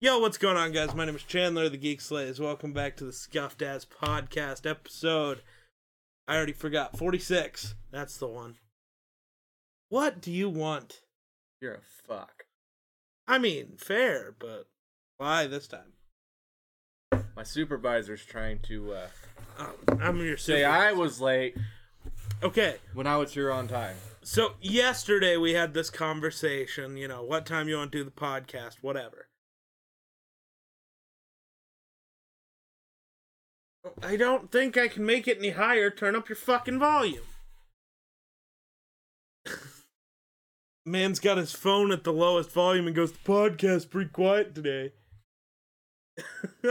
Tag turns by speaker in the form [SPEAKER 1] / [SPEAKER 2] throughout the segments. [SPEAKER 1] Yo, what's going on, guys? My name is Chandler, the Geek Slays. Welcome back to the Scuffed Ass Podcast episode. I already forgot. 46. That's the one. What do you want?
[SPEAKER 2] You're a fuck.
[SPEAKER 1] I mean, fair, but why this time?
[SPEAKER 2] My supervisor's trying to uh,
[SPEAKER 1] Uh, I'm your
[SPEAKER 2] say
[SPEAKER 1] super-
[SPEAKER 2] I was late
[SPEAKER 1] Okay,
[SPEAKER 2] when I was here on time.
[SPEAKER 1] so yesterday we had this conversation, you know, what time you want to do the podcast, whatever. Oh, I don't think I can make it any higher. Turn up your fucking volume. Man's got his phone at the lowest volume and goes, The podcast pretty quiet today.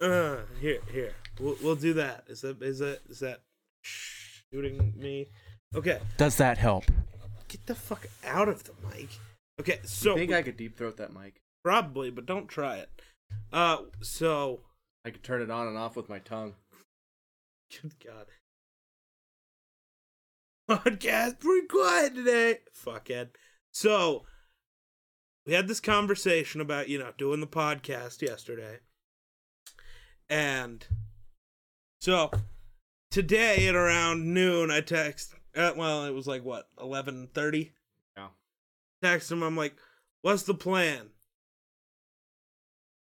[SPEAKER 1] uh, here, here. We'll, we'll do that. Is that, is that, is that shooting me? Okay.
[SPEAKER 3] Does that help?
[SPEAKER 1] Get the fuck out of the mic. Okay, so
[SPEAKER 2] I think I could deep throat that mic.
[SPEAKER 1] probably, but don't try it. Uh, so
[SPEAKER 2] I could turn it on and off with my tongue.
[SPEAKER 1] Good God. Podcast pretty quiet today. Fuckhead. So we had this conversation about, you know, doing the podcast yesterday. And so today at around noon I text uh, well, it was like what, eleven thirty?
[SPEAKER 2] Yeah.
[SPEAKER 1] Text him, I'm like, what's the plan?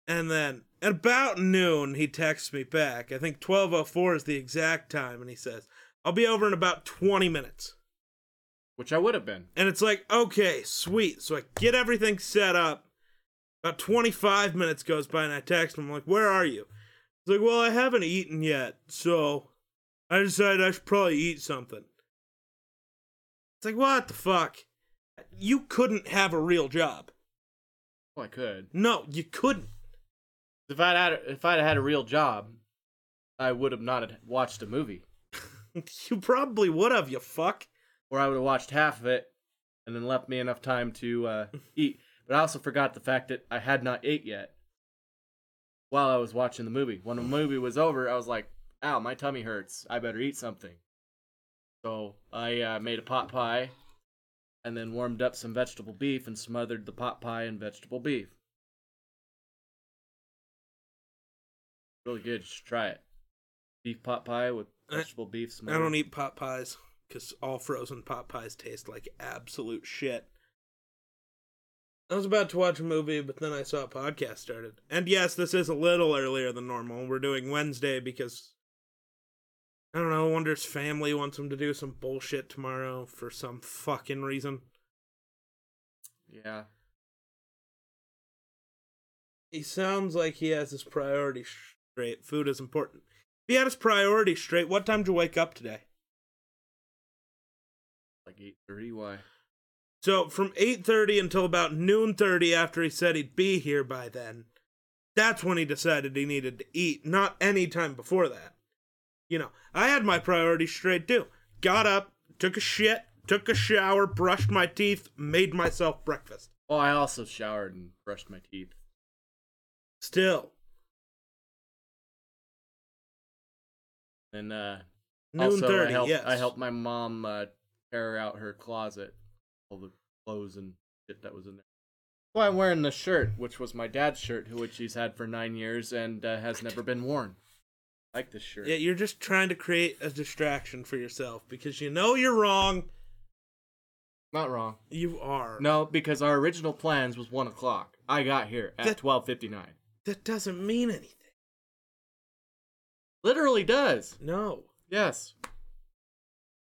[SPEAKER 1] And then at about noon, he texts me back. I think 12.04 is the exact time. And he says, I'll be over in about 20 minutes.
[SPEAKER 2] Which I would have been.
[SPEAKER 1] And it's like, okay, sweet. So I get everything set up. About 25 minutes goes by and I text him, I'm like, where are you? He's like, well, I haven't eaten yet. So I decided I should probably eat something. It's like, what the fuck? You couldn't have a real job.
[SPEAKER 2] Well Oh, I could.
[SPEAKER 1] No, you couldn't.
[SPEAKER 2] If I'd had if I'd had a real job, I would have not had watched a movie.
[SPEAKER 1] You probably would have, you fuck.
[SPEAKER 2] Or I would have watched half of it and then left me enough time to uh, eat. But I also forgot the fact that I had not ate yet while I was watching the movie. When the movie was over, I was like, ow, my tummy hurts. I better eat something. So I uh, made a pot pie and then warmed up some vegetable beef and smothered the pot pie in vegetable beef. Really good. You should try it. Beef pot pie with
[SPEAKER 1] I-
[SPEAKER 2] vegetable beef smothered.
[SPEAKER 1] I don't eat pot pies because all frozen pot pies taste like absolute shit. I was about to watch a movie, but then I saw a podcast started. And yes, this is a little earlier than normal. We're doing Wednesday because I don't know. Wonder's family wants him to do some bullshit tomorrow for some fucking reason.
[SPEAKER 2] Yeah.
[SPEAKER 1] He sounds like he has his priorities straight. Food is important. If he had his priorities straight, what time did you wake up today?
[SPEAKER 2] Like eight thirty. Why?
[SPEAKER 1] So from 8:30 until about noon 30 after he said he'd be here by then. That's when he decided he needed to eat, not any time before that. You know, I had my priorities straight too. Got up, took a shit, took a shower, brushed my teeth, made myself breakfast.
[SPEAKER 2] Oh, I also showered and brushed my teeth.
[SPEAKER 1] Still,
[SPEAKER 2] And uh,
[SPEAKER 1] noon
[SPEAKER 2] also
[SPEAKER 1] 30.
[SPEAKER 2] I helped,
[SPEAKER 1] yes.
[SPEAKER 2] I helped my mom uh, tear out her closet, all the clothes and shit that was in there. Well, I'm wearing this shirt, which was my dad's shirt, who- which he's had for nine years and uh, has never been worn. I like this shirt.
[SPEAKER 1] Yeah, you're just trying to create a distraction for yourself because you know you're wrong.
[SPEAKER 2] Not wrong.
[SPEAKER 1] You are.
[SPEAKER 2] No, because our original plans was one o'clock. I got here at
[SPEAKER 1] That-
[SPEAKER 2] twelve fifty nine.
[SPEAKER 1] That doesn't mean anything.
[SPEAKER 2] Literally does.
[SPEAKER 1] No.
[SPEAKER 2] Yes.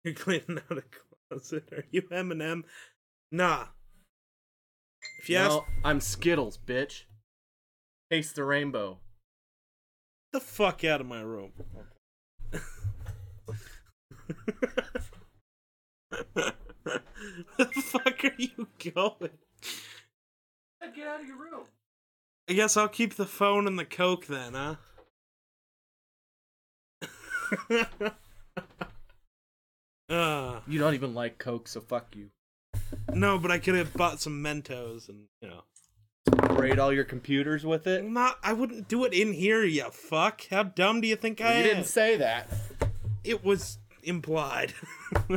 [SPEAKER 1] You're cleaning out a closet. Are you Eminem? Nah. If you ask
[SPEAKER 2] No, I'm Skittles, bitch. Taste the rainbow.
[SPEAKER 1] the fuck out of my room. Where the fuck are you going?
[SPEAKER 2] Get out of your room.
[SPEAKER 1] I guess I'll keep the phone and the coke then, huh? uh,
[SPEAKER 2] You don't even like Coke, so fuck you.
[SPEAKER 1] no, but I could have bought some Mentos and you know.
[SPEAKER 2] Raid all your computers with it.
[SPEAKER 1] Not, I wouldn't do it in here, you fuck. How dumb do you think I
[SPEAKER 2] you
[SPEAKER 1] am?
[SPEAKER 2] didn't say that.
[SPEAKER 1] it was implied.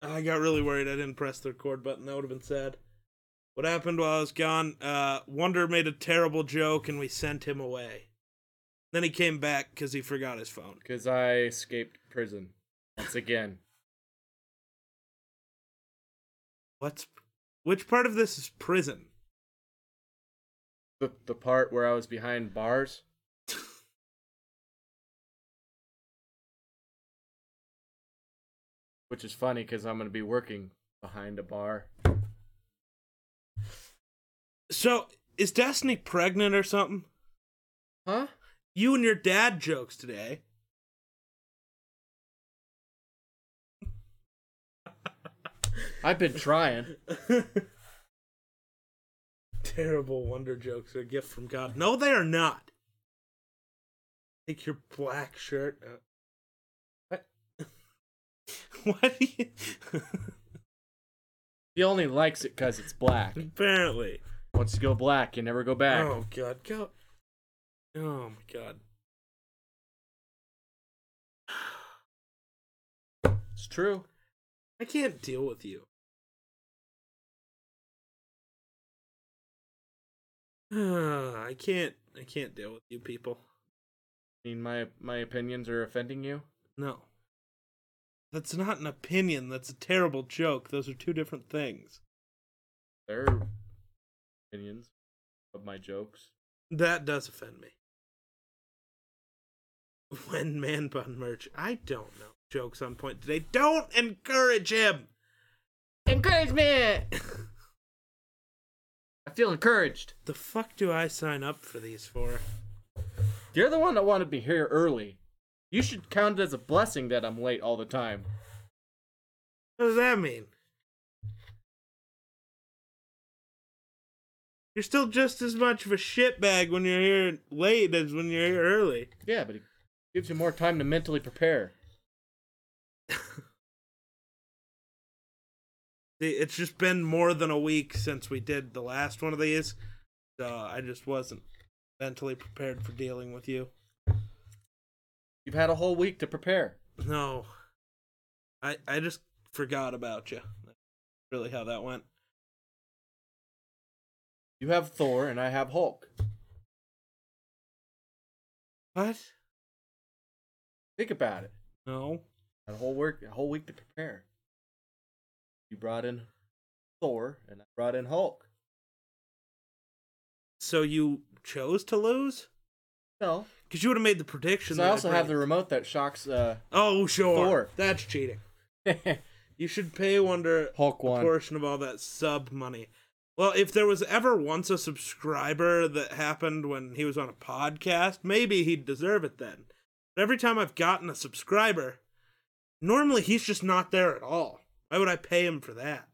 [SPEAKER 1] I got really worried I didn't press the record button. That would have been sad. What happened while I was gone? Uh, Wonder made a terrible joke and we sent him away. Then he came back because he forgot his phone.
[SPEAKER 2] Because I escaped prison once again.
[SPEAKER 1] What's which part of this is prison?
[SPEAKER 2] the, the part where I was behind bars. Which is funny because I'm going to be working behind a bar.
[SPEAKER 1] So is Destiny pregnant or something?
[SPEAKER 2] Huh?
[SPEAKER 1] You and your dad jokes today.
[SPEAKER 2] I've been trying.
[SPEAKER 1] Terrible wonder jokes are a gift from God. No, they are not. Take your black shirt. Out. What? what? Do you...
[SPEAKER 2] He only likes it because it's black.
[SPEAKER 1] Apparently.
[SPEAKER 2] Once you go black, you never go back.
[SPEAKER 1] Oh God, go. Oh my God.
[SPEAKER 2] It's true.
[SPEAKER 1] I can't deal with you. I can't. I can't deal with you people.
[SPEAKER 2] I mean, my my opinions are offending you.
[SPEAKER 1] No. That's not an opinion. That's a terrible joke. Those are two different things.
[SPEAKER 2] They're opinions of my jokes.
[SPEAKER 1] That does offend me. When man bun merch, I don't know. Jokes on point today. Don't encourage him.
[SPEAKER 2] Encouragement. I feel encouraged.
[SPEAKER 1] The fuck do I sign up for these for?
[SPEAKER 2] You're the one that wanted me here early. You should count it as a blessing that I'm late all the time.
[SPEAKER 1] What does that mean? You're still just as much of a shitbag when you're here late as when you're here early.
[SPEAKER 2] Yeah, but it gives you more time to mentally prepare.
[SPEAKER 1] See, It's just been more than a week since we did the last one of these, so I just wasn't mentally prepared for dealing with you.
[SPEAKER 2] You've had a whole week to prepare.
[SPEAKER 1] No, I I just forgot about you. That's really, how that went.
[SPEAKER 2] You have Thor and I have Hulk.
[SPEAKER 1] What?
[SPEAKER 2] Think about it.
[SPEAKER 1] No.
[SPEAKER 2] Had a whole work, a whole week to prepare. You brought in Thor and I brought in Hulk.
[SPEAKER 1] So you chose to lose?
[SPEAKER 2] No,
[SPEAKER 1] Because you would have made the prediction.
[SPEAKER 2] because I
[SPEAKER 1] that
[SPEAKER 2] also have the
[SPEAKER 1] predicted.
[SPEAKER 2] remote that shocks. Uh,
[SPEAKER 1] Oh, sure.
[SPEAKER 2] Four.
[SPEAKER 1] That's cheating. You should pay Wonder
[SPEAKER 2] Hulk
[SPEAKER 1] a
[SPEAKER 2] won.
[SPEAKER 1] portion of all that sub money. Well, if there was ever once a subscriber that happened when he was on a podcast, maybe he'd deserve it then. But every time I've gotten a subscriber, normally he's just not there at all. Why would I pay him for that?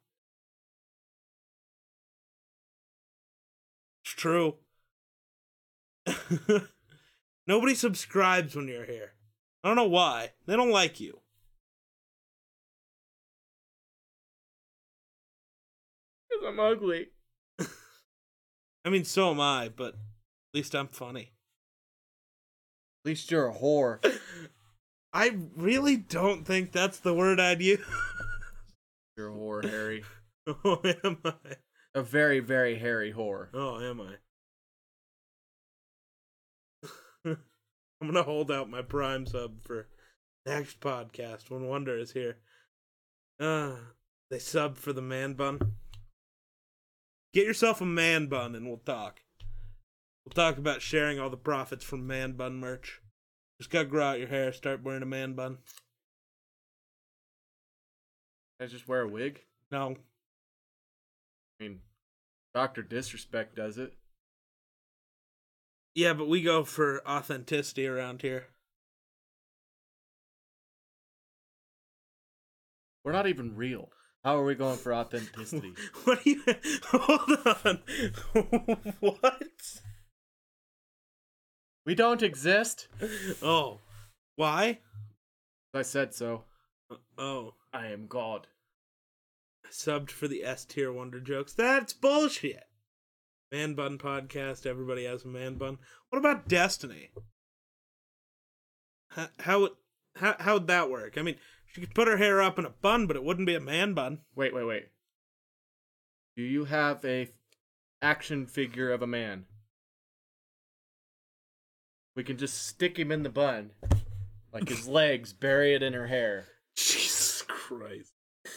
[SPEAKER 1] It's true. Nobody subscribes when you're here. I don't know why. They don't like you.
[SPEAKER 2] Because I'm ugly.
[SPEAKER 1] I mean, so am I, but at least I'm funny.
[SPEAKER 2] At least you're a whore.
[SPEAKER 1] I really don't think that's the word I'd use.
[SPEAKER 2] You're a whore, Harry.
[SPEAKER 1] oh, am I?
[SPEAKER 2] A very, very hairy whore.
[SPEAKER 1] Oh, am I? I'm gonna hold out my prime sub for next podcast when Wonder is here. Uh, they sub for the man bun. Get yourself a man bun and we'll talk. We'll talk about sharing all the profits from man bun merch. Just gotta grow out your hair, start wearing a man bun.
[SPEAKER 2] Can I just wear a wig?
[SPEAKER 1] No,
[SPEAKER 2] I mean, Doctor Disrespect does it.
[SPEAKER 1] Yeah, but we go for authenticity around here.
[SPEAKER 2] We're not even real. How are we going for authenticity?
[SPEAKER 1] What do you? Hold on. what?
[SPEAKER 2] we don't exist.
[SPEAKER 1] Oh, why?
[SPEAKER 2] I said so.
[SPEAKER 1] Oh,
[SPEAKER 2] I am God.
[SPEAKER 1] I subbed for the S tier wonder jokes. That's bullshit. Man bun podcast. Everybody has a man bun. What about Destiny? How how would how how would that work? I mean, She could put her hair up in a bun, but it wouldn't be a man bun.
[SPEAKER 2] Wait, wait, wait. Do you have a f- action figure of a man? We can just stick him in the bun, like his legs, bury it in her hair.
[SPEAKER 1] Jesus Christ.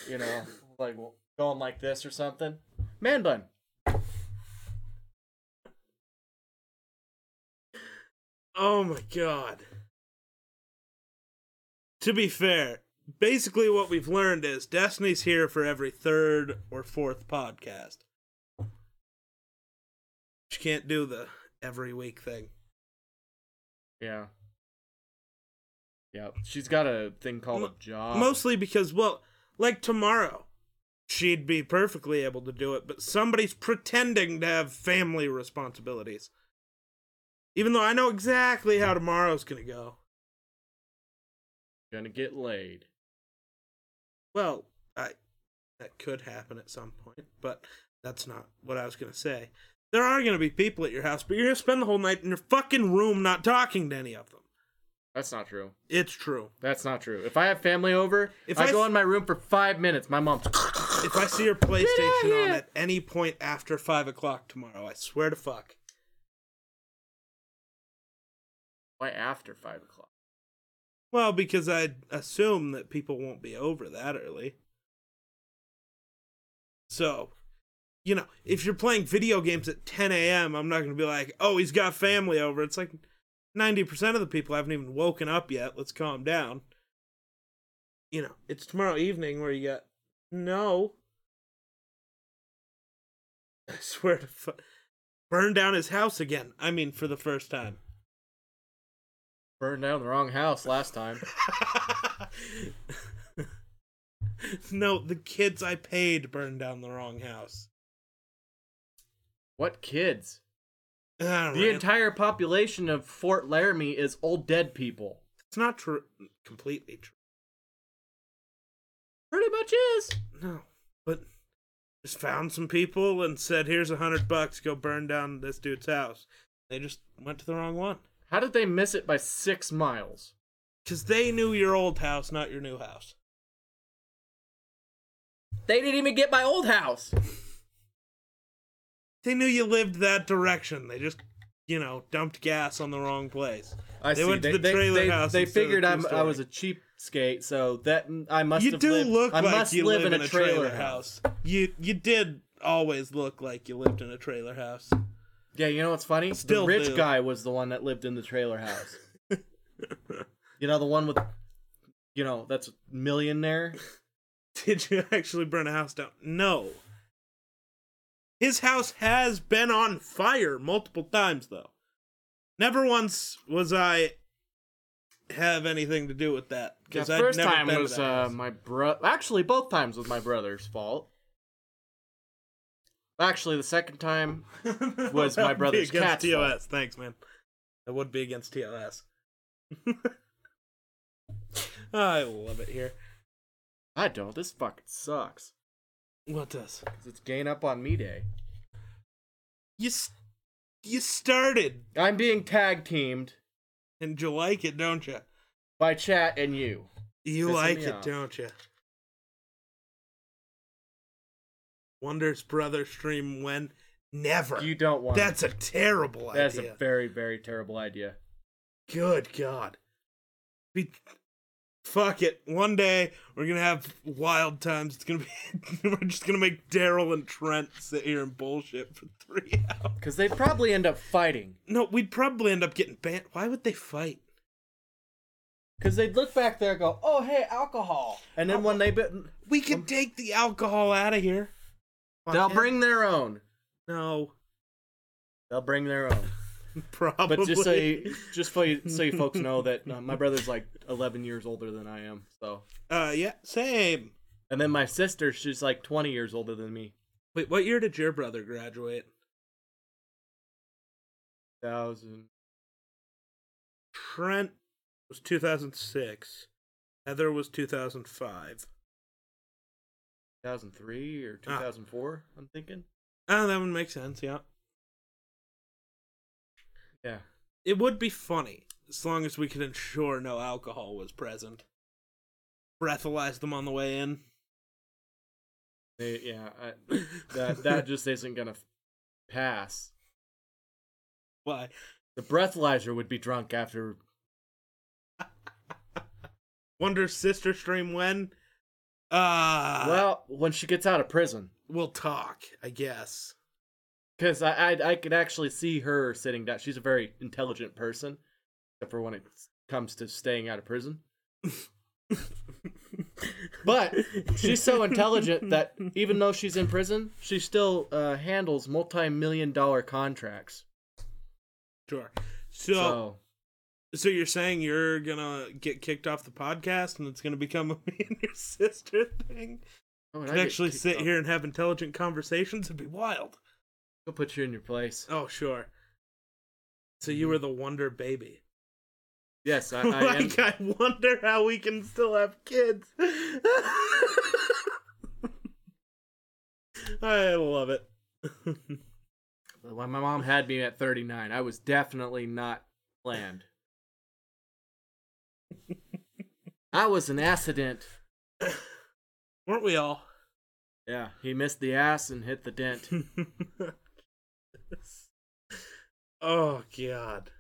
[SPEAKER 2] You know, like going like this or something. Man bun.
[SPEAKER 1] Oh my god. To be fair, basically what we've learned is Destiny's here for every third or fourth podcast. She can't do the every week thing.
[SPEAKER 2] Yeah. Yeah. She's got a thing called
[SPEAKER 1] Mo-
[SPEAKER 2] a job.
[SPEAKER 1] Mostly because, well, like tomorrow, she'd be perfectly able to do it, but somebody's pretending to have family responsibilities. Even though I know exactly how tomorrow's gonna go.
[SPEAKER 2] gonna get laid.
[SPEAKER 1] Well, I that could happen at some point, but that's not what I was gonna say. There are gonna be people at your house, but you're gonna spend the whole night in your fucking room not talking to any of them.
[SPEAKER 2] That's not true.
[SPEAKER 1] It's true.
[SPEAKER 2] That's not true. If I have family over,
[SPEAKER 1] If
[SPEAKER 2] if I,
[SPEAKER 1] I
[SPEAKER 2] go
[SPEAKER 1] s-
[SPEAKER 2] in my room for five minutes, my mom's.
[SPEAKER 1] If I see your PlayStation on
[SPEAKER 2] here.
[SPEAKER 1] at any point after five o'clock tomorrow, I swear to fuck.
[SPEAKER 2] Why after five o'clock?
[SPEAKER 1] Well, because I assume that people won't be over that early. So, you know, if you're playing video games at 10 a.m., I'm not going to be like, oh, he's got family over. It's like 90% of the people haven't even woken up yet. Let's calm down. You know, it's tomorrow evening where you got, no. I swear to fu- burn down his house again. I mean, for the first time.
[SPEAKER 2] Burned down the wrong house last time.
[SPEAKER 1] no, the kids I paid burned down the wrong house.
[SPEAKER 2] what kids?
[SPEAKER 1] All
[SPEAKER 2] The
[SPEAKER 1] right.
[SPEAKER 2] entire population of Fort Laramie is old dead people.
[SPEAKER 1] it's not true. Completely true.
[SPEAKER 2] Pretty much is.
[SPEAKER 1] No, but just found some people and said, "Here's a hundred bucks. Go burn down this dude's house." They just went to the wrong one
[SPEAKER 2] How did they miss it by six miles?
[SPEAKER 1] because they knew your old house, not your new house.
[SPEAKER 2] They didn't even get my old house.
[SPEAKER 1] They knew you lived that direction. They just, you know, dumped gas on the wrong place.
[SPEAKER 2] I
[SPEAKER 1] They
[SPEAKER 2] see.
[SPEAKER 1] went to the
[SPEAKER 2] they,
[SPEAKER 1] trailer
[SPEAKER 2] they,
[SPEAKER 1] house
[SPEAKER 2] They
[SPEAKER 1] instead of
[SPEAKER 2] figured
[SPEAKER 1] the
[SPEAKER 2] I'm, I
[SPEAKER 1] two-story.
[SPEAKER 2] was a cheapskate, so that I must.
[SPEAKER 1] you
[SPEAKER 2] have
[SPEAKER 1] do
[SPEAKER 2] lived,
[SPEAKER 1] look
[SPEAKER 2] I
[SPEAKER 1] like
[SPEAKER 2] must
[SPEAKER 1] you
[SPEAKER 2] live, in, a trailer, house.
[SPEAKER 1] You you did always look like you lived in a trailer house.
[SPEAKER 2] Yeah, you know what's funny?
[SPEAKER 1] Still
[SPEAKER 2] the rich
[SPEAKER 1] do.
[SPEAKER 2] guy was the one that lived in the trailer house. you know the one with, you know, that's millionaire.
[SPEAKER 1] Did you actually burn a house down? No. His house has been on fire multiple times though. Never once was I have anything to do with that
[SPEAKER 2] The
[SPEAKER 1] because I've
[SPEAKER 2] first
[SPEAKER 1] never
[SPEAKER 2] time
[SPEAKER 1] been
[SPEAKER 2] was
[SPEAKER 1] to that
[SPEAKER 2] uh,
[SPEAKER 1] house.
[SPEAKER 2] my brother. Actually, both times was my brother's fault. Actually, the second time,
[SPEAKER 1] That
[SPEAKER 2] was
[SPEAKER 1] would
[SPEAKER 2] my
[SPEAKER 1] be
[SPEAKER 2] brother's
[SPEAKER 1] against
[SPEAKER 2] cat's
[SPEAKER 1] TLS. Thanks, man. That would be against TLS. I love it here.
[SPEAKER 2] I don't. This fucking sucks.
[SPEAKER 1] What does?
[SPEAKER 2] 'Cause It's gain up on me day.
[SPEAKER 1] You s- you started
[SPEAKER 2] I'm being tag teamed
[SPEAKER 1] and you like it, don't you?
[SPEAKER 2] by chat and you.
[SPEAKER 1] You
[SPEAKER 2] Pissing
[SPEAKER 1] like
[SPEAKER 2] me
[SPEAKER 1] it,
[SPEAKER 2] off.
[SPEAKER 1] don't you? Wonders brother stream when never.
[SPEAKER 2] You don't want.
[SPEAKER 1] That's a terrible
[SPEAKER 2] that's
[SPEAKER 1] idea.
[SPEAKER 2] a very very terrible idea.
[SPEAKER 1] Good God. Be- Fuck it. One day we're gonna have wild times. It's gonna be. we're just gonna make Daryl and Trent sit here and bullshit for three hours.
[SPEAKER 2] Because they'd probably end up fighting.
[SPEAKER 1] No, we'd probably end up getting banned. Why would they fight?
[SPEAKER 2] Because they'd look back there and go, oh, hey, alcohol. And then when they. Be-
[SPEAKER 1] We can take the alcohol out of here. Fuck
[SPEAKER 2] They'll
[SPEAKER 1] it.
[SPEAKER 2] bring their own.
[SPEAKER 1] No,
[SPEAKER 2] They'll bring their own.
[SPEAKER 1] probably.
[SPEAKER 2] But just so you, just so you, so you folks know that uh, my brother's like 11 years older than I am. So.
[SPEAKER 1] uh, yeah, same.
[SPEAKER 2] And then my sister, she's like 20 years older than me.
[SPEAKER 1] Wait, what year did your brother graduate?
[SPEAKER 2] Thousand.
[SPEAKER 1] Trent was 2006. Heather was 2005.
[SPEAKER 2] 2003
[SPEAKER 1] Ah.
[SPEAKER 2] or 2004, I'm thinking.
[SPEAKER 1] Oh, that would make sense. Yeah.
[SPEAKER 2] Yeah.
[SPEAKER 1] It would be funny as long as we could ensure no alcohol was present. breathalyze them on the way in.
[SPEAKER 2] They- yeah, I, that that just isn't gonna f- pass.
[SPEAKER 1] Why?
[SPEAKER 2] The breathalyzer would be drunk after.
[SPEAKER 1] Wonder sister stream when? Uh
[SPEAKER 2] well, when she gets out of prison,
[SPEAKER 1] we'll talk, I guess.
[SPEAKER 2] because I, I I can actually see her sitting down. She's a very intelligent person, except for when it comes to staying out of prison. But she's so intelligent that even though she's in prison, she still uh, handles multi-million dollar contracts.
[SPEAKER 1] Sure. So, so
[SPEAKER 2] So
[SPEAKER 1] you're saying you're gonna get kicked off the podcast and it's gonna become a me and your sister thing?
[SPEAKER 2] oh, and I
[SPEAKER 1] And
[SPEAKER 2] get
[SPEAKER 1] actually
[SPEAKER 2] kicked
[SPEAKER 1] sit
[SPEAKER 2] off.
[SPEAKER 1] here and have intelligent conversations would be wild.
[SPEAKER 2] I'll put you in your place.
[SPEAKER 1] Oh sure. So you were the wonder baby.
[SPEAKER 2] Yes, I, I am.
[SPEAKER 1] like I wonder how we can still have kids. I love it.
[SPEAKER 2] When my mom had me at 39, I was definitely not planned. I was an accident.
[SPEAKER 1] Weren't we all?
[SPEAKER 2] Yeah, he missed the ass and hit the dent.
[SPEAKER 1] oh god.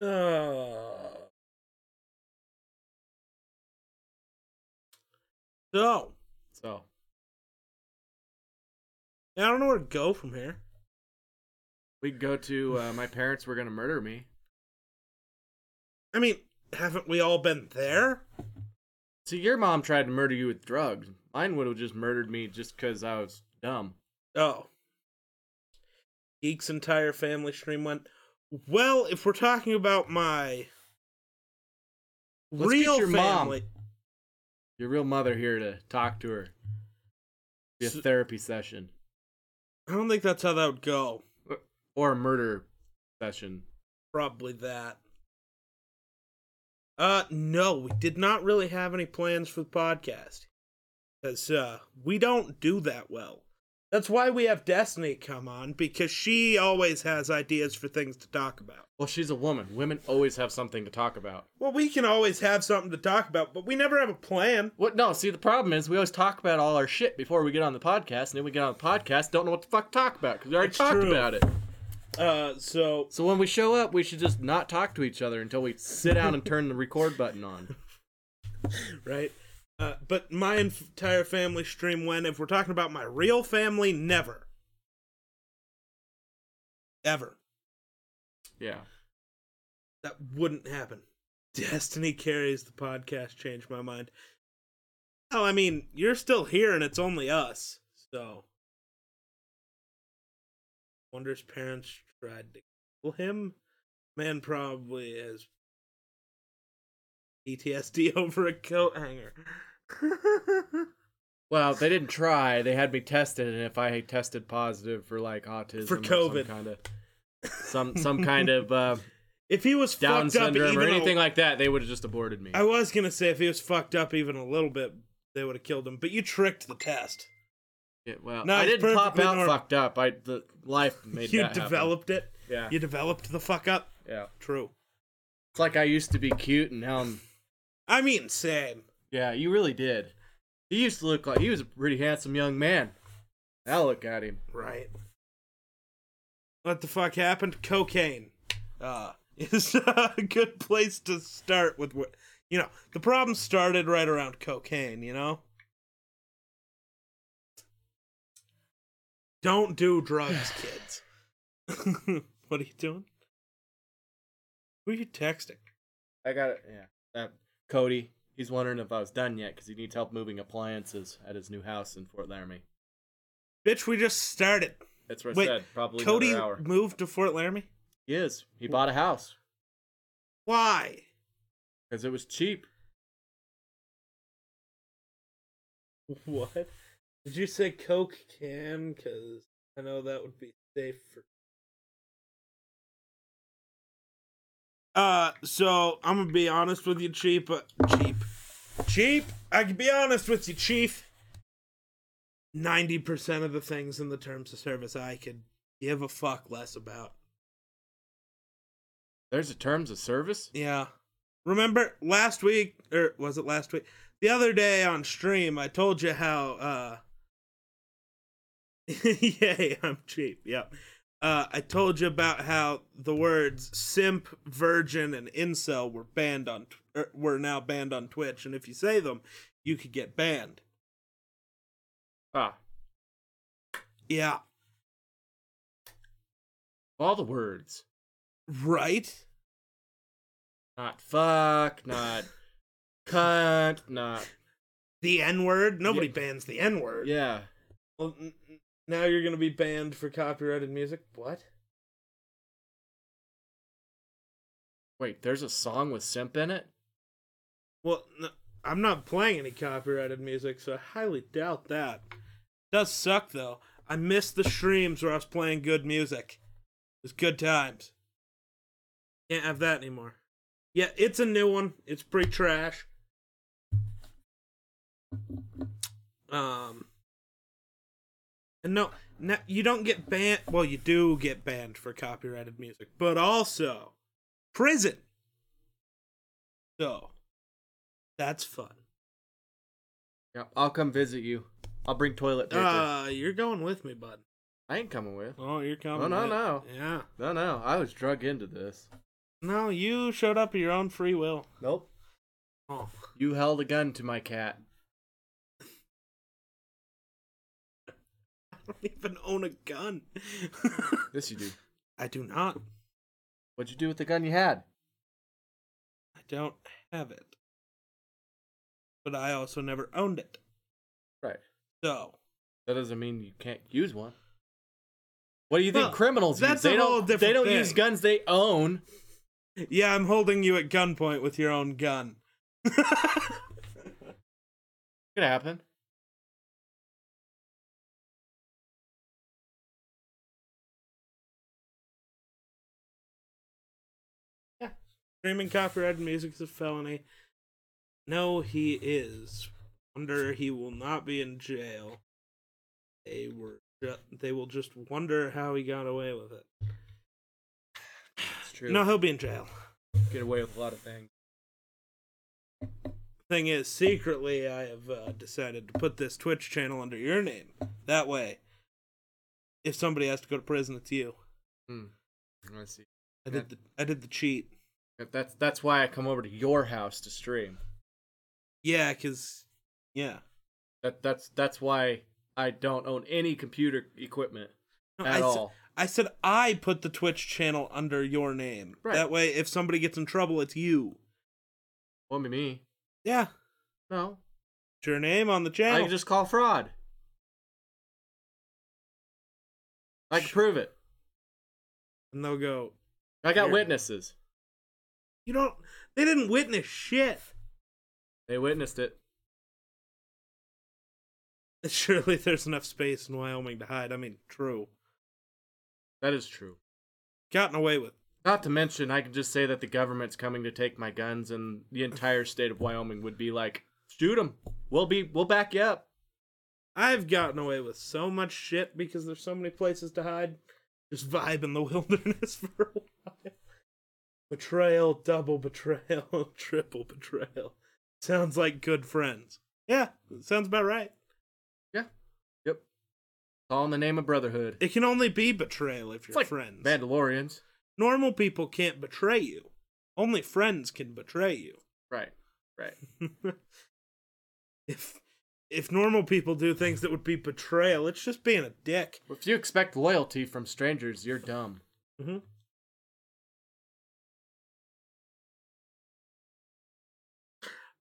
[SPEAKER 1] Oh. So,
[SPEAKER 2] So,
[SPEAKER 1] I don't know where to go from here.
[SPEAKER 2] we go to uh, my parents were going to murder me.
[SPEAKER 1] I mean, haven't we all been there?
[SPEAKER 2] See, your mom tried to murder you with drugs. Mine would have just murdered me just because I was dumb.
[SPEAKER 1] Oh. Geek's entire family stream went. Well, if we're talking about my
[SPEAKER 2] Let's get
[SPEAKER 1] real
[SPEAKER 2] your mom.
[SPEAKER 1] family.
[SPEAKER 2] Your real mother here to talk to her. Be a
[SPEAKER 1] S-
[SPEAKER 2] therapy session
[SPEAKER 1] I don't think that's how that would go.
[SPEAKER 2] or a murder session.
[SPEAKER 1] Probably that. Uh no, we did not really have any plans for the podcast. Cuz uh we don't do that well. That's why we have Destiny come on because she always has ideas for things to talk about.
[SPEAKER 2] Well, she's a woman. Women always have something to talk about.
[SPEAKER 1] Well, we can always have something to talk about, but we never have a plan.
[SPEAKER 2] What? No. See, the problem is we always talk about all our shit before we get on the podcast, and then we get on the podcast, don't know what the fuck to talk about because we already
[SPEAKER 1] It's
[SPEAKER 2] talked
[SPEAKER 1] true.
[SPEAKER 2] about it.
[SPEAKER 1] Uh so
[SPEAKER 2] So when we show up, we should just not talk to each other until we sit down and turn the record button on.
[SPEAKER 1] right? Uh, but my entire family stream when if we're talking about my real family, never, ever,
[SPEAKER 2] Yeah.
[SPEAKER 1] that wouldn't happen. Destiny carries the podcast. Changed my mind. Well, I mean, you're still here, and it's only us. So, Wonder's parents tried to kill him. Man probably has PTSD over a coat hanger.
[SPEAKER 2] Well, they didn't try. They had me tested, and if I tested positive for like autism
[SPEAKER 1] For
[SPEAKER 2] or
[SPEAKER 1] COVID.
[SPEAKER 2] some kind of some some kind of uh,
[SPEAKER 1] If he was
[SPEAKER 2] Down
[SPEAKER 1] fucked up
[SPEAKER 2] syndrome
[SPEAKER 1] even
[SPEAKER 2] or anything
[SPEAKER 1] a,
[SPEAKER 2] like that, they would have just aborted me.
[SPEAKER 1] I was gonna say if he was fucked up even a little bit, they would have killed him. But you tricked the test.
[SPEAKER 2] Yeah, well,
[SPEAKER 1] No,
[SPEAKER 2] I
[SPEAKER 1] it's
[SPEAKER 2] didn't pop
[SPEAKER 1] perfectly
[SPEAKER 2] out
[SPEAKER 1] normal.
[SPEAKER 2] fucked up. I the life made
[SPEAKER 1] you
[SPEAKER 2] that happen.
[SPEAKER 1] developed it.
[SPEAKER 2] Yeah,
[SPEAKER 1] You developed the fuck up.
[SPEAKER 2] yeah.
[SPEAKER 1] True.
[SPEAKER 2] It's like I used to be cute, and now I'm
[SPEAKER 1] I mean, same.
[SPEAKER 2] Yeah, you really did. He used to look like he was a pretty handsome young man. Now look at him.
[SPEAKER 1] Right. What the fuck happened? Cocaine. Uh, is a good place to start with. wh- You know, the problem started right around cocaine, you know? Don't do drugs, kids. what are you doing? Who are you texting?
[SPEAKER 2] I got it. Yeah. Uh, Cody, he's wondering if I was done yet because he needs help moving appliances at his new house in Fort Laramie.
[SPEAKER 1] Bitch, we just started.
[SPEAKER 2] That's what
[SPEAKER 1] Wait,
[SPEAKER 2] I said. Probably
[SPEAKER 1] Cody
[SPEAKER 2] another hour.
[SPEAKER 1] moved to Fort Laramie?
[SPEAKER 2] He is. He bought a house
[SPEAKER 1] Why?
[SPEAKER 2] because it was cheap.
[SPEAKER 1] What? Did you say Coke can? Because I know that would be safe for. Uh, so I'm gonna be honest with you, Chief. Uh, Chief, Chief, I can be honest with you, Chief. Ninety percent of the things in the terms of service I could give a fuck less about.
[SPEAKER 2] There's a terms of service.
[SPEAKER 1] Yeah. Remember last week, or was it last week? The other day on stream, I told you how. uh Yay, I'm cheap. Yep. Uh, I told you about how the words simp, virgin, and incel were banned on tw- er, were now banned on Twitch, and if you say them, you could get banned.
[SPEAKER 2] Ah,
[SPEAKER 1] Yeah.
[SPEAKER 2] all the words.
[SPEAKER 1] Right.
[SPEAKER 2] Not fuck. Not cunt. Not
[SPEAKER 1] The N word. Nobody
[SPEAKER 2] Yeah.
[SPEAKER 1] bans the N word.
[SPEAKER 2] yeah.
[SPEAKER 1] Well, n- n- now you're gonna be banned for copyrighted music. What?
[SPEAKER 2] Wait, there's a song with simp in it.
[SPEAKER 1] Well, no, I'm not playing any copyrighted music, so I highly doubt that. Does suck though. I miss the streams where I was playing good music. It was good times. Can't have that anymore. Yeah, it's a new one. It's pretty trash. Um, and no, no, you don't get banned. Well, you do get banned for copyrighted music, but also prison. So that's fun.
[SPEAKER 2] Yeah, I'll come visit you. I'll bring toilet paper.
[SPEAKER 1] Uh, you're going with me, bud.
[SPEAKER 2] I ain't coming with.
[SPEAKER 1] Oh, you're coming.
[SPEAKER 2] No, no,
[SPEAKER 1] with-
[SPEAKER 2] no.
[SPEAKER 1] Yeah.
[SPEAKER 2] No, no. I was drug into this.
[SPEAKER 1] No, you showed up of your own free will.
[SPEAKER 2] Nope.
[SPEAKER 1] Oh.
[SPEAKER 2] You held a gun to my cat.
[SPEAKER 1] I don't even own a gun.
[SPEAKER 2] Yes, you do.
[SPEAKER 1] I do not.
[SPEAKER 2] What'd you do with the gun you had?
[SPEAKER 1] I don't have it. But I also never owned it.
[SPEAKER 2] Right.
[SPEAKER 1] So
[SPEAKER 2] That doesn't mean you can't use one. What do you think
[SPEAKER 1] Well,
[SPEAKER 2] criminals use?
[SPEAKER 1] that's
[SPEAKER 2] They
[SPEAKER 1] a
[SPEAKER 2] don't.
[SPEAKER 1] whole different
[SPEAKER 2] they don't
[SPEAKER 1] thing.
[SPEAKER 2] use guns they own.
[SPEAKER 1] yeah, I'm holding you at gunpoint with your own gun.
[SPEAKER 2] Could happen.
[SPEAKER 1] Streaming copyrighted music is a felony. No, he is. Wonder he will not be in jail. They were. Ju- they will just wonder how he got away with it.
[SPEAKER 2] It's true.
[SPEAKER 1] No, he'll be in jail.
[SPEAKER 2] get away with a lot of things.
[SPEAKER 1] Thing is, secretly, I have uh, decided to put this Twitch channel under your name. That way, if somebody has to go to prison, it's you.
[SPEAKER 2] Hmm. I see.
[SPEAKER 1] I did the I did the cheat.
[SPEAKER 2] That- That's that's why I come over to your house to stream.
[SPEAKER 1] Yeah, cause yeah.
[SPEAKER 2] That that's that's why I don't own any computer equipment
[SPEAKER 1] No,
[SPEAKER 2] at
[SPEAKER 1] I s-
[SPEAKER 2] all.
[SPEAKER 1] I said I put the Twitch channel under your name.
[SPEAKER 2] Right.
[SPEAKER 1] That way, if somebody gets in trouble, it's you.
[SPEAKER 2] Won't be me.
[SPEAKER 1] Yeah.
[SPEAKER 2] No,
[SPEAKER 1] It's your name on the
[SPEAKER 2] I
[SPEAKER 1] channel.
[SPEAKER 2] can just call fraud. I can prove it.
[SPEAKER 1] And they'll go,
[SPEAKER 2] I got
[SPEAKER 1] Weird.
[SPEAKER 2] witnesses.
[SPEAKER 1] You don't. They didn't witness shit.
[SPEAKER 2] They witnessed it.
[SPEAKER 1] Surely there's enough space in Wyoming to hide. I mean, true.
[SPEAKER 2] That is true.
[SPEAKER 1] Gotten away with.
[SPEAKER 2] Not to mention, I could just say that the government's coming to take my guns, and the entire state of Wyoming would be like, "Shoot them. We'll be. We'll back you up."
[SPEAKER 1] I've gotten away with so much shit because there's so many places to hide. Just vibe in the wilderness for a while. Betrayal, double betrayal, triple betrayal. Sounds like good friends. Yeah, sounds about right.
[SPEAKER 2] Yep. All in the name of brotherhood.
[SPEAKER 1] It can only be betrayal if
[SPEAKER 2] It's
[SPEAKER 1] you're
[SPEAKER 2] like
[SPEAKER 1] friends.
[SPEAKER 2] Mandalorians,
[SPEAKER 1] Normal people can't betray you. Only friends can betray you.
[SPEAKER 2] right? Right.
[SPEAKER 1] if if normal people do things that would be betrayal, it's just being a dick.
[SPEAKER 2] If you expect loyalty from strangers, you're dumb.
[SPEAKER 1] Mm-hmm.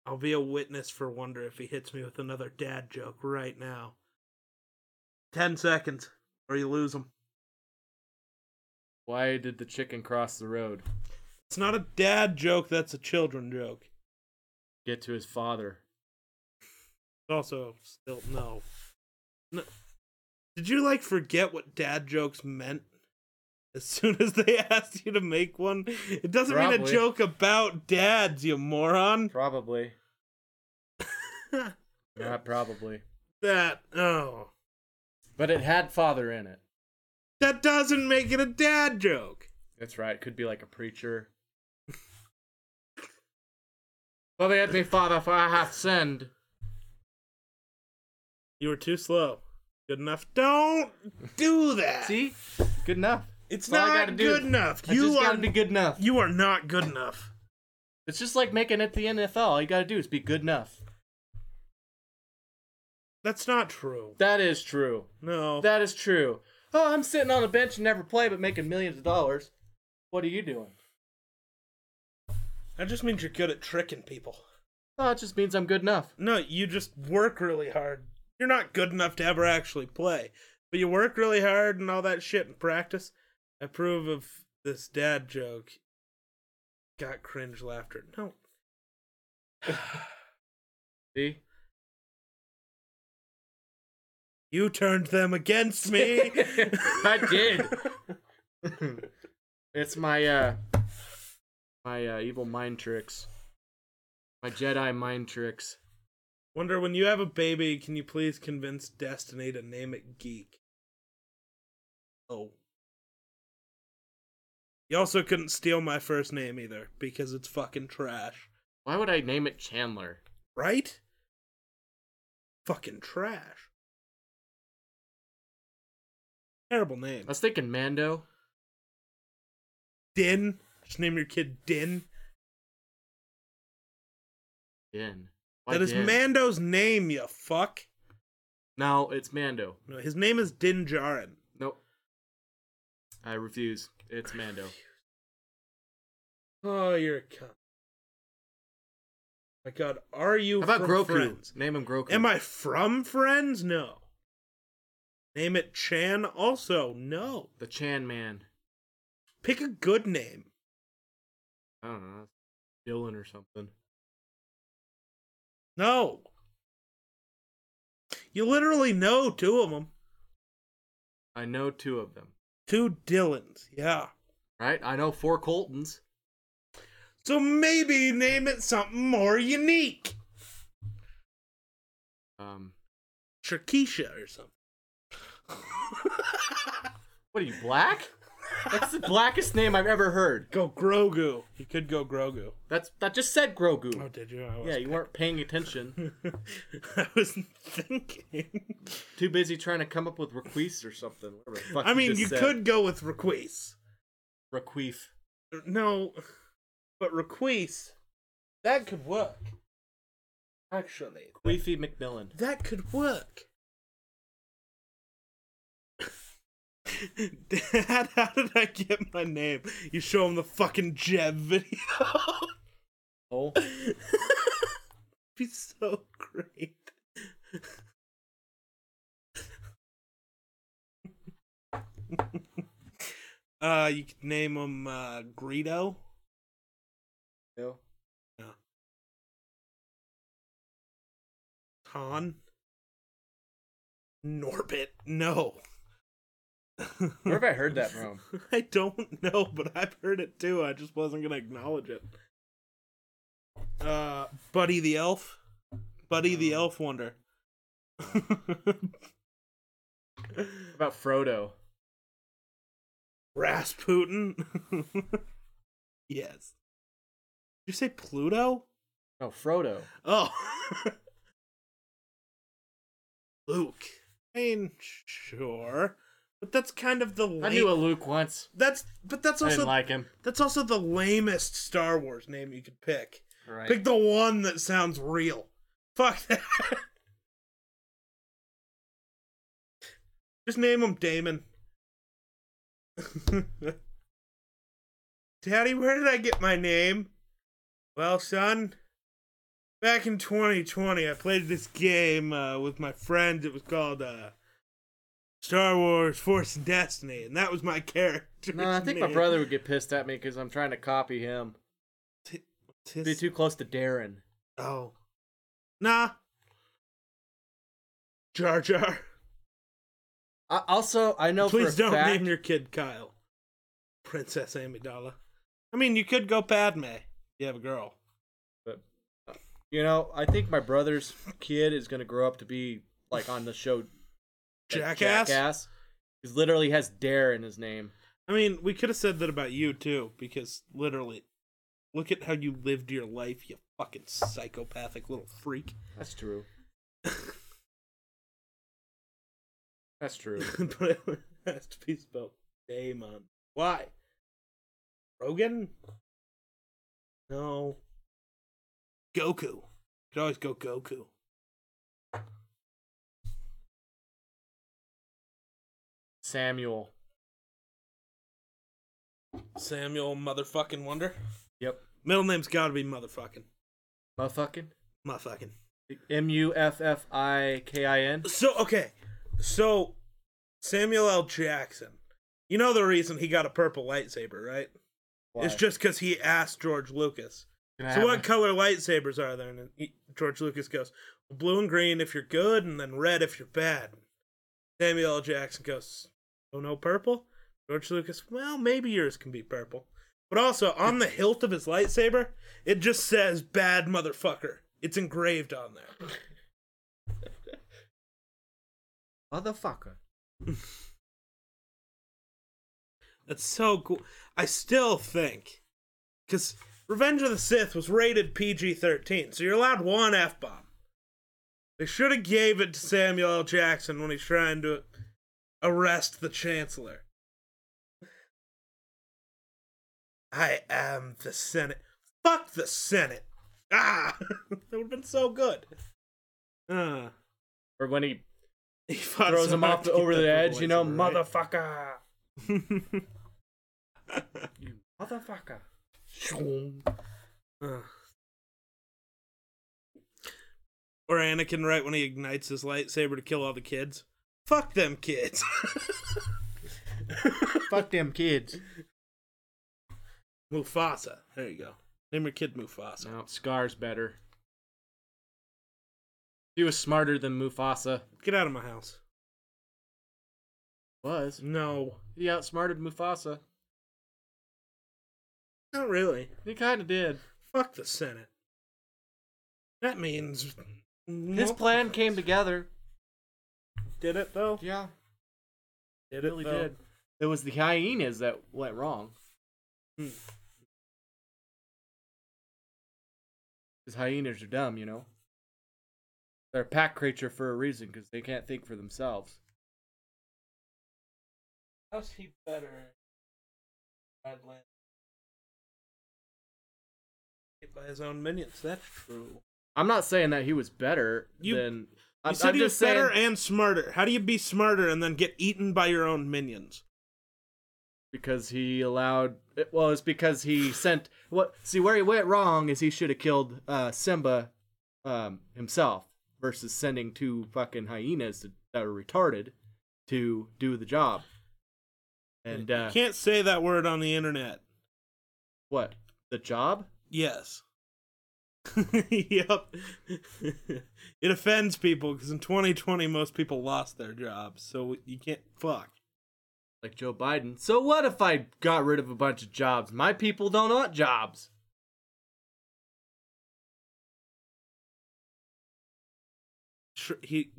[SPEAKER 1] I'll be a witness for wonder if he hits me with another dad joke right now. Ten seconds, or you lose him.
[SPEAKER 2] Why did the chicken cross the road?
[SPEAKER 1] It's not a dad joke. That's a children joke.
[SPEAKER 2] Get to his father.
[SPEAKER 1] Also, still no. no. Did you like forget what dad jokes meant? As soon as they asked you to make one, it doesn't mean a
[SPEAKER 2] Probably.
[SPEAKER 1] joke about dads, you moron.
[SPEAKER 2] Probably. Not probably.
[SPEAKER 1] that oh,
[SPEAKER 2] But it had father in it.
[SPEAKER 1] that doesn't make it a dad joke.
[SPEAKER 2] That's right. Could be like a preacher. Father, help me, Father, for I have sinned.
[SPEAKER 1] You were too slow. Good enough. Don't do that.
[SPEAKER 2] See, good enough.
[SPEAKER 1] it's
[SPEAKER 2] That's all
[SPEAKER 1] not
[SPEAKER 2] I gotta do.
[SPEAKER 1] good enough.
[SPEAKER 2] I
[SPEAKER 1] You
[SPEAKER 2] just
[SPEAKER 1] are
[SPEAKER 2] gotta be good enough.
[SPEAKER 1] you are not good enough.
[SPEAKER 2] It's just like making it the NFL. All you gotta do is be good enough.
[SPEAKER 1] That's not true.
[SPEAKER 2] That is true.
[SPEAKER 1] No.
[SPEAKER 2] That is true. Oh, I'm sitting on a bench and never play, but making millions of dollars. What are you doing?
[SPEAKER 1] that just means you're good at tricking people.
[SPEAKER 2] Oh, it just means I'm good enough.
[SPEAKER 1] No, you just work really hard. You're not good enough to ever actually play, but you work really hard and all that shit in practice. I approve of this dad joke. Got cringe laughter. No.
[SPEAKER 2] See?
[SPEAKER 1] You turned them against me.
[SPEAKER 2] I did. it's my uh my uh evil mind tricks. My Jedi mind tricks.
[SPEAKER 1] Wonder when you have a baby, can you please convince Destiny to name it Geek? Oh. You also couldn't steal my first name either because it's fucking trash.
[SPEAKER 2] Why would I name it Chandler?
[SPEAKER 1] Right? Fucking trash. Terrible name.
[SPEAKER 2] I was thinking Mando.
[SPEAKER 1] Din. Just name your kid Din.
[SPEAKER 2] Din. Why
[SPEAKER 1] That is
[SPEAKER 2] Din?
[SPEAKER 1] Mando's name, you fuck.
[SPEAKER 2] No, it's Mando.
[SPEAKER 1] No, his name is Din Djarin.
[SPEAKER 2] Nope. I refuse. It's Mando.
[SPEAKER 1] Oh, you're a cunt. My God, are you
[SPEAKER 2] How about
[SPEAKER 1] from
[SPEAKER 2] Groku?
[SPEAKER 1] Friends?
[SPEAKER 2] Name him Groku.
[SPEAKER 1] Am I from Friends? No. Name it Chan. Also, no.
[SPEAKER 2] the Chan Man?
[SPEAKER 1] Pick a good name.
[SPEAKER 2] I don't know. Dylan or something.
[SPEAKER 1] No. You literally know two of them.
[SPEAKER 2] I know two of them.
[SPEAKER 1] Two Dylans. Yeah.
[SPEAKER 2] Right? I know four Coltons.
[SPEAKER 1] So maybe name it something more unique.
[SPEAKER 2] Um
[SPEAKER 1] Trakisha or something.
[SPEAKER 2] What are you black? That's the blackest name I've ever heard.
[SPEAKER 1] Go Grogu. You could go Grogu.
[SPEAKER 2] That's that just said Grogu.
[SPEAKER 1] Oh, did you? I was
[SPEAKER 2] yeah, you weren't paying attention.
[SPEAKER 1] I was thinking.
[SPEAKER 2] Too busy trying to come up with requeese or something. Whatever the fuck
[SPEAKER 1] I mean,
[SPEAKER 2] just
[SPEAKER 1] you
[SPEAKER 2] said.
[SPEAKER 1] could go with Requise.
[SPEAKER 2] requeef.
[SPEAKER 1] No, but Requise, that could work. Actually,
[SPEAKER 2] Queefy McMillan.
[SPEAKER 1] that could work. Dad, how did I get my name? You show him the fucking Jeb video.
[SPEAKER 2] Oh,
[SPEAKER 1] be so great. uh, you could name him uh, Greedo.
[SPEAKER 2] no.
[SPEAKER 1] Han. Norbit. No.
[SPEAKER 2] Where have I heard that from?
[SPEAKER 1] I don't know, but I've heard it too. I just wasn't gonna acknowledge it. Uh, Buddy the Elf, Buddy the Elf Wonder.
[SPEAKER 2] What about Frodo?
[SPEAKER 1] Rasputin. yes. Did you say Pluto?
[SPEAKER 2] No, Frodo.
[SPEAKER 1] Oh. Luke. I mean, sure, but that's kind of the lame.
[SPEAKER 2] I knew a Luke once.
[SPEAKER 1] that's but that's
[SPEAKER 2] I
[SPEAKER 1] also
[SPEAKER 2] didn't like him.
[SPEAKER 1] that's also the lamest Star Wars name you could pick.
[SPEAKER 2] Right.
[SPEAKER 1] Pick the one that sounds real. Fuck that. Just name him Damon. Daddy, where did I get my name? Well, son, back in 2020, I played this game uh, with my friends. It was called uh, Star Wars Force and Destiny, and that was my character.
[SPEAKER 2] no, I think my brother would get pissed at me because I'm trying to copy him. Be too close to Darren.
[SPEAKER 1] Oh. Nah. Jar Jar.
[SPEAKER 2] I, also, I know
[SPEAKER 1] Please
[SPEAKER 2] for a
[SPEAKER 1] don't
[SPEAKER 2] fact,
[SPEAKER 1] name your kid Kyle. Princess Amidala. I mean, you could go Padme. if You have a girl.
[SPEAKER 2] But you know, I think my brother's kid is gonna grow up to be like on the show like
[SPEAKER 1] Jackass?
[SPEAKER 2] Jackass. He literally has Dare in his name.
[SPEAKER 1] I mean, we could have said that about you too, because literally, look at how you lived your life, you fucking psychopathic little freak.
[SPEAKER 2] That's true. That's true.
[SPEAKER 1] but it has to be spelled Damon. Why? Rogan? No. Goku. Could always go Goku.
[SPEAKER 2] Samuel.
[SPEAKER 1] Samuel motherfucking Wonder.
[SPEAKER 2] Yep.
[SPEAKER 1] Middle name's gotta be motherfucking.
[SPEAKER 2] Motherfucking.
[SPEAKER 1] Motherfucking.
[SPEAKER 2] M U F F I K I N.
[SPEAKER 1] So okay, so Samuel L. Jackson. You know the reason he got a purple lightsaber, right? It's just because he asked George Lucas. So what color lightsabers are there? And he, George Lucas goes blue and green if you're good, and then red if you're bad. Samuel L. Jackson goes, oh no, purple. George Lucas, well maybe yours can be purple, but also on the hilt of his lightsaber, it just says "bad motherfucker." It's engraved on there.
[SPEAKER 2] motherfucker.
[SPEAKER 1] That's so cool. I still think because Revenge of the Sith was rated PG thirteen, so you're allowed one f bomb. They should have gave it to Samuel L. Jackson when he's trying to arrest the Chancellor. I am the Senate. Fuck the Senate. Ah, that would have been so good. Ah,
[SPEAKER 2] Or when he
[SPEAKER 1] he fought
[SPEAKER 2] throws
[SPEAKER 1] so
[SPEAKER 2] him
[SPEAKER 1] hard
[SPEAKER 2] off
[SPEAKER 1] to
[SPEAKER 2] the,
[SPEAKER 1] keep
[SPEAKER 2] over
[SPEAKER 1] that
[SPEAKER 2] the edge,
[SPEAKER 1] purple
[SPEAKER 2] you know,
[SPEAKER 1] lightsaber, right?
[SPEAKER 2] motherfucker. You motherfucker.
[SPEAKER 1] Ugh. or Anakin right when he ignites his lightsaber to kill all the kids. Fuck them kids.
[SPEAKER 2] Fuck them kids.
[SPEAKER 1] Mufasa. There you go. Name your kid Mufasa.
[SPEAKER 2] No, Scar's better. He was smarter than Mufasa.
[SPEAKER 1] Get out of my house.
[SPEAKER 2] Was.
[SPEAKER 1] No.
[SPEAKER 2] He outsmarted Mufasa.
[SPEAKER 1] Not really.
[SPEAKER 2] He kind of did.
[SPEAKER 1] Fuck the Senate. That means
[SPEAKER 2] His plan came together.
[SPEAKER 1] Did it though?
[SPEAKER 2] Yeah,
[SPEAKER 1] Did
[SPEAKER 2] it really
[SPEAKER 1] though?
[SPEAKER 2] did. It was the hyenas that went wrong.
[SPEAKER 1] Hmm.
[SPEAKER 2] Because hyenas are dumb, you know. They're a pack creature for a reason because they can't think for themselves.
[SPEAKER 1] How's he better? Badland. Hit by his own minions. That's true.
[SPEAKER 2] I'm not saying that he was better
[SPEAKER 1] You-
[SPEAKER 2] than.
[SPEAKER 1] You
[SPEAKER 2] I'm,
[SPEAKER 1] said
[SPEAKER 2] I'm
[SPEAKER 1] he was
[SPEAKER 2] just saying.
[SPEAKER 1] better and smarter. How do you be smarter and then get eaten by your own minions?
[SPEAKER 2] because he allowed it- well it's because he sent what see where he went wrong is he should have killed uh simba um himself versus sending two fucking hyenas to, that are retarded to do the job and
[SPEAKER 1] You
[SPEAKER 2] uh
[SPEAKER 1] can't say that word on the internet.
[SPEAKER 2] what the job
[SPEAKER 1] Yes. yep. it offends people because in 2020 most people lost their jobs, so you can't fuck.
[SPEAKER 2] like joe biden so what if i got rid of a bunch of jobs my people don't want jobs
[SPEAKER 1] Tr- He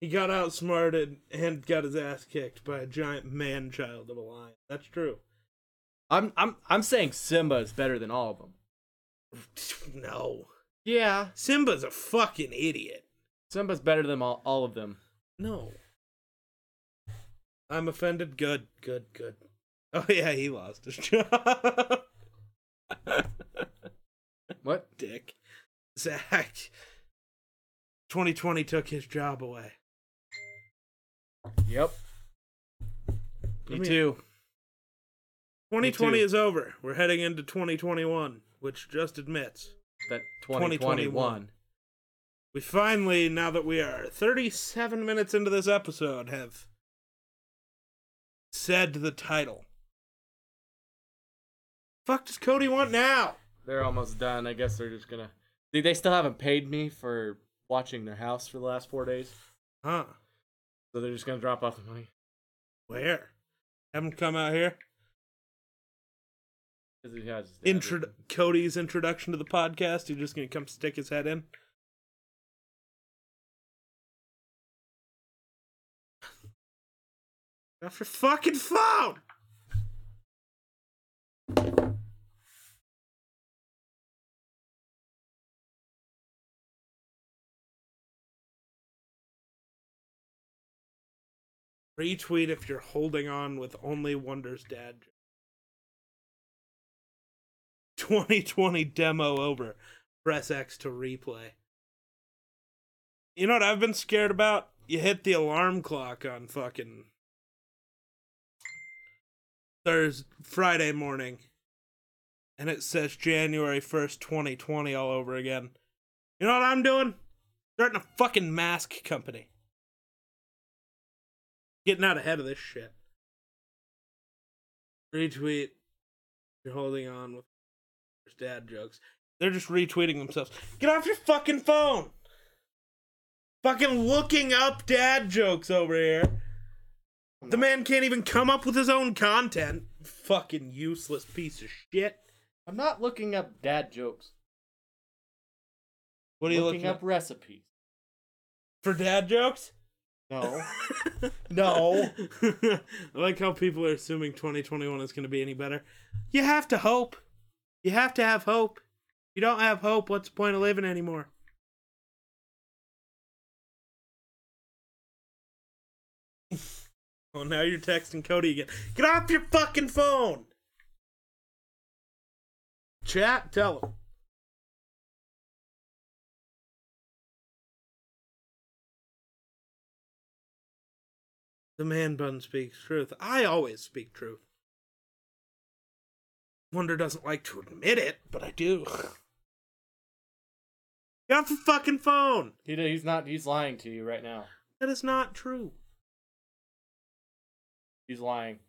[SPEAKER 1] he got outsmarted and got his ass kicked by a giant man child of a lion. That's true.
[SPEAKER 2] i'm i'm i'm saying simba is better than all of them
[SPEAKER 1] No.
[SPEAKER 2] yeah
[SPEAKER 1] Simba's a fucking idiot.
[SPEAKER 2] simba's better than all, all of them
[SPEAKER 1] No. I'm offended. Good, good, good. Oh yeah, he lost his job.
[SPEAKER 2] what
[SPEAKER 1] Dick. Zach. 2020 took his job away.
[SPEAKER 2] Yep.
[SPEAKER 1] Me
[SPEAKER 2] Me
[SPEAKER 1] I mean-
[SPEAKER 2] too.
[SPEAKER 1] 2020
[SPEAKER 2] too.
[SPEAKER 1] is over. We're heading into 2021, which just admits
[SPEAKER 2] That
[SPEAKER 1] 2021.
[SPEAKER 2] 2021.
[SPEAKER 1] we finally, now that we are 37 minutes into this episode, have said the title. Fuck does Cody want now?
[SPEAKER 2] They're almost done. I guess they're just gonna. They, they still haven't paid me for watching their house for the last four days,
[SPEAKER 1] Huh?
[SPEAKER 2] so they're just gonna drop off the money
[SPEAKER 1] Where? Have him come out here.
[SPEAKER 2] 'Cause he has his dad.
[SPEAKER 1] Intro- Cody's introduction to the podcast. You're just gonna come stick his head in. Off your fucking phone. Retweet if you're holding on with only Wonder's dad. joke. 2020 demo over. Press X to replay. You know what I've been scared about? You hit the alarm clock on fucking Thursday, Friday morning, and it says January 1st, 2020 all over again. You know what I'm doing? Starting a fucking mask company. Getting out ahead of this shit. Retweet. You're holding on with dad jokes. They're just retweeting themselves. Get off your fucking phone! Fucking looking up dad jokes over here. The man can't even come up with his own content. Fucking useless piece of shit.
[SPEAKER 2] I'm not looking up dad jokes.
[SPEAKER 1] What are you
[SPEAKER 2] looking,
[SPEAKER 1] looking
[SPEAKER 2] up
[SPEAKER 1] up
[SPEAKER 2] recipes.
[SPEAKER 1] for dad jokes?
[SPEAKER 2] No. no.
[SPEAKER 1] I like how people are assuming 2021 is going to be any better. You have to hope. You have to have hope. If you don't have hope, what's the point of living anymore? oh, now you're texting Cody again. Get off your fucking phone! Chat, tell him. The man bun speaks truth. I always speak truth. Wonder doesn't like to admit it, but I do. Get off the fucking phone!
[SPEAKER 2] He, he's not. He's lying to you right now.
[SPEAKER 1] That is not true.
[SPEAKER 2] He's lying.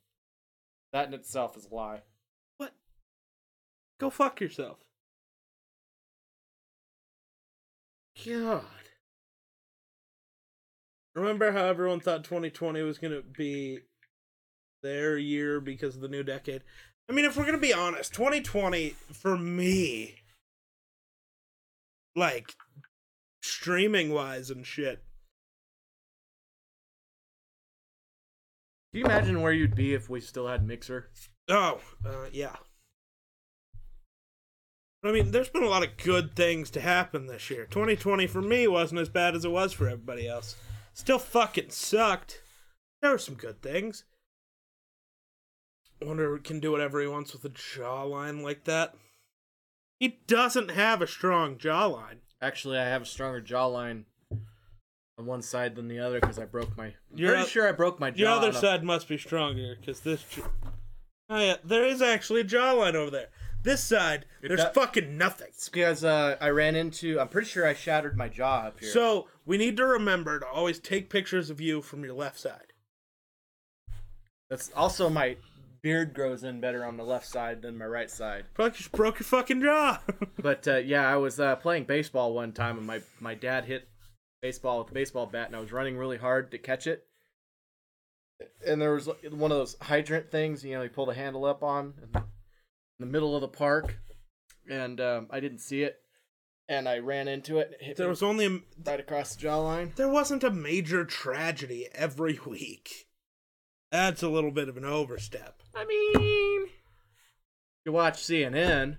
[SPEAKER 2] That in itself is a lie.
[SPEAKER 1] What? Go fuck yourself. God. Remember how everyone thought 2020 was going to be their year because of the new decade? I mean, if we're going to be honest, 2020 for me, like streaming wise and shit,
[SPEAKER 2] Do you imagine where you'd be if we still had Mixer?
[SPEAKER 1] Oh, uh, yeah. But I mean, there's been a lot of good things to happen this year. 2020 for me wasn't as bad as it was for everybody else. Still fucking sucked. There were some good things. Wonder can do whatever he wants with a jawline like that. He doesn't have a strong jawline.
[SPEAKER 2] Actually, I have a stronger jawline on one side than the other because I broke my.
[SPEAKER 1] Your
[SPEAKER 2] pretty
[SPEAKER 1] oth-
[SPEAKER 2] sure I broke my jaw.
[SPEAKER 1] Your other
[SPEAKER 2] on a-
[SPEAKER 1] side must be stronger, because this. J- oh, yeah, there is actually a jawline over there. This side,
[SPEAKER 2] It
[SPEAKER 1] there's
[SPEAKER 2] do-
[SPEAKER 1] fucking nothing.
[SPEAKER 2] It's because uh, I ran into. I'm pretty sure I shattered my jaw up here.
[SPEAKER 1] So we need to remember to always take pictures of you from your left side.
[SPEAKER 2] that's also my beard grows in better on the left side than my right side.
[SPEAKER 1] Fuck, you just broke your fucking jaw.
[SPEAKER 2] But uh, yeah, I was uh, playing baseball one time, and my my dad hit baseball with a baseball bat, and I was running really hard to catch it. And there was one of those hydrant things, you know, you pull the handle up on in the middle of the park, and um, I didn't see it, and I ran into it. And it hit
[SPEAKER 1] there
[SPEAKER 2] me
[SPEAKER 1] was only a,
[SPEAKER 2] right across the jawline.
[SPEAKER 1] there wasn't a major tragedy every week. That's a little bit of an overstep.
[SPEAKER 2] I mean, you watch CNN.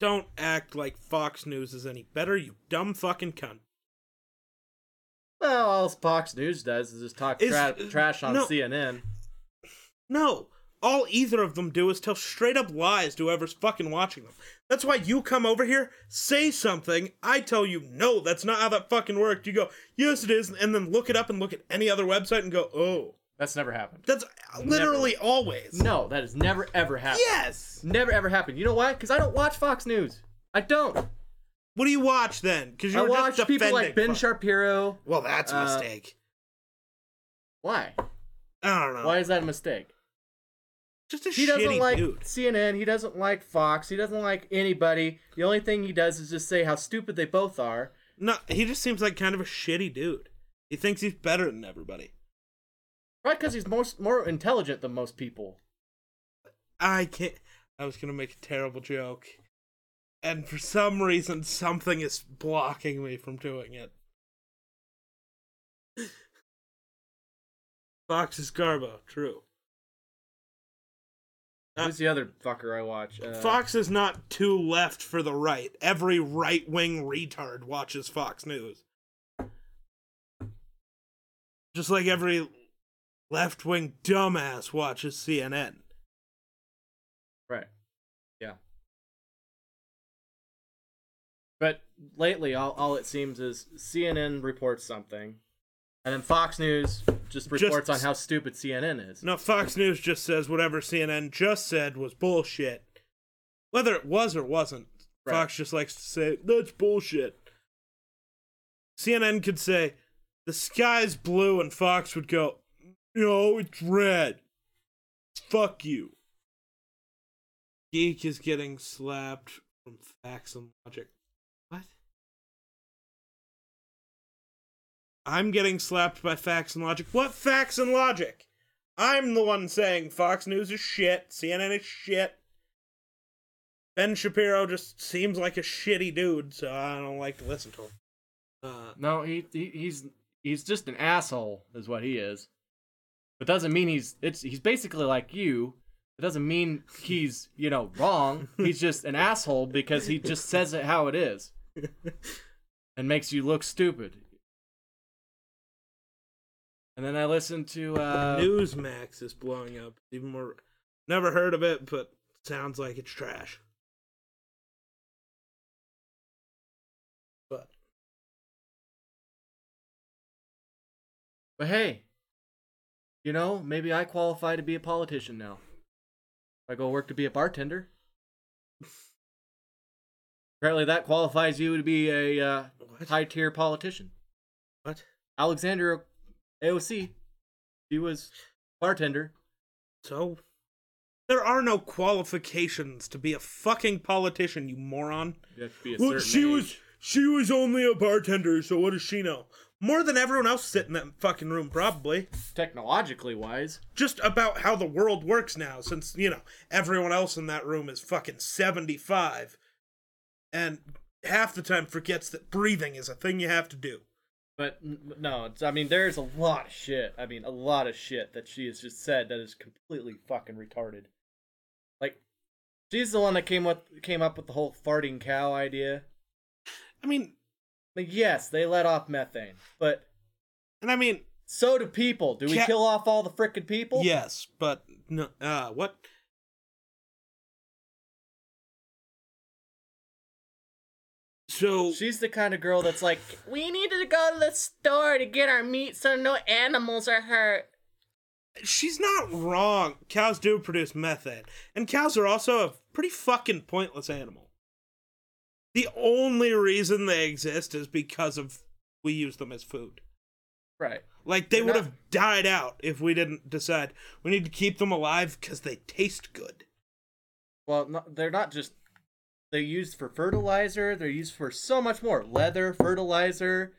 [SPEAKER 1] Don't act like Fox News is any better, you dumb fucking cunt.
[SPEAKER 2] Well, all Fox News does is just talk
[SPEAKER 1] Is- uh,
[SPEAKER 2] tra- trash on
[SPEAKER 1] no.
[SPEAKER 2] CNN.
[SPEAKER 1] No, all either of them do is tell straight up lies to whoever's fucking watching them. That's why you come over here, say something, I tell you, no, that's not how that fucking worked. You go, yes, it is, and then look it up and look at any other website and go, oh.
[SPEAKER 2] That's never happened.
[SPEAKER 1] That's literally always.
[SPEAKER 2] No, that has never ever happened.
[SPEAKER 1] Yes!
[SPEAKER 2] Never ever happened. You know why? Because I don't watch Fox News. I don't.
[SPEAKER 1] What do you watch then? Because
[SPEAKER 2] I
[SPEAKER 1] you were
[SPEAKER 2] watch
[SPEAKER 1] just
[SPEAKER 2] people like Ben
[SPEAKER 1] defending-
[SPEAKER 2] Shapiro.
[SPEAKER 1] Well, that's a
[SPEAKER 2] Uh,
[SPEAKER 1] mistake.
[SPEAKER 2] Why?
[SPEAKER 1] I don't know.
[SPEAKER 2] Why is that a mistake?
[SPEAKER 1] Just a
[SPEAKER 2] He doesn't
[SPEAKER 1] Oh. shitty
[SPEAKER 2] like
[SPEAKER 1] dude.
[SPEAKER 2] CNN. He doesn't like Fox. He doesn't like anybody. The only thing he does is just say how stupid they both are.
[SPEAKER 1] No, he just seems like kind of a shitty dude. He thinks he's better than everybody.
[SPEAKER 2] Right? Because he's most more intelligent than most people.
[SPEAKER 1] I can't. I was gonna make a terrible joke, and for some reason, something is blocking me from doing it. Fox is Garbo, true. Uh,
[SPEAKER 2] Who's the other fucker I watch? Uh,
[SPEAKER 1] Fox is not too left for the right. Every right wing retard watches Fox News. Just like every left wing dumbass watches CNN.
[SPEAKER 2] Right. Yeah. But lately, all, all it seems is CNN reports something, and then Fox News just reports on how stupid CNN is.
[SPEAKER 1] No, Fox News just says whatever CNN just said was bullshit. Whether it was or wasn't,
[SPEAKER 2] Right.
[SPEAKER 1] Fox just likes to say, that's bullshit. CNN could say, the sky's blue, and Fox would go, no, it's red. Fuck you. Geek is getting slapped from facts and logic. What? I'm getting slapped by facts and logic. What facts and logic? I'm the one saying Fox News is shit, CNN is shit. Ben Shapiro just seems like a shitty dude, so I don't like to listen to him. Uh,
[SPEAKER 2] No, he, he he's he's just an asshole, is what he is. But doesn't mean he's it's he's basically like you. It doesn't mean he's you know wrong. He's just an asshole because he just says it how it is, and makes you look stupid. And then I listened to uh,
[SPEAKER 1] Newsmax is blowing up. Even more. Never heard of it, but sounds like it's trash. But
[SPEAKER 2] But hey, you know, maybe I qualify to be a politician now. If I go work to be a bartender. Apparently, that qualifies you to be a uh,
[SPEAKER 1] What?
[SPEAKER 2] high tier politician.
[SPEAKER 1] what?
[SPEAKER 2] Alexander AOC, she was bartender.
[SPEAKER 1] So there are no qualifications to be a fucking politician, you moron. Well, she was she was only a bartender, so what does she know? More than everyone else sitting in that fucking room, probably.
[SPEAKER 2] technologically wise.
[SPEAKER 1] Just about how the world works now, since you know everyone else in that room is fucking seventy-five, and half the time forgets that breathing is a thing you have to do.
[SPEAKER 2] But n- no, it's, I mean, there's a lot of shit. I mean, a lot of shit that she has just said that is completely fucking retarded. Like, she's the one that came up came up with the whole farting cow idea.
[SPEAKER 1] I mean,
[SPEAKER 2] Like, yes, they let off methane, but
[SPEAKER 1] and I mean,
[SPEAKER 2] so do people. Do we
[SPEAKER 1] Ca-
[SPEAKER 2] kill off all the frickin' people?
[SPEAKER 1] Yes, but no. Uh, what? So
[SPEAKER 2] She's the kind of girl that's like, we need to go to the store to get our meat so no animals are hurt.
[SPEAKER 1] she's not wrong. Cows do produce methane, and cows are also a pretty fucking pointless animal. The only reason they exist is because of we use them as food.
[SPEAKER 2] Right.
[SPEAKER 1] Like they
[SPEAKER 2] They're
[SPEAKER 1] would
[SPEAKER 2] not-
[SPEAKER 1] have died out if we didn't decide we need to keep them alive because they taste good.
[SPEAKER 2] Well, no, they're not just. They're used for fertilizer. They're used for so much more leather, fertilizer.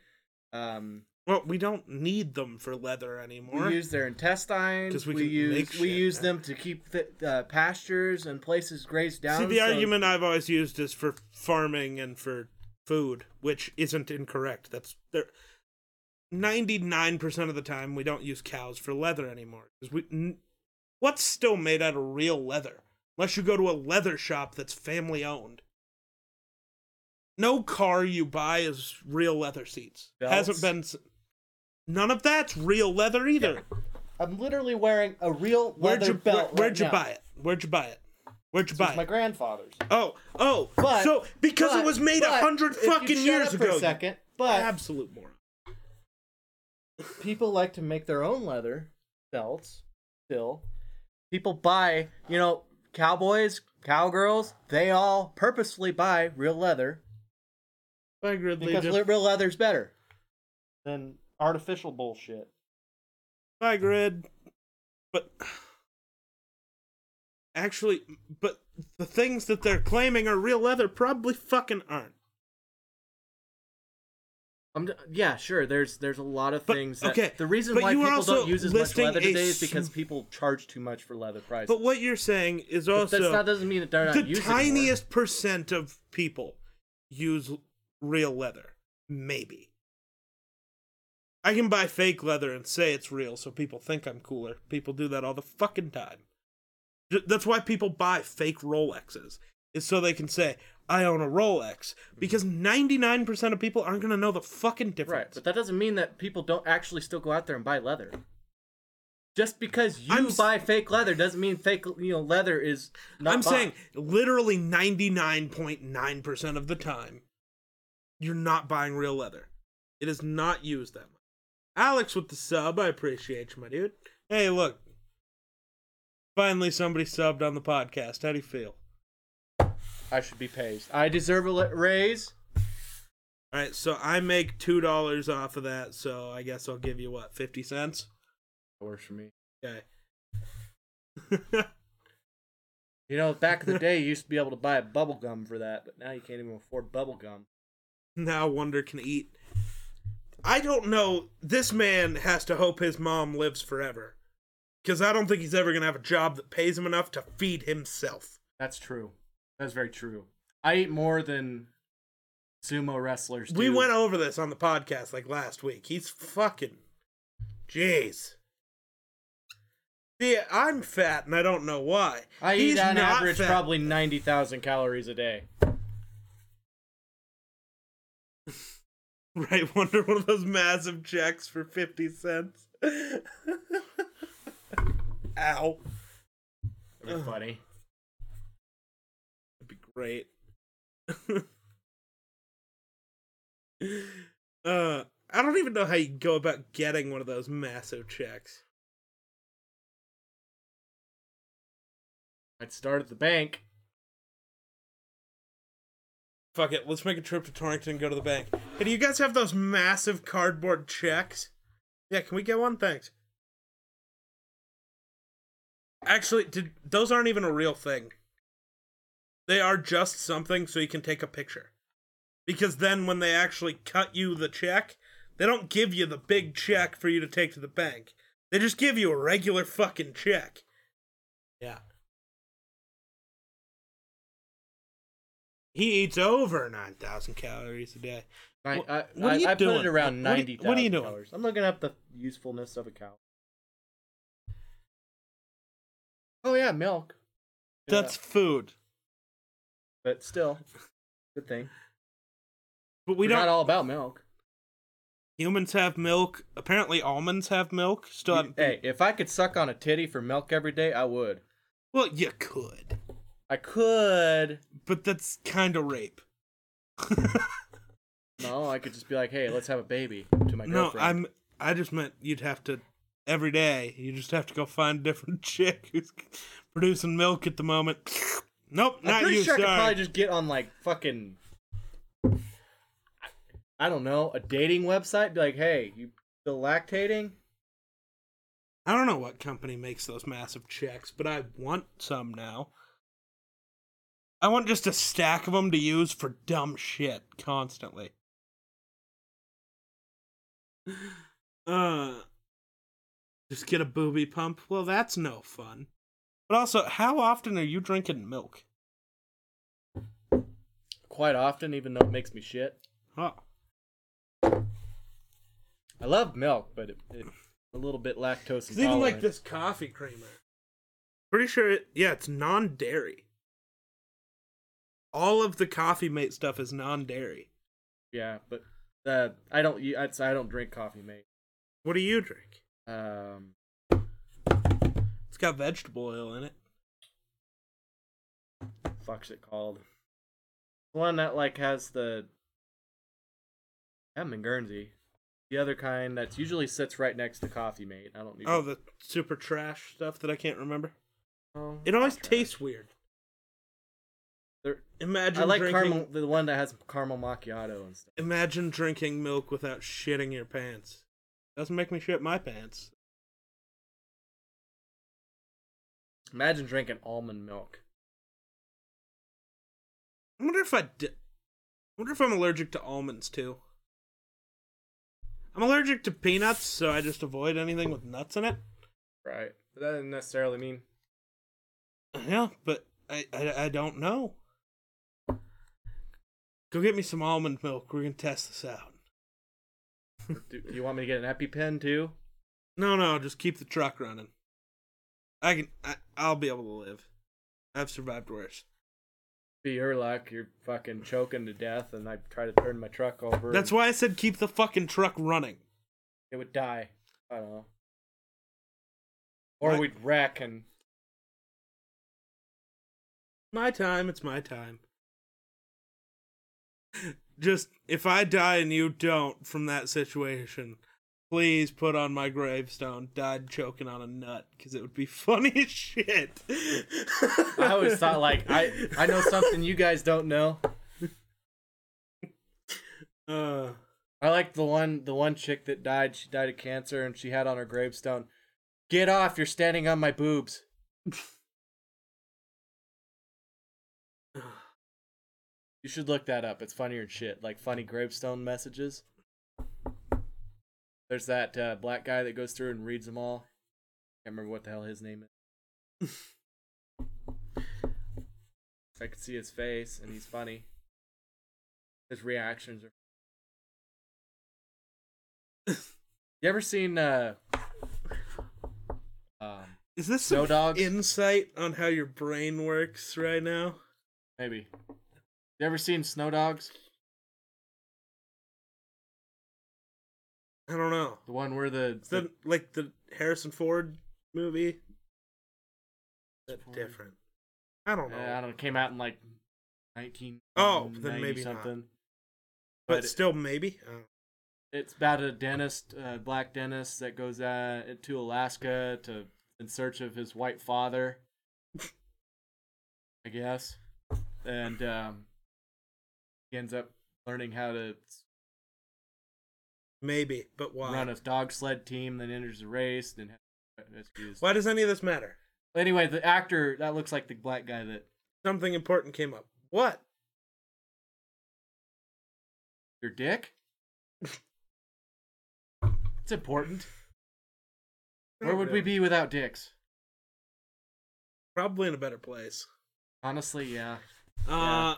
[SPEAKER 2] Um,
[SPEAKER 1] Well, we don't need them for leather anymore.
[SPEAKER 2] we use their intestines.
[SPEAKER 1] 'Cause
[SPEAKER 2] We,
[SPEAKER 1] we can
[SPEAKER 2] use
[SPEAKER 1] make
[SPEAKER 2] we
[SPEAKER 1] shit,
[SPEAKER 2] use
[SPEAKER 1] yeah.
[SPEAKER 2] them to keep the, uh, pastures and places grazed down.
[SPEAKER 1] See, the
[SPEAKER 2] so-
[SPEAKER 1] argument I've always used is for farming and for food, which isn't incorrect. That's there. Ninety-nine percent of the time, we don't use cows for leather anymore. 'Cause we, n- what's still made out of real leather? Unless you go to a leather shop that's family-owned. No car you buy is real leather seats. Hasn't
[SPEAKER 2] Belts?
[SPEAKER 1] been. s- None of that's real leather either.
[SPEAKER 2] I'm literally wearing a real
[SPEAKER 1] where'd
[SPEAKER 2] leather
[SPEAKER 1] you
[SPEAKER 2] belt.
[SPEAKER 1] where, would
[SPEAKER 2] right
[SPEAKER 1] you
[SPEAKER 2] now.
[SPEAKER 1] buy it? Where'd you buy it? Where'd you
[SPEAKER 2] This
[SPEAKER 1] buy
[SPEAKER 2] was
[SPEAKER 1] it?
[SPEAKER 2] my grandfather's.
[SPEAKER 1] Oh, oh,
[SPEAKER 2] But
[SPEAKER 1] so because it
[SPEAKER 2] but-
[SPEAKER 1] was made a
[SPEAKER 2] but
[SPEAKER 1] hundred
[SPEAKER 2] if you
[SPEAKER 1] fucking
[SPEAKER 2] shut
[SPEAKER 1] years
[SPEAKER 2] up
[SPEAKER 1] ago.
[SPEAKER 2] For a
[SPEAKER 1] you
[SPEAKER 2] second, but
[SPEAKER 1] Absolute moron.
[SPEAKER 2] people like to make their own leather belts. Still, people buy. You know, cowboys, cowgirls. They all purposely buy real leather because
[SPEAKER 1] Because
[SPEAKER 2] le- real leather's better than artificial bullshit.
[SPEAKER 1] Bye, Grid. But actually, but the things that they're claiming are real leather probably fucking aren't.
[SPEAKER 2] I'm d- yeah, sure. There's there's a lot of
[SPEAKER 1] But,
[SPEAKER 2] things. That,
[SPEAKER 1] okay,
[SPEAKER 2] The reason
[SPEAKER 1] but
[SPEAKER 2] why
[SPEAKER 1] you were
[SPEAKER 2] people
[SPEAKER 1] also
[SPEAKER 2] don't use as much
[SPEAKER 1] listing
[SPEAKER 2] leather
[SPEAKER 1] a
[SPEAKER 2] today is
[SPEAKER 1] s-
[SPEAKER 2] because people charge too much for leather prices.
[SPEAKER 1] But what you're saying is
[SPEAKER 2] But
[SPEAKER 1] also
[SPEAKER 2] that's not, doesn't mean that they're not
[SPEAKER 1] the
[SPEAKER 2] using
[SPEAKER 1] tiniest percent of people use l- real leather. Maybe. I can buy fake leather and say it's real so people think I'm cooler. People do that all the fucking time. Th- That's why people buy fake Rolexes, is so they can say, I own a Rolex because 99% of people aren't going to know the fucking
[SPEAKER 2] Right,
[SPEAKER 1] difference.
[SPEAKER 2] but that doesn't mean that people don't actually still go out there and buy leather. Just because you
[SPEAKER 1] I'm s-
[SPEAKER 2] buy fake leather doesn't mean fake you know leather is not.
[SPEAKER 1] I'm
[SPEAKER 2] bought.
[SPEAKER 1] saying literally 99.9% of the time, you're not buying real leather. It is not used that much. Alex with the sub, I appreciate you, my dude. Hey, look. Finally, somebody subbed on the podcast. How do you feel?
[SPEAKER 2] I should be paid. I deserve a le- raise.
[SPEAKER 1] All right, so I make $2 off of that, so I guess I'll give you what, 50 cents?
[SPEAKER 2] Works for me.
[SPEAKER 1] Okay.
[SPEAKER 2] You know, back in the day, you used to be able to buy a bubble gum for that, but now you can't even afford bubble gum.
[SPEAKER 1] now Wonder can eat. I don't know. This man has to hope his mom lives forever. Because I don't think he's ever going to have a job that pays him enough to feed himself.
[SPEAKER 2] That's true. That's very true. I eat more than sumo wrestlers.
[SPEAKER 1] We
[SPEAKER 2] do.
[SPEAKER 1] went over this on the podcast like last week. He's fucking. Jeez. Yeah, I'm fat and I don't know why.
[SPEAKER 2] I
[SPEAKER 1] He's
[SPEAKER 2] eat on
[SPEAKER 1] not
[SPEAKER 2] average
[SPEAKER 1] fat.
[SPEAKER 2] probably ninety thousand calories a day.
[SPEAKER 1] Right, wonder one of those massive checks for 50 cents. Ow.
[SPEAKER 2] That'd be funny.
[SPEAKER 1] That'd be great. uh, I don't even know how you go about getting one of those massive checks.
[SPEAKER 2] I'd start at the bank.
[SPEAKER 1] Fuck it, let's make a trip to Torrington and go to the bank. Hey, do you guys have those massive cardboard checks? Yeah, can we get one? Thanks. Actually, did those aren't even a real thing. They are just something so you can take a picture. Because then when they actually cut you the check, they don't give you the big check for you to take to the bank. They just give you a regular fucking check. Yeah. He eats over 9,000 calories a day.
[SPEAKER 2] I,
[SPEAKER 1] Wh-
[SPEAKER 2] I,
[SPEAKER 1] what are
[SPEAKER 2] I-
[SPEAKER 1] you
[SPEAKER 2] I
[SPEAKER 1] doing?
[SPEAKER 2] put it around
[SPEAKER 1] What are you-
[SPEAKER 2] ninety.
[SPEAKER 1] what are you doing?
[SPEAKER 2] Calories. I'm looking up the usefulness of a cow. Oh yeah, milk. Yeah,
[SPEAKER 1] That's food.
[SPEAKER 2] but still, good thing
[SPEAKER 1] But we
[SPEAKER 2] We're
[SPEAKER 1] don't
[SPEAKER 2] not all about milk.
[SPEAKER 1] Humans have milk. Apparently, almonds have milk. Still,
[SPEAKER 2] You-
[SPEAKER 1] haven't-
[SPEAKER 2] hey, if I could suck on a titty for milk every day, I would.
[SPEAKER 1] well, you could,
[SPEAKER 2] I could.
[SPEAKER 1] but that's kind of rape.
[SPEAKER 2] No, I could just be like, hey, let's have a baby to my
[SPEAKER 1] no,
[SPEAKER 2] girlfriend.
[SPEAKER 1] I'm. I just meant you'd have to every day. You just have to go find a different chick who's producing milk at the moment. Nope,
[SPEAKER 2] I'm
[SPEAKER 1] not
[SPEAKER 2] pretty
[SPEAKER 1] you.
[SPEAKER 2] sure I could
[SPEAKER 1] sorry.
[SPEAKER 2] probably just get on like fucking, I don't know, a dating website. Be like, hey, you still lactating?
[SPEAKER 1] I don't know what company makes those massive checks, but I want some now. I want just a stack of them to use for dumb shit constantly. Uh, just get a booby pump. Well, that's no fun. But also, how often are you drinking milk?
[SPEAKER 2] Quite often, even though it makes me shit.
[SPEAKER 1] Oh,
[SPEAKER 2] I love milk, but it, it, a little bit lactose
[SPEAKER 1] because even
[SPEAKER 2] intolerant.
[SPEAKER 1] like this coffee creamer, pretty sure it. Yeah, it's non-dairy. All of the coffee mate stuff is non-dairy.
[SPEAKER 2] Yeah, but uh, I don't. u- I'd say I don't drink coffee, mate.
[SPEAKER 1] What do you drink?
[SPEAKER 2] Um,
[SPEAKER 1] It's got vegetable oil in it.
[SPEAKER 2] fuck's it called? The one that like has the. I'm in Guernsey. The other kind that's usually sits right next to coffee, mate. I don't need.
[SPEAKER 1] Oh, the super trash stuff that I can't remember.
[SPEAKER 2] Oh,
[SPEAKER 1] It always
[SPEAKER 2] trash.
[SPEAKER 1] tastes weird.
[SPEAKER 2] There-
[SPEAKER 1] Imagine
[SPEAKER 2] I like
[SPEAKER 1] drinking,
[SPEAKER 2] caramel, the one that has caramel macchiato and stuff.
[SPEAKER 1] Imagine drinking milk without shitting your pants. Doesn't make me shit my pants.
[SPEAKER 2] Imagine drinking almond milk.
[SPEAKER 1] I wonder if I di- wonder if I'm allergic to almonds too. I'm allergic to peanuts, so I just avoid anything with nuts in it.
[SPEAKER 2] Right. That doesn't necessarily mean.
[SPEAKER 1] Yeah, but I I, I don't know. Go get me some almond milk. We're gonna test this out.
[SPEAKER 2] Do, do you want me to get an EpiPen too?
[SPEAKER 1] No, no, just keep the truck running. I can. I, I'll be able to live. I've survived worse.
[SPEAKER 2] be your luck. You're fucking choking to death, and I try to turn my truck over.
[SPEAKER 1] That's
[SPEAKER 2] and
[SPEAKER 1] why I said keep the fucking truck running.
[SPEAKER 2] it would die. I don't know. Or
[SPEAKER 1] Right.
[SPEAKER 2] we'd wreck and
[SPEAKER 1] My time, it's my time. Just if I die and you don't from that situation, please put on my gravestone died choking on a nut because it would be funny as shit.
[SPEAKER 2] I always thought like I I know something you guys don't know.
[SPEAKER 1] Uh,
[SPEAKER 2] I like the one the one chick that died. She died of cancer, and she had on her gravestone, "Get off! You're standing on my boobs." you should look that up. It's funnier than shit. Like funny gravestone messages. There's that uh, black guy that goes through and reads them all. Can't remember what the hell his name is. I could see his face, and he's funny. His reactions are You ever seen uh um
[SPEAKER 1] is this
[SPEAKER 2] Snow
[SPEAKER 1] some
[SPEAKER 2] dogs?
[SPEAKER 1] insight on how your brain works right now?
[SPEAKER 2] maybe. You ever seen Snow Dogs?
[SPEAKER 1] I don't know.
[SPEAKER 2] The one where the,
[SPEAKER 1] Is that like the Harrison Ford movie? That's
[SPEAKER 2] Ford.
[SPEAKER 1] different. I don't
[SPEAKER 2] uh,
[SPEAKER 1] know.
[SPEAKER 2] I don't know, came out in like nineteen
[SPEAKER 1] Oh, then maybe not.
[SPEAKER 2] something.
[SPEAKER 1] but,
[SPEAKER 2] but it-
[SPEAKER 1] still, maybe. I don't know.
[SPEAKER 2] It's about a dentist, uh, black dentist that goes uh, to Alaska to in search of his white father. I guess. And um he ends up learning how to
[SPEAKER 1] Maybe, but why?
[SPEAKER 2] run a dog sled team, then enters the race, then rescues
[SPEAKER 1] Why does any of this matter?
[SPEAKER 2] Anyway, the actor that looks like the black guy that
[SPEAKER 1] Something important came up. What?
[SPEAKER 2] your dick. it's important. Where would we be without dicks?
[SPEAKER 1] Probably in a better place.
[SPEAKER 2] Honestly, yeah.
[SPEAKER 1] Uh,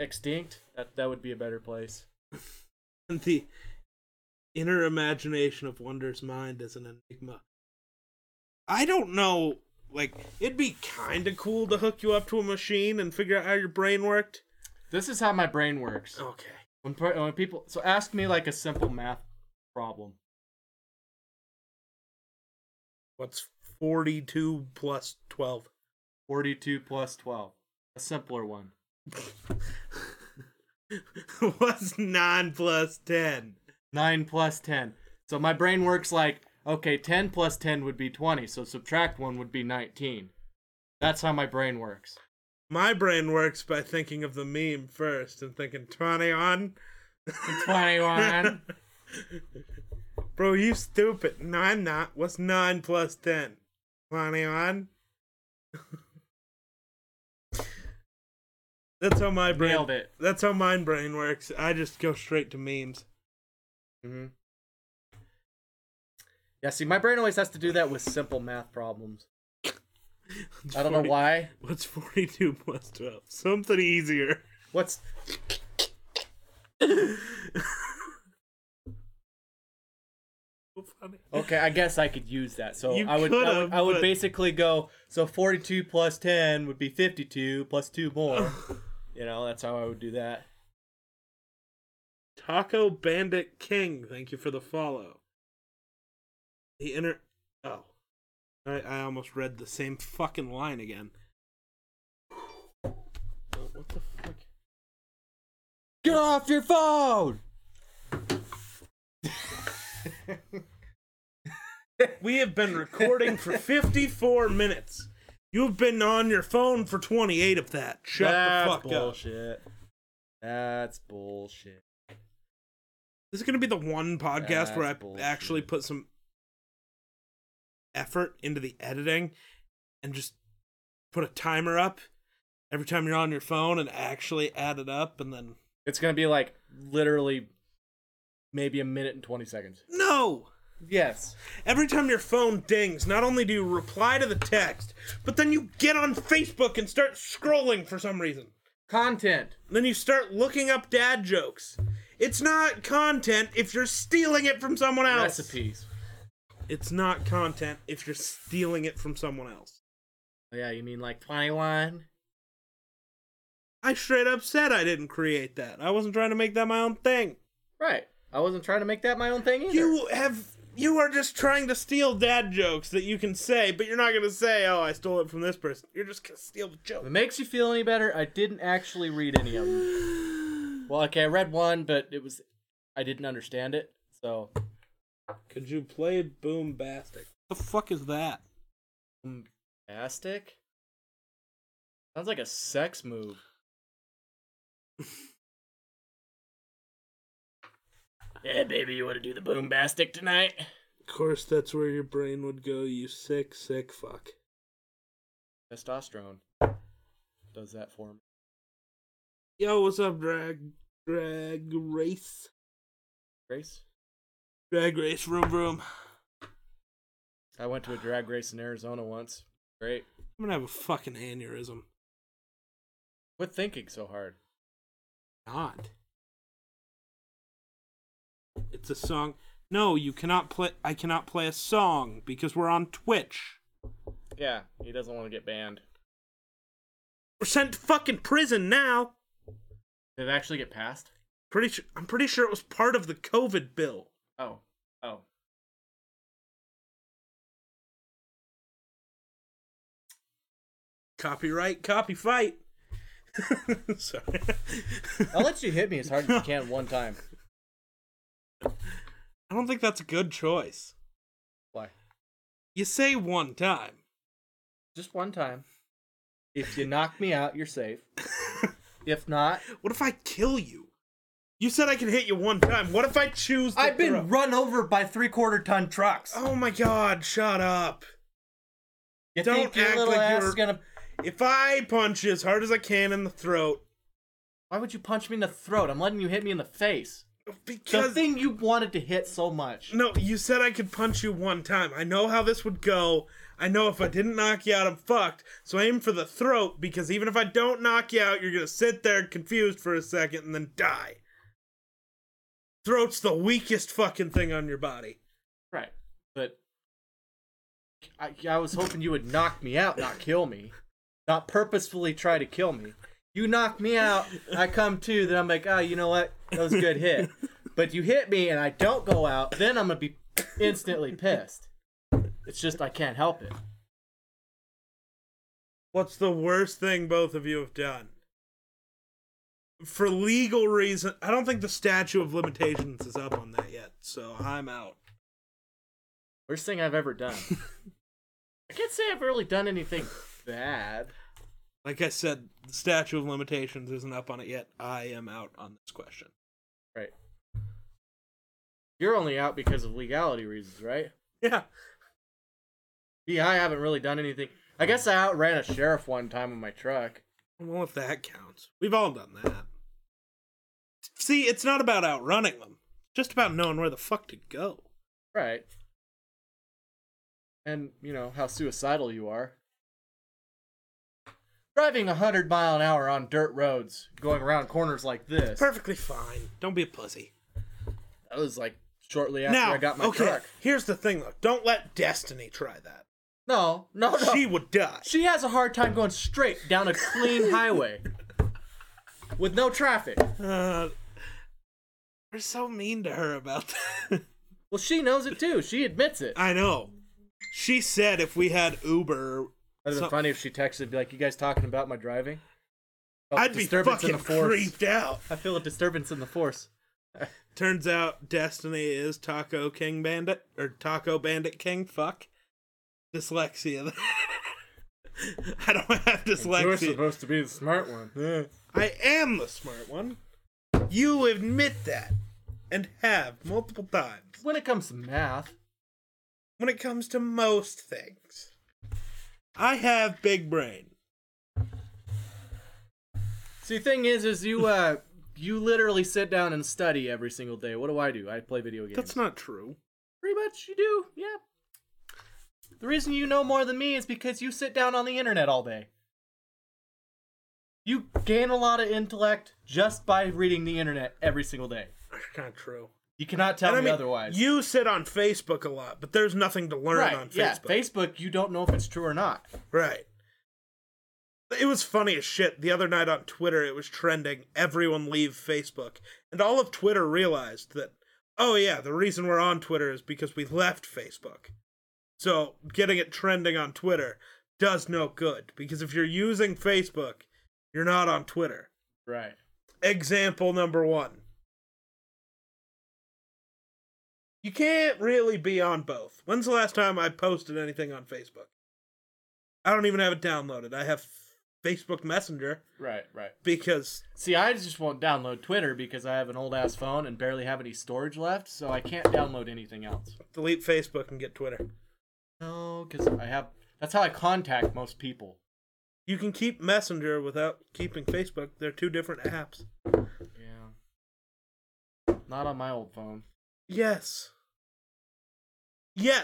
[SPEAKER 2] Extinct. That that would be a better place.
[SPEAKER 1] and Uh, the inner imagination of Wonder's mind is an enigma. I don't know. Like, it'd be kind of cool to hook you up to a machine and figure out how your brain worked.
[SPEAKER 2] This is how my brain works.
[SPEAKER 1] Okay.
[SPEAKER 2] When, per- when people so ask me like a simple math problem.
[SPEAKER 1] What's 42 plus 12?
[SPEAKER 2] 42 plus 12. A simpler one.
[SPEAKER 1] What's 9 plus 10?
[SPEAKER 2] 9 plus 10. So my brain works like, okay, 10 plus 10 would be 20, so subtract 1 would be 19. That's how my brain works.
[SPEAKER 1] My brain works by thinking of the meme first and thinking 21.
[SPEAKER 2] 21.
[SPEAKER 1] Bro, you stupid. No, I'm not. What's 9 plus 10? 21? That's how my brain
[SPEAKER 2] Nailed it.
[SPEAKER 1] That's how my brain works. I just go straight to memes.
[SPEAKER 2] hmm Yeah, see, my brain always has to do that with simple math problems. I don't know
[SPEAKER 1] 40
[SPEAKER 2] why.
[SPEAKER 1] What's 42 plus 12? Something easier.
[SPEAKER 2] What's
[SPEAKER 1] So funny.
[SPEAKER 2] okay? I guess I could use that. So
[SPEAKER 1] You
[SPEAKER 2] I would, I
[SPEAKER 1] could've,
[SPEAKER 2] would, I would
[SPEAKER 1] but-
[SPEAKER 2] basically go. So forty-two plus ten would be fifty-two plus two more. you know, that's how I would do that.
[SPEAKER 1] Taco Bandit King, thank you for the follow. The inner. Oh. I, I almost read the same fucking line again. Oh, what the fuck?
[SPEAKER 2] Get off your phone.
[SPEAKER 1] We have been recording for 54 minutes. You've been on your phone for 28 of that. Shut
[SPEAKER 2] that's
[SPEAKER 1] the fuck up.
[SPEAKER 2] bullshit. That's bullshit.
[SPEAKER 1] This is going to be the one podcast
[SPEAKER 2] That's
[SPEAKER 1] where I
[SPEAKER 2] bullshit.
[SPEAKER 1] actually put some effort into the editing and just put a timer up every time you're on your phone and actually add it up and then
[SPEAKER 2] It's gonna be like literally maybe a minute and twenty seconds.
[SPEAKER 1] no
[SPEAKER 2] Yes.
[SPEAKER 1] every time your phone dings not only do you reply to the text but then you get on facebook and start scrolling for some reason
[SPEAKER 2] Content.
[SPEAKER 1] then you start looking up dad jokes it's not content if you're stealing it from someone else
[SPEAKER 2] Recipes.
[SPEAKER 1] it's not content if you're stealing it from someone else
[SPEAKER 2] Oh, yeah, you mean like 21?
[SPEAKER 1] I straight up said I didn't create that. I wasn't trying to make that my own thing.
[SPEAKER 2] Right. I wasn't trying to make that my own thing either.
[SPEAKER 1] You have you are just trying to steal dad jokes that you can say, but you're not gonna say, "Oh, I stole it from this person." You're just gonna steal the
[SPEAKER 2] If
[SPEAKER 1] joke.
[SPEAKER 2] it makes you feel any better, I didn't actually read any of them. Well, okay, I read one, but it was I didn't understand it. So
[SPEAKER 1] Could you play Boom Bastic? The fuck is that?
[SPEAKER 2] bombastic. Sounds like a sex move. yeah, baby, you want to do the boombastic tonight?
[SPEAKER 1] Of course, that's where your brain would go. You sick, sick fuck.
[SPEAKER 2] Testosterone does that for me.
[SPEAKER 1] Yo, what's up, drag drag race?
[SPEAKER 2] Grace,
[SPEAKER 1] Drag race, room room.
[SPEAKER 2] I went to a drag race in Arizona once. Great.
[SPEAKER 1] I'm gonna have a fucking aneurysm.
[SPEAKER 2] Quit thinking so hard.
[SPEAKER 1] Not. It's a song. No, you cannot play. I cannot play a song because we're on Twitch.
[SPEAKER 2] Yeah, he doesn't want to get banned.
[SPEAKER 1] We're sent to fucking prison now.
[SPEAKER 2] Did it actually get passed?
[SPEAKER 1] Pretty sure, I'm pretty sure it was part of the COVID bill.
[SPEAKER 2] Oh, oh.
[SPEAKER 1] Copyright, copy fight. Sorry.
[SPEAKER 2] I'll let you hit me as hard as you can one time.
[SPEAKER 1] I don't think that's a good choice.
[SPEAKER 2] Why?
[SPEAKER 1] You say one time.
[SPEAKER 2] Just one time. If you knock me out, you're safe. If not,
[SPEAKER 1] What if I kill you? You said I could hit you one time. What if I choose? The
[SPEAKER 2] I've been
[SPEAKER 1] throw?
[SPEAKER 2] run over by three quarter ton trucks.
[SPEAKER 1] Oh my god! Shut up.
[SPEAKER 2] you
[SPEAKER 1] don't
[SPEAKER 2] think your
[SPEAKER 1] act
[SPEAKER 2] little
[SPEAKER 1] like
[SPEAKER 2] ass
[SPEAKER 1] you're-
[SPEAKER 2] is gonna?
[SPEAKER 1] If I punch you as hard as I can in the throat,
[SPEAKER 2] Why would you punch me in the throat? I'm letting you hit me in the face. The
[SPEAKER 1] because
[SPEAKER 2] thing you wanted to hit so much.
[SPEAKER 1] no, you said I could punch you one time. I know how this would go. I know if I didn't knock you out, I'm fucked. So aim for the throat because even if I don't knock you out, you're gonna sit there confused for a second and then die. Throat's the weakest fucking thing on your body.
[SPEAKER 2] Right, but I, I was hoping you would knock me out, not kill me, not purposefully try to kill me. You knock me out, I come to, then I'm like, oh, you know what? That was a good hit. But you hit me and I don't go out, then I'm gonna be instantly pissed. It's just I can't help it.
[SPEAKER 1] What's the worst thing both of you have done? For legal reason, I don't think the statute of limitations is up on that yet, so I'm out.
[SPEAKER 2] Worst thing I've ever done. I can't say I've really done anything bad.
[SPEAKER 1] Like I said, the statute of limitations isn't up on it yet. I am out on this question.
[SPEAKER 2] Right. You're only out because of legality reasons, right?
[SPEAKER 1] Yeah.
[SPEAKER 2] Yeah, I haven't really done anything. I guess I outran a sheriff one time in my truck.
[SPEAKER 1] Well, if that counts, we've all done that. See, it's not about outrunning them, it's just about knowing where the fuck to go.
[SPEAKER 2] Right. And, you know, how suicidal you are. Driving 100 mile an hour on dirt roads, going around corners like this.
[SPEAKER 1] Perfectly fine. Don't be a pussy.
[SPEAKER 2] That was like shortly after
[SPEAKER 1] now,
[SPEAKER 2] I got my
[SPEAKER 1] okay,
[SPEAKER 2] truck.
[SPEAKER 1] here's the thing though. Don't let Destiny try that.
[SPEAKER 2] No, no, no.
[SPEAKER 1] She would die.
[SPEAKER 2] She has a hard time going straight down a clean highway with no traffic.
[SPEAKER 1] Uh, we're so mean to her about that.
[SPEAKER 2] Well, she knows it too. She admits it.
[SPEAKER 1] I know. She said if we had Uber,
[SPEAKER 2] That'd
[SPEAKER 1] So-
[SPEAKER 2] been funny if she texted, be like, "You guys talking about my driving?" Felt a
[SPEAKER 1] I'd be
[SPEAKER 2] Oh, disturbance in
[SPEAKER 1] fucking
[SPEAKER 2] the force.
[SPEAKER 1] creeped out.
[SPEAKER 2] I feel a disturbance in the force.
[SPEAKER 1] Turns out Destiny is Taco King Bandit or Taco Bandit King. Fuck dyslexia. I don't have dyslexia.
[SPEAKER 2] supposed to be the smart one.
[SPEAKER 1] I am the smart one. You admit that and have multiple times.
[SPEAKER 2] When it comes to math,
[SPEAKER 1] When it comes to most things, I have big brain.
[SPEAKER 2] see, thing is, is you uh, you literally sit down and study every single day. What do I do? I play video games.
[SPEAKER 1] That's not true.
[SPEAKER 2] pretty much you do. Yeah. The reason you know more than me is because you sit down on the internet all day. You gain a lot of intellect just by reading the internet every single day.
[SPEAKER 1] That's not true.
[SPEAKER 2] You cannot tell
[SPEAKER 1] And I
[SPEAKER 2] me
[SPEAKER 1] mean,
[SPEAKER 2] otherwise.
[SPEAKER 1] You sit on Facebook a lot, but there's nothing to learn
[SPEAKER 2] right,
[SPEAKER 1] on Facebook.
[SPEAKER 2] yeah, Facebook, you don't know if it's true or not.
[SPEAKER 1] Right. It was funny as shit. The other night on Twitter, it was trending everyone leave Facebook. And all of Twitter realized that, oh yeah, the reason we're on Twitter is because we left Facebook. So getting it trending on Twitter does no good because if you're using Facebook, you're not on Twitter.
[SPEAKER 2] Right.
[SPEAKER 1] Example number one. You can't really be on both. When's the last time I posted anything on Facebook? I don't even have it downloaded. I have Facebook Messenger
[SPEAKER 2] Right. Right.
[SPEAKER 1] because
[SPEAKER 2] See, I just won't download Twitter because I have an old ass phone and barely have any storage left, so I can't download anything else.
[SPEAKER 1] delete Facebook and get Twitter.
[SPEAKER 2] No, because I have. That's how I contact most people.
[SPEAKER 1] You can keep Messenger without keeping Facebook. They're two different apps.
[SPEAKER 2] Yeah. Not on my old phone.
[SPEAKER 1] Yes. Yeah.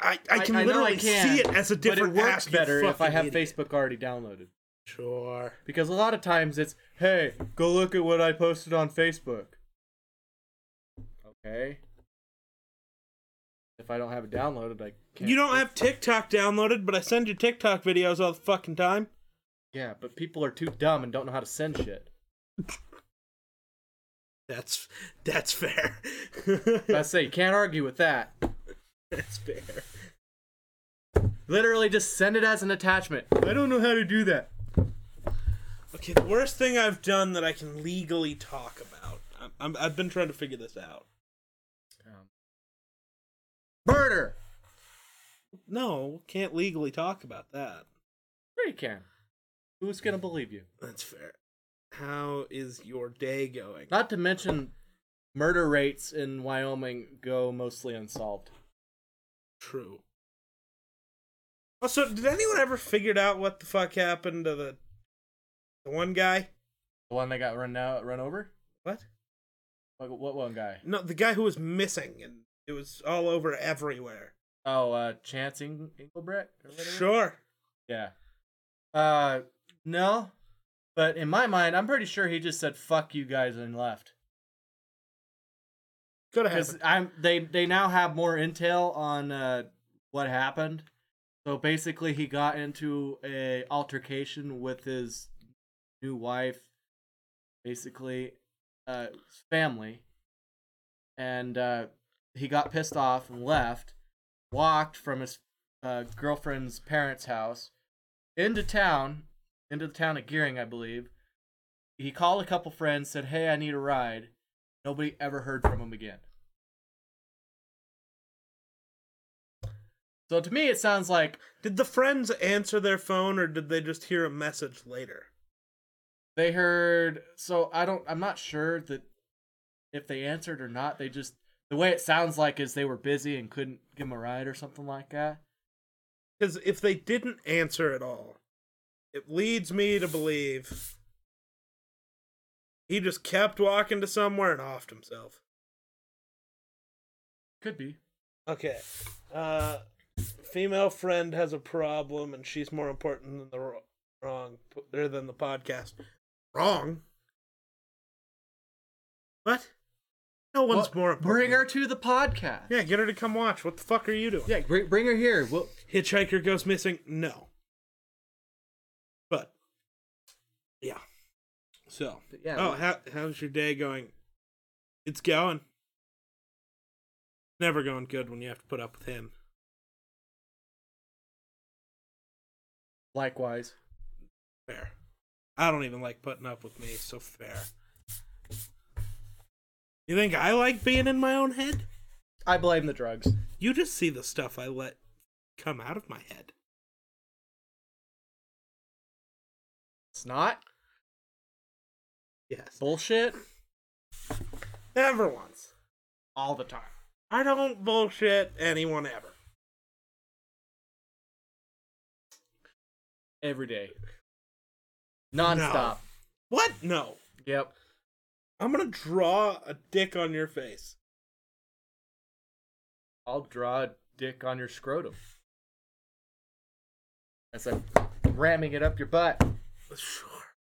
[SPEAKER 1] I, I can
[SPEAKER 2] know
[SPEAKER 1] literally
[SPEAKER 2] can,
[SPEAKER 1] see it as a different
[SPEAKER 2] but it works
[SPEAKER 1] app, you
[SPEAKER 2] better if I
[SPEAKER 1] fucking
[SPEAKER 2] have
[SPEAKER 1] idiot.
[SPEAKER 2] Facebook already downloaded.
[SPEAKER 1] Sure.
[SPEAKER 2] Because a lot of times it's, hey, go look at what I posted on Facebook. Okay. If I don't have it downloaded, I can't.
[SPEAKER 1] You don't have TikTok downloaded, but I send you TikTok videos all the fucking time.
[SPEAKER 2] Yeah, but people are too dumb and don't know how to send shit.
[SPEAKER 1] That's that's fair.
[SPEAKER 2] I say, you can't argue with that.
[SPEAKER 1] that's fair.
[SPEAKER 2] Literally, just send it as an attachment. I don't know how to do that.
[SPEAKER 1] Okay, the worst thing I've done that I can legally talk about. I'm, I'm, I've been trying to figure this out.
[SPEAKER 2] Um, murder.
[SPEAKER 1] No, can't legally talk about that.
[SPEAKER 2] Sure you can. Who's gonna believe you?
[SPEAKER 1] That's fair. How is your day going?
[SPEAKER 2] Not to mention, murder rates in Wyoming go mostly unsolved.
[SPEAKER 1] True. Also, did anyone ever figured out what the fuck happened to the the one guy?
[SPEAKER 2] The one that got run out, run over.
[SPEAKER 1] What?
[SPEAKER 2] Like what one guy?
[SPEAKER 1] No, the guy who was missing, and it was all over everywhere.
[SPEAKER 2] Oh, uh, Chance Ing- Engelbrecht. Or whatever?
[SPEAKER 1] Sure.
[SPEAKER 2] Yeah. Uh, no. But in my mind, I'm pretty sure he just said "fuck you guys" and left.
[SPEAKER 1] Could have
[SPEAKER 2] because
[SPEAKER 1] happened.
[SPEAKER 2] I'm they they now have more intel on uh, what happened. So basically, he got into a altercation with his new wife, basically, uh, family, and uh, he got pissed off and left. Walked from his uh, girlfriend's parents' house into town, into the town of Gearing, I believe. He called a couple friends, said, "Hey, I need a ride." Nobody ever heard from him again. So to me, it sounds like
[SPEAKER 1] Did the friends answer their phone, or did they just hear a message later?
[SPEAKER 2] they heard. So I don't. I'm not sure that if they answered or not. They just the way it sounds like is they were busy and couldn't give him a ride or something like that.
[SPEAKER 1] Because if they didn't answer at all, it leads me to believe he just kept walking to somewhere and offed himself.
[SPEAKER 2] Could be.
[SPEAKER 1] Okay. Uh, female friend has a problem, and she's more important than the wro- wrong, or than the podcast. Wrong. What? No one's
[SPEAKER 2] Well,
[SPEAKER 1] more important.
[SPEAKER 2] Bring her to the podcast.
[SPEAKER 1] Yeah, get her to come watch. What the fuck are you doing?
[SPEAKER 2] yeah bring, bring her here. Well,
[SPEAKER 1] Hitchhiker goes missing. No. But yeah. So
[SPEAKER 2] But yeah,
[SPEAKER 1] Oh,
[SPEAKER 2] but-
[SPEAKER 1] how how's your day going? It's going. Never going good when you have to put up with him.
[SPEAKER 2] likewise.
[SPEAKER 1] Fair. I don't even like putting up with me, so fair. You think I like being in my own head?
[SPEAKER 2] I blame the drugs.
[SPEAKER 1] You just see the stuff I let come out of my head.
[SPEAKER 2] It's not
[SPEAKER 1] Yes.
[SPEAKER 2] bullshit
[SPEAKER 1] Never once.
[SPEAKER 2] all the time.
[SPEAKER 1] I don't bullshit anyone ever.
[SPEAKER 2] Every day. Non-stop.
[SPEAKER 1] What? No.
[SPEAKER 2] Yep.
[SPEAKER 1] I'm gonna draw a dick on your face.
[SPEAKER 2] I'll draw a dick on your scrotum. As I'm ramming it up your butt.
[SPEAKER 1] Sure.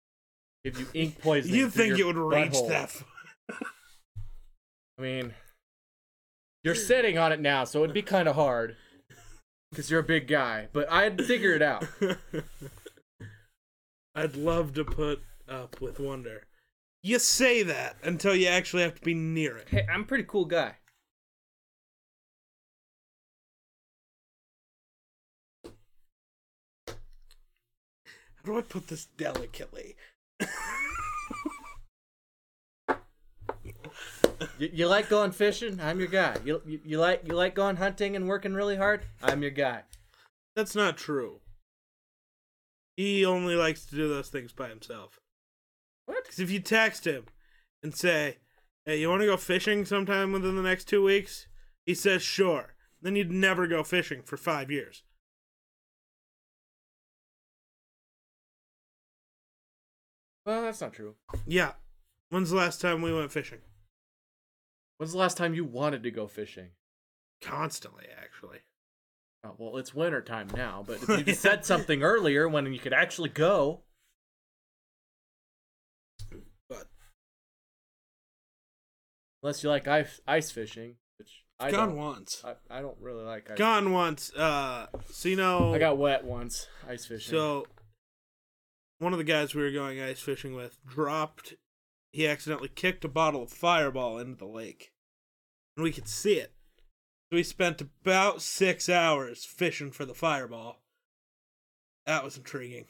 [SPEAKER 2] Give you ink poisoning.
[SPEAKER 1] You
[SPEAKER 2] through
[SPEAKER 1] think it
[SPEAKER 2] your
[SPEAKER 1] would reach
[SPEAKER 2] butthole.
[SPEAKER 1] that far?
[SPEAKER 2] I mean, you're sitting on it now, so it'd be kind of hard. Because you're a big guy. But I'd figure it out.
[SPEAKER 1] I'd love to put up with wonder. You say that until you actually have to be near it.
[SPEAKER 2] Hey, I'm a pretty cool guy.
[SPEAKER 1] How do I put this delicately?
[SPEAKER 2] You, you like going fishing? I'm your guy. You, you you like you like going hunting and working really hard? I'm your guy.
[SPEAKER 1] That's not true. He only likes to do those things by himself.
[SPEAKER 2] What?
[SPEAKER 1] Because if you text him and say, hey, you want to go fishing sometime within the next two weeks? He says, sure. Then you'd never go fishing for five years.
[SPEAKER 2] Well, that's not true.
[SPEAKER 1] Yeah. When's the last time we went fishing?
[SPEAKER 2] When's the last time you wanted to go fishing?
[SPEAKER 1] Constantly, actually.
[SPEAKER 2] Oh, well, it's winter time now, but if you said something earlier when you could actually go,
[SPEAKER 1] But
[SPEAKER 2] unless you like ice, ice fishing, which I
[SPEAKER 1] gone
[SPEAKER 2] don't,
[SPEAKER 1] once.
[SPEAKER 2] I, I don't really like ice.
[SPEAKER 1] Gone once. Uh, so you know.
[SPEAKER 2] I got wet once ice fishing.
[SPEAKER 1] So, one of the guys we were going ice fishing with dropped. He accidentally kicked a bottle of Fireball into the lake, and we could see it. So we spent about six hours fishing for the Fireball. That was intriguing.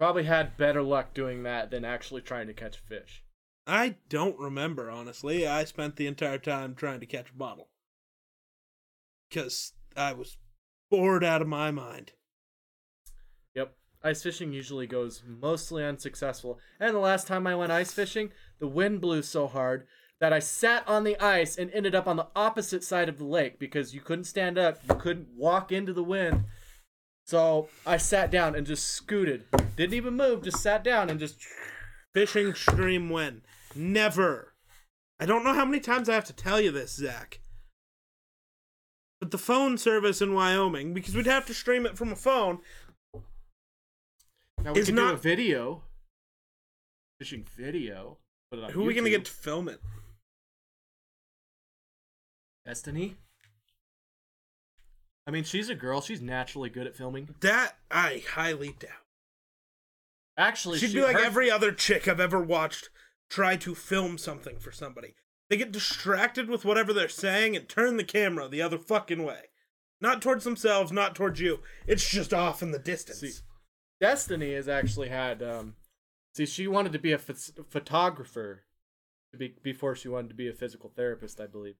[SPEAKER 2] Probably had better luck doing that than actually trying to catch a fish.
[SPEAKER 1] I don't remember honestly. I spent the entire time trying to catch a bottle because I was bored out of my mind.
[SPEAKER 2] Yep. Ice fishing usually goes mostly unsuccessful. And the last time I went ice fishing, the wind blew so hard that I sat on the ice and ended up on the opposite side of the lake because you couldn't stand up, you couldn't walk into the wind. So I sat down and just scooted. Didn't even move, just sat down and just.
[SPEAKER 1] Fishing stream win. Never. I don't know how many times I have to tell you this, Zach. But the phone service in Wyoming, because we'd have to stream it from a phone.
[SPEAKER 2] Now we
[SPEAKER 1] It's
[SPEAKER 2] can do a
[SPEAKER 1] not-
[SPEAKER 2] video. Fishing video. Put it on
[SPEAKER 1] Who are we going to
[SPEAKER 2] YouTube.
[SPEAKER 1] get to film it?
[SPEAKER 2] Destiny? I mean, she's a girl. She's naturally good at filming.
[SPEAKER 1] That I highly doubt.
[SPEAKER 2] Actually,
[SPEAKER 1] She'd
[SPEAKER 2] she-
[SPEAKER 1] be like
[SPEAKER 2] her-
[SPEAKER 1] every other chick I've ever watched try to film something for somebody. They get distracted with whatever they're saying and turn the camera the other fucking way. Not towards themselves, not towards you. It's just off in the distance.
[SPEAKER 2] See, Destiny has actually had. Um, see, she wanted to be a ph- photographer to be, before she wanted to be a physical therapist, I believe.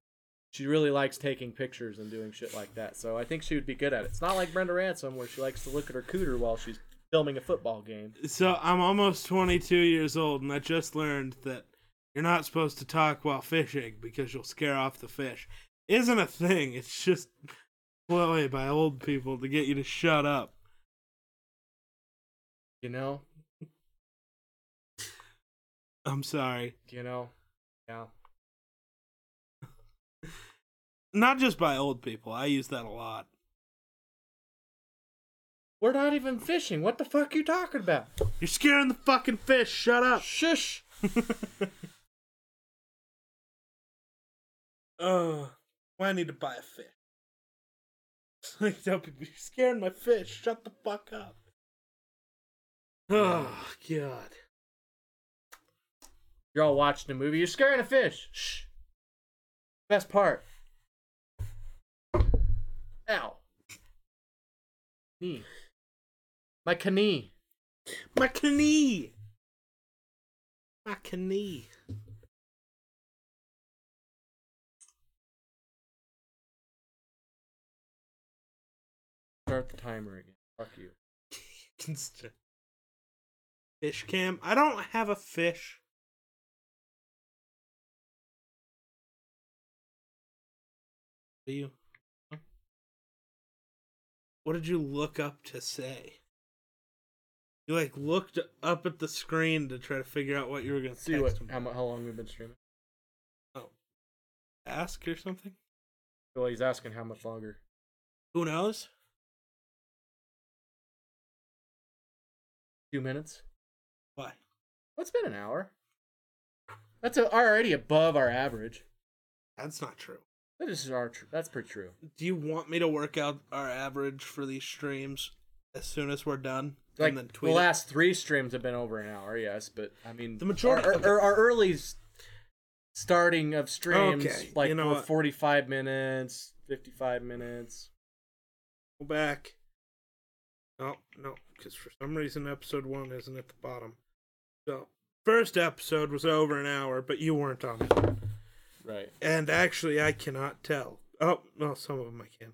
[SPEAKER 2] She really likes taking pictures and doing shit like that, so I think she would be good at it. It's not like Brenda Ransom, where she likes to look at her cooter while she's filming a football game.
[SPEAKER 1] So I'm almost 22 years old, and I just learned that you're not supposed to talk while fishing because you'll scare off the fish. Isn't a thing. It's just ploy by old people to get you to shut up.
[SPEAKER 2] You know,
[SPEAKER 1] I'm sorry.
[SPEAKER 2] you know, yeah.
[SPEAKER 1] Not just by old people. I use that a lot.
[SPEAKER 2] We're not even fishing. What the fuck are you talking about?
[SPEAKER 1] You're scaring the fucking fish. Shut up.
[SPEAKER 2] Shush.
[SPEAKER 1] Uh, well, I need to buy a fish. Like, don't be you're scaring my fish. Shut the fuck up. Oh, God.
[SPEAKER 2] You're all watching a movie. You're scaring a fish. Shh. Best part. Ow. Knee. My knee.
[SPEAKER 1] My knee. My knee.
[SPEAKER 2] Start the timer again. Fuck you.
[SPEAKER 1] Fish cam. I don't have a fish. Do you? What did you look up to say? You like looked up at the screen to try to figure out what you were gonna
[SPEAKER 2] Let's see what
[SPEAKER 1] text him.
[SPEAKER 2] how, mu- how long we've been streaming.
[SPEAKER 1] Oh. ask or something.
[SPEAKER 2] Well, he's asking how much longer.
[SPEAKER 1] Who knows?
[SPEAKER 2] Two minutes.
[SPEAKER 1] Why?
[SPEAKER 2] Well, it's been an hour. That's a, already above our average.
[SPEAKER 1] That's not true.
[SPEAKER 2] That is our. Tr- that's pretty true.
[SPEAKER 1] Do you want me to work out our average for these streams as soon as we're done?
[SPEAKER 2] Like
[SPEAKER 1] and then tweet
[SPEAKER 2] the
[SPEAKER 1] it.
[SPEAKER 2] last three streams have been over an hour, yes, but I mean
[SPEAKER 1] The majority-
[SPEAKER 2] our, our, our early s- starting of streams
[SPEAKER 1] Okay,
[SPEAKER 2] like
[SPEAKER 1] you know
[SPEAKER 2] were
[SPEAKER 1] what?
[SPEAKER 2] forty five minutes, fifty five minutes.
[SPEAKER 1] Go back. Oh, no, because for some reason episode one isn't at the bottom. So, first episode was over an hour, but you weren't on it.
[SPEAKER 2] Right.
[SPEAKER 1] And actually, I cannot tell. Oh, well, some of them I can.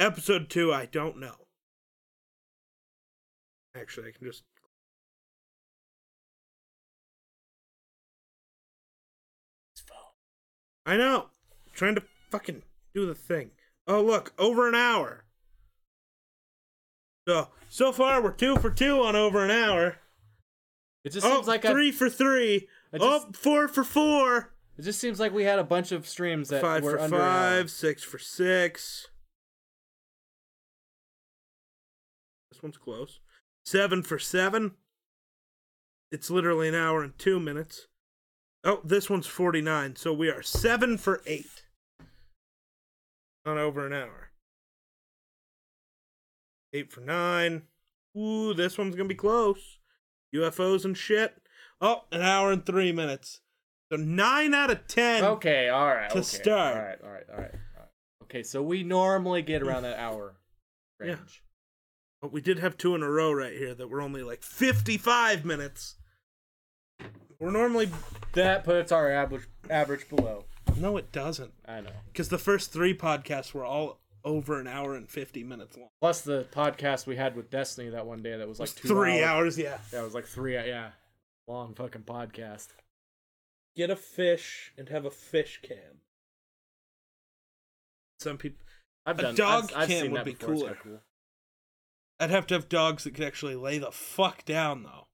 [SPEAKER 1] Episode two, I don't know. Actually, I can just. I know. Trying to fucking do the thing. Oh, look, over an hour. So, so far, we're two for two on over an hour.
[SPEAKER 2] It just
[SPEAKER 1] Oh,
[SPEAKER 2] seems like I,
[SPEAKER 1] three for three.
[SPEAKER 2] I
[SPEAKER 1] oh, four for four.
[SPEAKER 2] it just seems like we had a bunch of streams that
[SPEAKER 1] five
[SPEAKER 2] were
[SPEAKER 1] for
[SPEAKER 2] under an hour.
[SPEAKER 1] five, six for six. This one's close. Seven for seven. It's literally an hour and two minutes. Oh, this one's 49, so we are seven for eight on over an hour. Eight for nine. Ooh, this one's going to be close. UFOs and shit. Oh, an hour and three minutes. So nine out of ten.
[SPEAKER 2] okay, all right.
[SPEAKER 1] to
[SPEAKER 2] okay,
[SPEAKER 1] start.
[SPEAKER 2] All right, all right, all right, all right. Okay, so we normally get around that hour
[SPEAKER 1] Yeah.
[SPEAKER 2] range.
[SPEAKER 1] But we did have two in a row right here that were only like 55 minutes. We're normally.
[SPEAKER 2] That puts our average average below.
[SPEAKER 1] No, it doesn't.
[SPEAKER 2] I know.
[SPEAKER 1] Because the first three podcasts were all over an hour and 50 minutes long.
[SPEAKER 2] Plus the podcast we had with Destiny that one day that was like two
[SPEAKER 1] Three hours,
[SPEAKER 2] hours.
[SPEAKER 1] yeah.
[SPEAKER 2] That was like three. Yeah, long fucking podcast.
[SPEAKER 1] Get a fish and have a fish cam. Some people.
[SPEAKER 2] I've
[SPEAKER 1] A
[SPEAKER 2] done.
[SPEAKER 1] dog
[SPEAKER 2] I've, I've
[SPEAKER 1] cam
[SPEAKER 2] seen
[SPEAKER 1] would
[SPEAKER 2] that
[SPEAKER 1] be
[SPEAKER 2] before. It's
[SPEAKER 1] cooler.
[SPEAKER 2] kinda cool.
[SPEAKER 1] I'd have to have dogs that could actually lay the fuck down, though.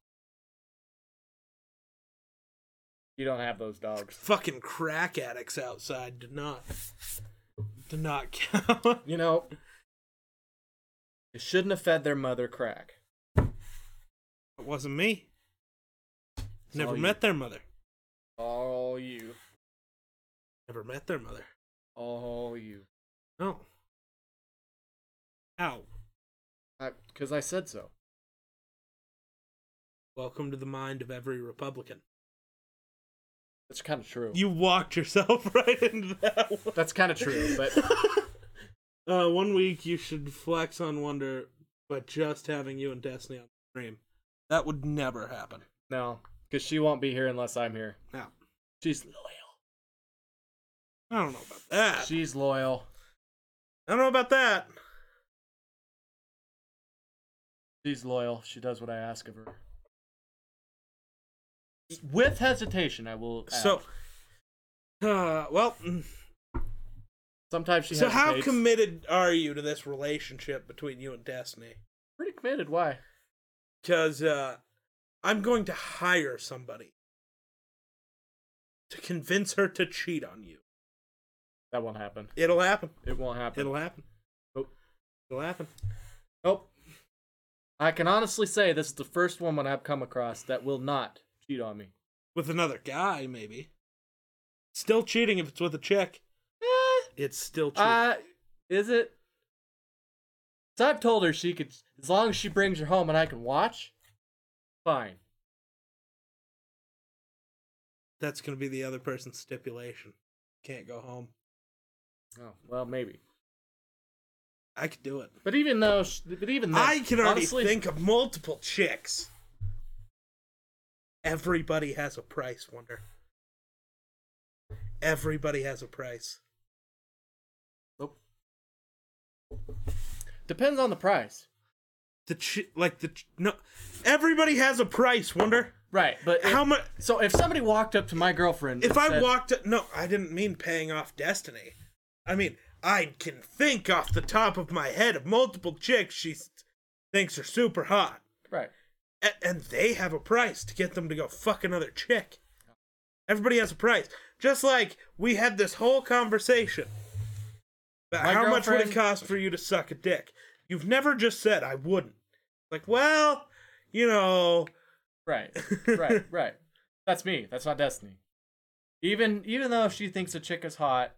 [SPEAKER 2] You don't have those dogs.
[SPEAKER 1] Fucking crack addicts outside do not. Do not count.
[SPEAKER 2] You know, they shouldn't have fed their mother crack.
[SPEAKER 1] it wasn't me.
[SPEAKER 2] It's
[SPEAKER 1] Never
[SPEAKER 2] all you.
[SPEAKER 1] met their mother.
[SPEAKER 2] All you.
[SPEAKER 1] Never met their mother.
[SPEAKER 2] All you.
[SPEAKER 1] No. Oh. Ow.
[SPEAKER 2] Because I said so.
[SPEAKER 1] Welcome to the mind of every Republican.
[SPEAKER 2] That's kind of true.
[SPEAKER 1] You walked yourself right into that one.
[SPEAKER 2] That's kind of true, but
[SPEAKER 1] Uh, one week you should flex on Wonder, but just having you and Destiny on the stream. That would never happen.
[SPEAKER 2] no, because she won't be here unless I'm here.
[SPEAKER 1] No.
[SPEAKER 2] She's loyal.
[SPEAKER 1] I don't know about that.
[SPEAKER 2] She's loyal.
[SPEAKER 1] I don't know about that.
[SPEAKER 2] She's loyal. She does what I ask of her. With hesitation, I will. add.
[SPEAKER 1] So, uh, well, mm,
[SPEAKER 2] sometimes she.
[SPEAKER 1] so how
[SPEAKER 2] hesitates.
[SPEAKER 1] committed are you to this relationship between you and Destiny?
[SPEAKER 2] Pretty committed. Why?
[SPEAKER 1] because uh, I'm going to hire somebody to convince her to cheat on you.
[SPEAKER 2] That won't happen.
[SPEAKER 1] It'll happen.
[SPEAKER 2] It won't happen.
[SPEAKER 1] It'll happen. Oh,
[SPEAKER 2] Nope.
[SPEAKER 1] It'll happen.
[SPEAKER 2] Nope. I can honestly say this is the first woman I've come across that will not cheat on me.
[SPEAKER 1] With another guy, maybe. Still cheating if it's with a chick.
[SPEAKER 2] Eh,
[SPEAKER 1] It's still cheating.
[SPEAKER 2] uh, is it? So I've told her she could, as long as she brings her home and I can watch. Fine.
[SPEAKER 1] That's going to be the other person's stipulation. Can't go home.
[SPEAKER 2] Oh well, maybe.
[SPEAKER 1] I could do it.
[SPEAKER 2] But even though, sh- but even though,
[SPEAKER 1] I can already
[SPEAKER 2] honestly,
[SPEAKER 1] think of multiple chicks. Everybody has a price, Wonder. Everybody has a price.
[SPEAKER 2] Nope. Depends on the price.
[SPEAKER 1] the ch- like the ch- no everybody has a price wonder
[SPEAKER 2] Right, but
[SPEAKER 1] how
[SPEAKER 2] if-
[SPEAKER 1] much
[SPEAKER 2] So if somebody walked up to my girlfriend,
[SPEAKER 1] if
[SPEAKER 2] and
[SPEAKER 1] i
[SPEAKER 2] said-
[SPEAKER 1] walked no i didn't mean paying off destiny i mean i can think off the top of my head of multiple chicks she s- thinks are super hot
[SPEAKER 2] right,
[SPEAKER 1] and, and they have a price to get them to go fuck another chick everybody has a price just like we had this whole conversation about
[SPEAKER 2] My
[SPEAKER 1] how much would it
[SPEAKER 2] girlfriend-
[SPEAKER 1] cost for you to suck a dick you've never just said i wouldn't like well you know
[SPEAKER 2] right, right, right, that's me. That's not Destiny. Even even though she thinks a chick is hot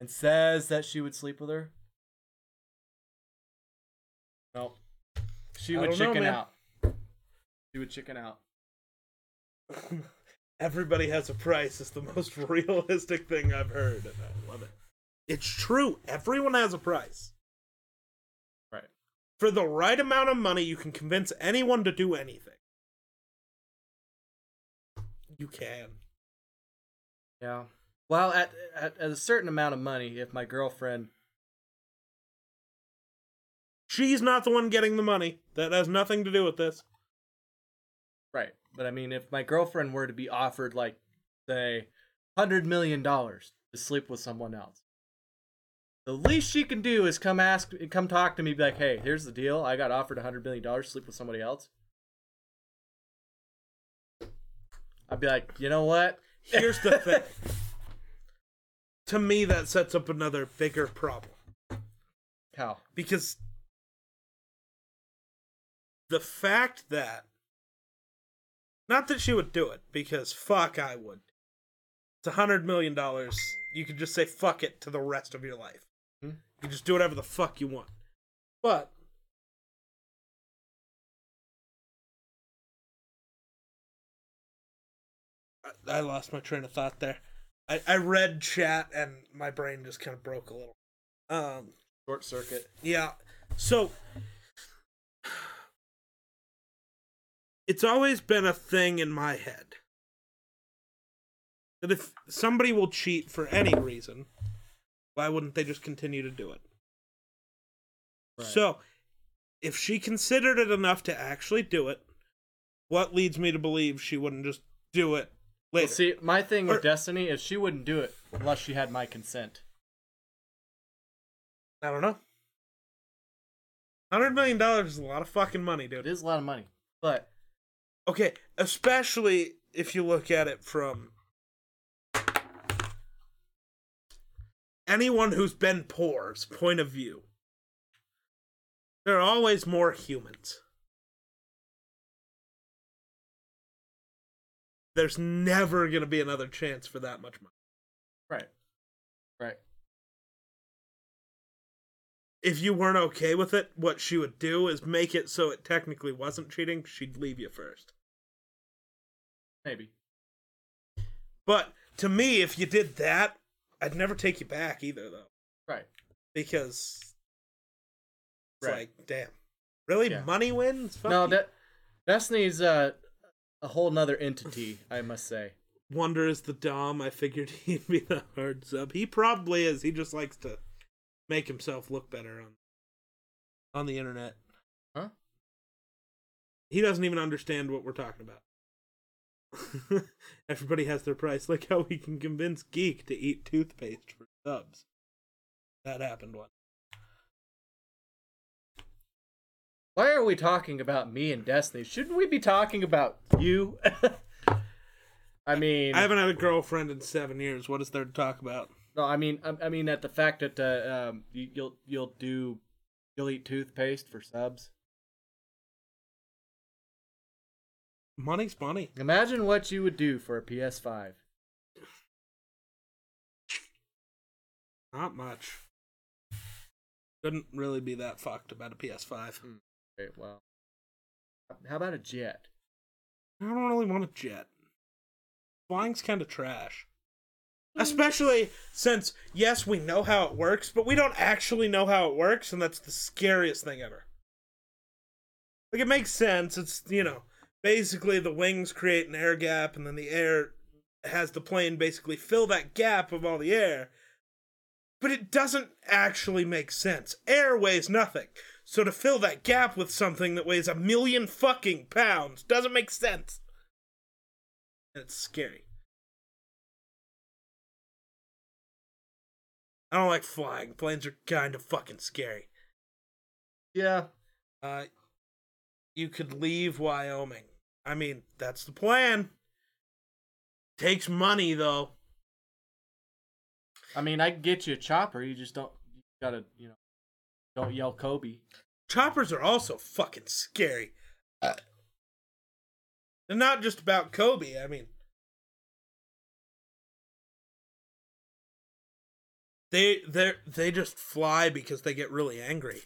[SPEAKER 2] and says that she would sleep with her, nope, she
[SPEAKER 1] I
[SPEAKER 2] would
[SPEAKER 1] don't know,
[SPEAKER 2] chicken
[SPEAKER 1] man.
[SPEAKER 2] out. She would chicken out.
[SPEAKER 1] Everybody has a price is the most realistic thing I've heard, and I love it. It's true. Everyone has a price.
[SPEAKER 2] Right.
[SPEAKER 1] For the right amount of money, you can convince anyone to do anything. You can.
[SPEAKER 2] Yeah. Well, at, at, at a certain amount of money, if my girlfriend,
[SPEAKER 1] She's not the one getting the money. That has nothing to do with this.
[SPEAKER 2] right, but I mean, if my girlfriend were to be offered, like, say, hundred million dollars to sleep with someone else, the least she can do is come ask, come talk to me, be like, hey, here's the deal. I got offered hundred million dollars to sleep with somebody else. I'd be like, you know what?
[SPEAKER 1] Here's the thing. To me, that sets up another bigger problem.
[SPEAKER 2] How?
[SPEAKER 1] because the fact that not that she would do it because fuck i would it's a hundred million dollars you could just say fuck it to the rest of your life
[SPEAKER 2] Hmm.
[SPEAKER 1] you can just do whatever the fuck you want but I- I lost my train of thought there. I, I read chat and my brain just kind of broke a little. Um,
[SPEAKER 2] Short circuit.
[SPEAKER 1] yeah. So it's always been a thing in my head that if somebody will cheat for any reason, why wouldn't they just continue to do it?
[SPEAKER 2] Right.
[SPEAKER 1] So if she considered it enough to actually do it, what leads me to believe she wouldn't just do it later?
[SPEAKER 2] Well, see, my thing with
[SPEAKER 1] Or-
[SPEAKER 2] Destiny is she wouldn't do it unless she had my consent.
[SPEAKER 1] I don't know. $100 million is a lot of fucking money, dude.
[SPEAKER 2] It is a lot of money, but
[SPEAKER 1] Okay, especially if you look at it from anyone who's been poor's point of view. There are always more humans. There's never going to be another chance for that much money.
[SPEAKER 2] right, right,
[SPEAKER 1] If you weren't okay with it, what she would do is make it so it technically wasn't cheating. She'd leave you first.
[SPEAKER 2] maybe.
[SPEAKER 1] But to me, if you did that, I'd never take you back either, though.
[SPEAKER 2] Right.
[SPEAKER 1] because it's
[SPEAKER 2] Right.
[SPEAKER 1] like, damn, really,
[SPEAKER 2] Yeah.
[SPEAKER 1] money wins. Fuck
[SPEAKER 2] no,
[SPEAKER 1] you.
[SPEAKER 2] De- Destiny's uh, a whole nother entity, I must say.
[SPEAKER 1] Wonder is the dom. I figured he'd be the hard sub. He probably is. He just likes to make himself look better on on the internet.
[SPEAKER 2] Huh?
[SPEAKER 1] He doesn't even understand what we're talking about. Everybody has their price. Like how we can convince Geek to eat toothpaste for subs. That happened once.
[SPEAKER 2] Why are we talking about me and Destiny? Shouldn't we be talking about you? I mean,
[SPEAKER 1] I haven't had a girlfriend in seven years. What is there to talk about?
[SPEAKER 2] no, I mean, I, I mean that the fact that uh, um, you, you'll you'll do you'll eat toothpaste for subs.
[SPEAKER 1] Money's money.
[SPEAKER 2] Imagine what you would do for a PS5.
[SPEAKER 1] Not much. Couldn't really be that fucked about a PS5.
[SPEAKER 2] Wait, well, how about a jet?
[SPEAKER 1] I don't really want a jet. Flying's kind of trash. Especially since, yes, we know how it works, but we don't actually know how it works, and that's the scariest thing ever. Like, it makes sense. It's, you know, basically the wings create an air gap, and then the air has the plane basically fill that gap of all the air. But it doesn't actually make sense. Air weighs nothing. So to fill that gap with something that weighs a million fucking pounds doesn't make sense. And it's scary. I don't like flying. Planes are kind of fucking scary.
[SPEAKER 2] Yeah.
[SPEAKER 1] Uh, you could leave Wyoming. I mean, that's the plan. Takes money though.
[SPEAKER 2] I mean, I can get you a chopper. You just don't. You gotta, you know, don't yell Kobe.
[SPEAKER 1] Choppers are also fucking scary. They're not just about Kobe. I mean, they they they just fly because they get really angry.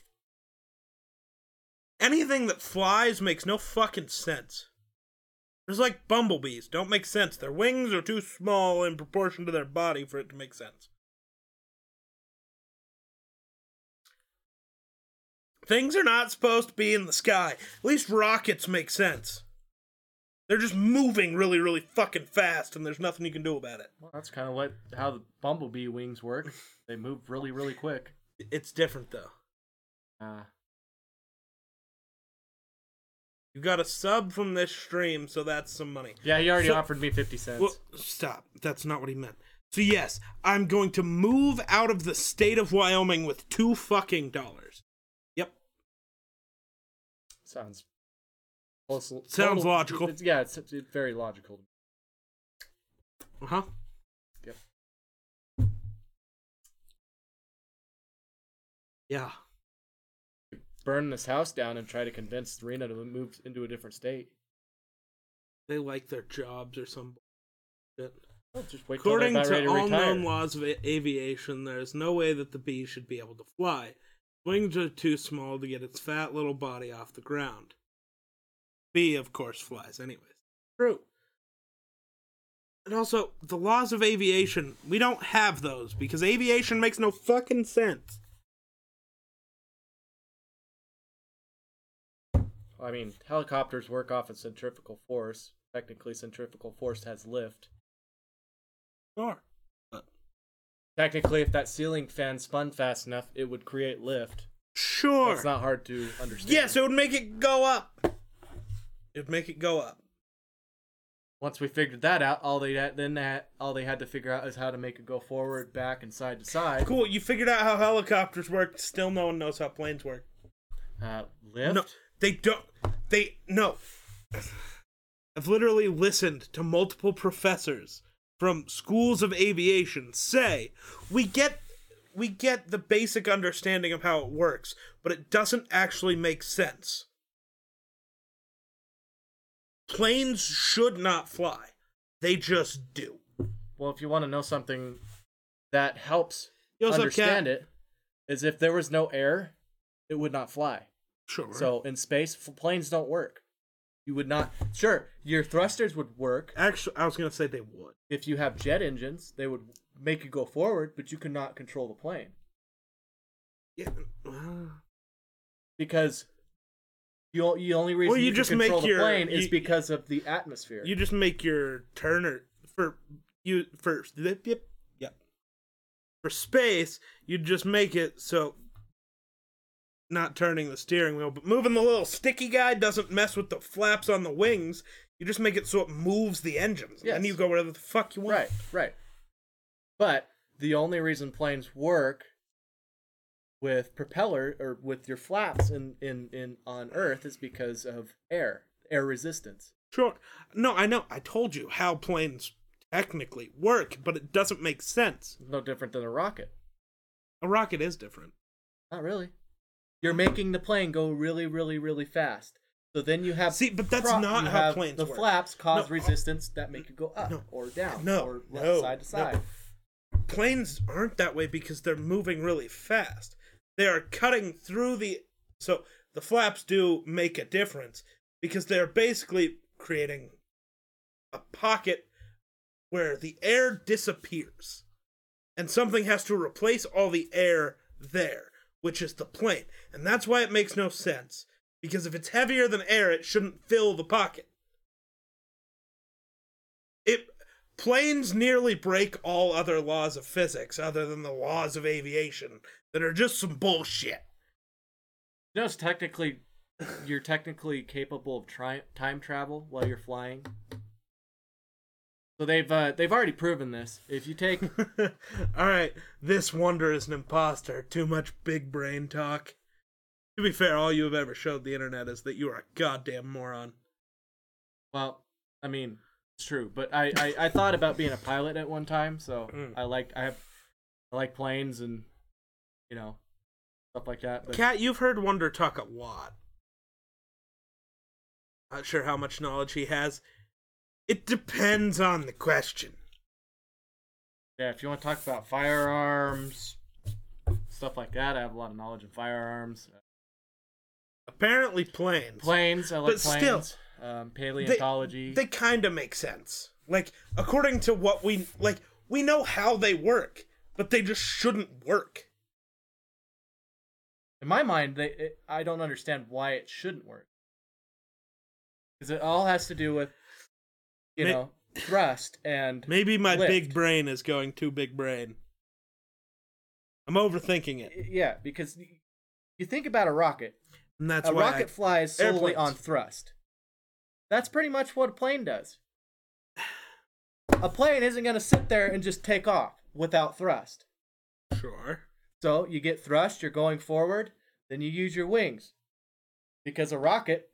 [SPEAKER 1] Anything that flies makes no fucking sense. Just like bumblebees, don't make sense. Their wings are too small in proportion to their body for it to make sense. Things are not supposed to be in the sky. At least rockets make sense. They're just moving really, really fucking fast, and there's nothing you can do about it.
[SPEAKER 2] Well, that's kind of what how the bumblebee wings work. They move really, really quick.
[SPEAKER 1] It's different, though.
[SPEAKER 2] Uh,
[SPEAKER 1] You got a sub from this stream, so that's some money.
[SPEAKER 2] yeah, he already
[SPEAKER 1] So-
[SPEAKER 2] offered me fifty cents.
[SPEAKER 1] Well, stop. That's not what he meant. So, yes, I'm going to move out of the state of Wyoming with two fucking dollars. Yep.
[SPEAKER 2] Sounds close, sounds
[SPEAKER 1] logical.
[SPEAKER 2] It's, yeah, it's, it's very logical.
[SPEAKER 1] Uh huh.
[SPEAKER 2] Yep.
[SPEAKER 1] Yeah.
[SPEAKER 2] Burn this house down and try to convince Rena to move into a different state.
[SPEAKER 1] They like their jobs or some bullshit.
[SPEAKER 2] Well, just wait till they're
[SPEAKER 1] According
[SPEAKER 2] about
[SPEAKER 1] to
[SPEAKER 2] ready to
[SPEAKER 1] all
[SPEAKER 2] retire.
[SPEAKER 1] known laws of a- aviation, there is no way that the bee should be able to fly. Wings are too small to get its fat little body off the ground. Bee, of course, flies anyways. True. And also, the laws of aviation, we don't have those because aviation makes no fucking sense.
[SPEAKER 2] I mean, helicopters work off of centrifugal force. Technically, centrifugal force has lift.
[SPEAKER 1] Sure.
[SPEAKER 2] Technically, if that ceiling fan spun fast enough, it would create lift.
[SPEAKER 1] Sure.
[SPEAKER 2] It's not hard to understand.
[SPEAKER 1] Yes, it would make it go up. It would make it go up.
[SPEAKER 2] Once we figured that out, all they had, then had, all they had to figure out is how to make it go forward, back, and side to side.
[SPEAKER 1] Cool, you figured out how helicopters work. Still, no one knows how planes work.
[SPEAKER 2] Uh, lift.
[SPEAKER 1] No, they don't. They no. I've literally listened to multiple professors from schools of aviation say we get we get the basic understanding of how it works, but it doesn't actually make sense. Planes should not fly. They just do.
[SPEAKER 2] Well, if you want to know something that helps
[SPEAKER 1] Yo, what's up, Cat?
[SPEAKER 2] understand it, is if there was no air, it would not fly.
[SPEAKER 1] Sure.
[SPEAKER 2] So in space, f- planes don't work. You would not. Sure, your thrusters would work
[SPEAKER 1] actually I was going to say they would.
[SPEAKER 2] if you have jet engines. They would make you go forward, but you could not control the plane
[SPEAKER 1] Yeah. uh,
[SPEAKER 2] because you o- you only reason
[SPEAKER 1] Well, you
[SPEAKER 2] can
[SPEAKER 1] just
[SPEAKER 2] control
[SPEAKER 1] make
[SPEAKER 2] the
[SPEAKER 1] your-
[SPEAKER 2] plane is
[SPEAKER 1] you-
[SPEAKER 2] because of the atmosphere.
[SPEAKER 1] You just make your Turner for you for yep, yep yep. for space. You just make it so not turning the steering wheel, but moving the little sticky guy doesn't mess with the flaps on the wings. You just make it so it moves the engines, and then
[SPEAKER 2] Yes.
[SPEAKER 1] you go wherever the fuck you want.
[SPEAKER 2] Right, right. But the only reason planes work with propeller or with your flaps in, in, in on Earth is because of air, air resistance.
[SPEAKER 1] Sure. No, I know. I told you how planes technically work, but it doesn't make sense.
[SPEAKER 2] It's no different than a rocket.
[SPEAKER 1] A rocket is different.
[SPEAKER 2] Not really. You're making the plane go really, really, really fast. So then you have
[SPEAKER 1] See, but that's not
[SPEAKER 2] you
[SPEAKER 1] how
[SPEAKER 2] have
[SPEAKER 1] planes
[SPEAKER 2] the
[SPEAKER 1] work.
[SPEAKER 2] flaps cause
[SPEAKER 1] No, uh,
[SPEAKER 2] resistance that make you go up
[SPEAKER 1] no,
[SPEAKER 2] or down
[SPEAKER 1] no,
[SPEAKER 2] or left
[SPEAKER 1] no,
[SPEAKER 2] side to
[SPEAKER 1] no.
[SPEAKER 2] side.
[SPEAKER 1] planes aren't that way because they're moving really fast. They are cutting through the so the flaps do make a difference because they're basically creating a pocket where the air disappears and something has to replace all the air there, which is the plane. And that's why it makes no sense because if it's heavier than air, it shouldn't fill the pocket. It planes nearly break all other laws of physics other than the laws of aviation that are just some bullshit.
[SPEAKER 2] You know, it's technically you're technically capable of tri- time travel while you're flying. So they've uh, they've already proven this. If you take
[SPEAKER 1] all right, this wonder is an imposter. Too much big brain talk. To be fair, all you have ever showed the internet is that you are a goddamn moron.
[SPEAKER 2] well, I mean it's true, but I, I, I thought about being a pilot at one time. So
[SPEAKER 1] Mm.
[SPEAKER 2] I liked I have I like planes and you know stuff like that. But
[SPEAKER 1] Cat, you've heard Wonder talk a lot. Not sure how much knowledge he has. It depends on the question.
[SPEAKER 2] yeah, if you want to talk about firearms stuff like that, I have a lot of knowledge in firearms,
[SPEAKER 1] Apparently, planes.
[SPEAKER 2] planes. I like
[SPEAKER 1] but
[SPEAKER 2] planes.
[SPEAKER 1] still,
[SPEAKER 2] um, paleontology.
[SPEAKER 1] they kind of make sense. Like according to what we like, we know how they work, but they just shouldn't work.
[SPEAKER 2] In my mind, they it, I don't understand why it shouldn't work. Because it all has to do with, you
[SPEAKER 1] May-
[SPEAKER 2] know, thrust and
[SPEAKER 1] Maybe my
[SPEAKER 2] Lift.
[SPEAKER 1] big brain is going too big brain. I'm overthinking it,
[SPEAKER 2] yeah. Because you think about a rocket,
[SPEAKER 1] and that's
[SPEAKER 2] a
[SPEAKER 1] why
[SPEAKER 2] rocket flies solely
[SPEAKER 1] Airplanes.
[SPEAKER 2] on thrust. That's pretty much what a plane does. A plane isn't going to sit there and just take off without thrust.
[SPEAKER 1] I, sure.
[SPEAKER 2] So you get thrust, you're going forward, then you use your wings. Because a rocket,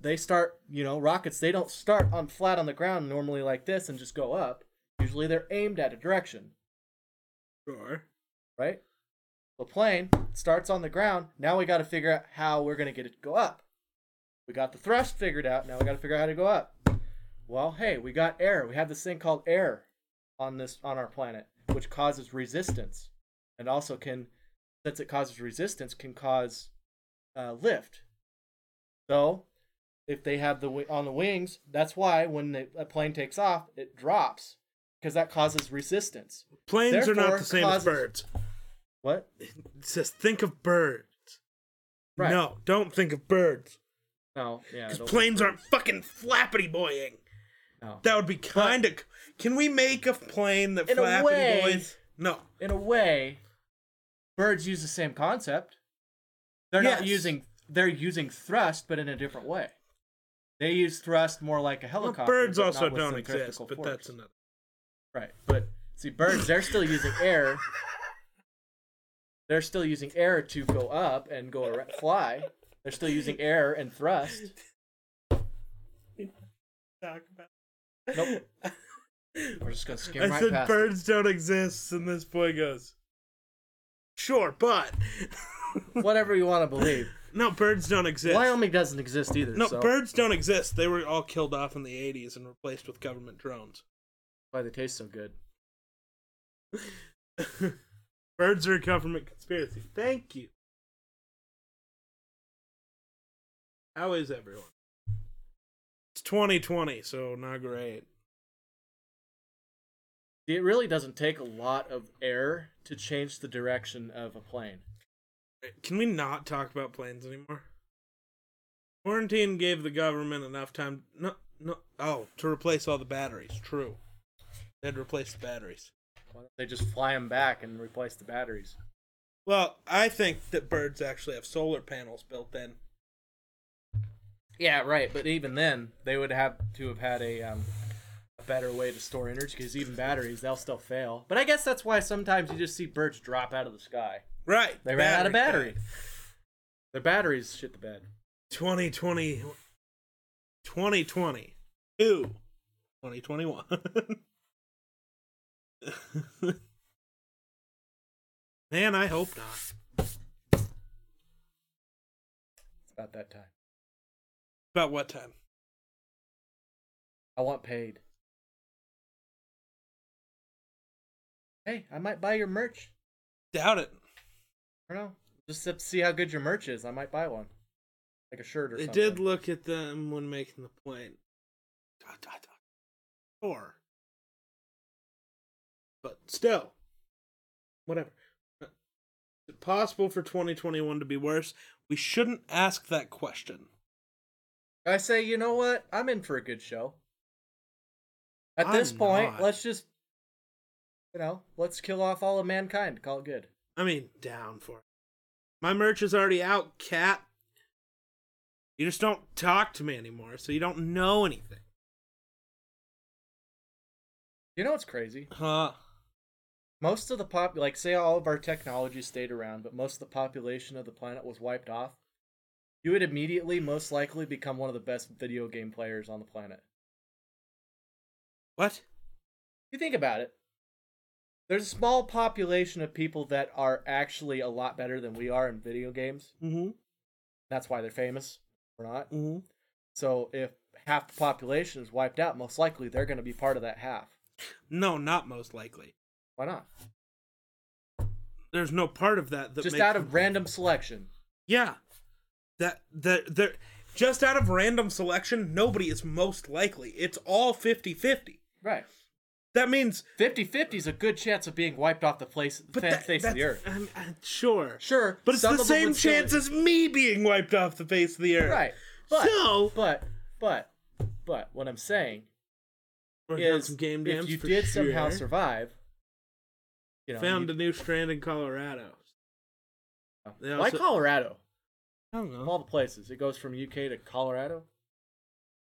[SPEAKER 2] they start, you know, rockets, they don't start on flat on the ground normally like this and just go up. Usually they're aimed at a direction,
[SPEAKER 1] Sure.
[SPEAKER 2] right? The plane starts on the ground. Now we got to figure out how we're going to get it to go up. We got the thrust figured out. Now we got to figure out how to go up. Well, hey, we got air. We have this thing called air on this on our planet, which causes resistance, and also can, since it causes resistance, can cause uh, lift. So, if they have the wi- on the wings, that's why when the, a plane takes off, it drops because that causes resistance.
[SPEAKER 1] Planes are
[SPEAKER 2] Therefore,
[SPEAKER 1] not the same as
[SPEAKER 2] causes-
[SPEAKER 1] birds.
[SPEAKER 2] What?
[SPEAKER 1] It says think of birds.
[SPEAKER 2] Right.
[SPEAKER 1] No, don't think of birds.
[SPEAKER 2] No, yeah.
[SPEAKER 1] Because
[SPEAKER 2] those
[SPEAKER 1] planes
[SPEAKER 2] are-
[SPEAKER 1] aren't fucking flappity boying.
[SPEAKER 2] No.
[SPEAKER 1] That would be kind of. Can we make a plane that
[SPEAKER 2] In a
[SPEAKER 1] flappity
[SPEAKER 2] way-
[SPEAKER 1] boys? No.
[SPEAKER 2] In a way, birds use the same concept. They're not
[SPEAKER 1] Yes.
[SPEAKER 2] using they're using thrust, but in a different way. They use thrust more like a
[SPEAKER 1] Well,
[SPEAKER 2] helicopter.
[SPEAKER 1] birds
[SPEAKER 2] but
[SPEAKER 1] also
[SPEAKER 2] not with
[SPEAKER 1] don't exist,
[SPEAKER 2] centrifugal
[SPEAKER 1] but
[SPEAKER 2] force.
[SPEAKER 1] that's another.
[SPEAKER 2] right. But see, birds they're still using air. They're still using air to go up and go ar- fly. They're still using air and thrust.
[SPEAKER 1] Talk about.
[SPEAKER 2] Nope. We're just gonna skim
[SPEAKER 1] I
[SPEAKER 2] right
[SPEAKER 1] said
[SPEAKER 2] past. it.
[SPEAKER 1] birds don't exist, and this boy goes, "Sure, but
[SPEAKER 2] Whatever you want to believe.
[SPEAKER 1] no, birds don't exist.
[SPEAKER 2] Wyoming doesn't exist either.
[SPEAKER 1] no,
[SPEAKER 2] so
[SPEAKER 1] birds don't exist. They were all killed off in the '80s and replaced with government drones.
[SPEAKER 2] why they taste so good.
[SPEAKER 1] birds are a government conspiracy. Thank you. How is everyone? It's 2020, so not great.
[SPEAKER 2] It really doesn't take a lot of air to change the direction of a plane.
[SPEAKER 1] Can we not talk about planes anymore? Quarantine gave the government enough time. No, no. Oh, to replace all the batteries. True. They'd replace the batteries.
[SPEAKER 2] Why don't They just fly them back and replace the batteries.
[SPEAKER 1] Well, I think that birds actually have solar panels built in.
[SPEAKER 2] Yeah, right. But even then, they would have to have had a, um, a better way to store energy because even batteries, they'll still fail. But I guess that's why sometimes you just see birds drop out of the sky.
[SPEAKER 1] Right.
[SPEAKER 2] They ran out of battery.
[SPEAKER 1] pack.
[SPEAKER 2] Their batteries shit the bed.
[SPEAKER 1] 2020. 2020. Ew. 2021. Man, I hope not.
[SPEAKER 2] It's about that time.
[SPEAKER 1] About what time?
[SPEAKER 2] I want paid. Hey, I might buy your merch.
[SPEAKER 1] Doubt it.
[SPEAKER 2] I don't know. Just to see how good your merch is. I might buy one. Like a shirt or
[SPEAKER 1] They
[SPEAKER 2] something.
[SPEAKER 1] did look at them when making the plane. Dot, dot, dot. Or. But still. Whatever. Uh, Is it possible for 2021 to be worse? We shouldn't ask that question.
[SPEAKER 2] I say, you know what? I'm in for a good show. At this
[SPEAKER 1] I'm
[SPEAKER 2] point,
[SPEAKER 1] not.
[SPEAKER 2] let's just, you know, let's kill off all of mankind. Call it good.
[SPEAKER 1] I mean, down for it. My merch is already out, cat. You just don't talk to me anymore, so you don't know anything.
[SPEAKER 2] You know what's crazy?
[SPEAKER 1] Huh.
[SPEAKER 2] Most of the pop, like, say all of our technology stayed around, but most of the population of the planet was wiped off. You would immediately, most likely, become one of the best video game players on the planet.
[SPEAKER 1] What?
[SPEAKER 2] you think about it, there's a small population of people that are actually a lot better than we are in video games.
[SPEAKER 1] Mm
[SPEAKER 2] That's why they're famous. We're not.
[SPEAKER 1] hmm. Mm hmm.
[SPEAKER 2] So if half the population is wiped out, most likely they're going to be part of that half.
[SPEAKER 1] No, not most likely.
[SPEAKER 2] Why not?
[SPEAKER 1] There's no part of that that
[SPEAKER 2] Just
[SPEAKER 1] makes
[SPEAKER 2] out of random selection.
[SPEAKER 1] Yeah. That that there Just out of random selection, nobody is most likely. It's all 50 50.
[SPEAKER 2] Right.
[SPEAKER 1] That means.
[SPEAKER 2] 50 50 is a good chance of being wiped off the place,
[SPEAKER 1] But
[SPEAKER 2] fa-
[SPEAKER 1] that,
[SPEAKER 2] face of the
[SPEAKER 1] that's-
[SPEAKER 2] earth.
[SPEAKER 1] I'm, I'm sure.
[SPEAKER 2] Sure.
[SPEAKER 1] But it's
[SPEAKER 2] some
[SPEAKER 1] the
[SPEAKER 2] of them
[SPEAKER 1] same
[SPEAKER 2] would still-
[SPEAKER 1] chance as me being wiped off the face of the earth.
[SPEAKER 2] Right. But,
[SPEAKER 1] so.
[SPEAKER 2] but, but, but, what I'm saying
[SPEAKER 1] We're doing
[SPEAKER 2] is
[SPEAKER 1] some game
[SPEAKER 2] if
[SPEAKER 1] jams
[SPEAKER 2] you
[SPEAKER 1] for
[SPEAKER 2] did somehow
[SPEAKER 1] sure.
[SPEAKER 2] survive, you know,
[SPEAKER 1] found
[SPEAKER 2] you-
[SPEAKER 1] a new strand in Colorado. they
[SPEAKER 2] why
[SPEAKER 1] also-
[SPEAKER 2] Colorado?
[SPEAKER 1] I don't
[SPEAKER 2] Of all the places, it goes from UK to Colorado.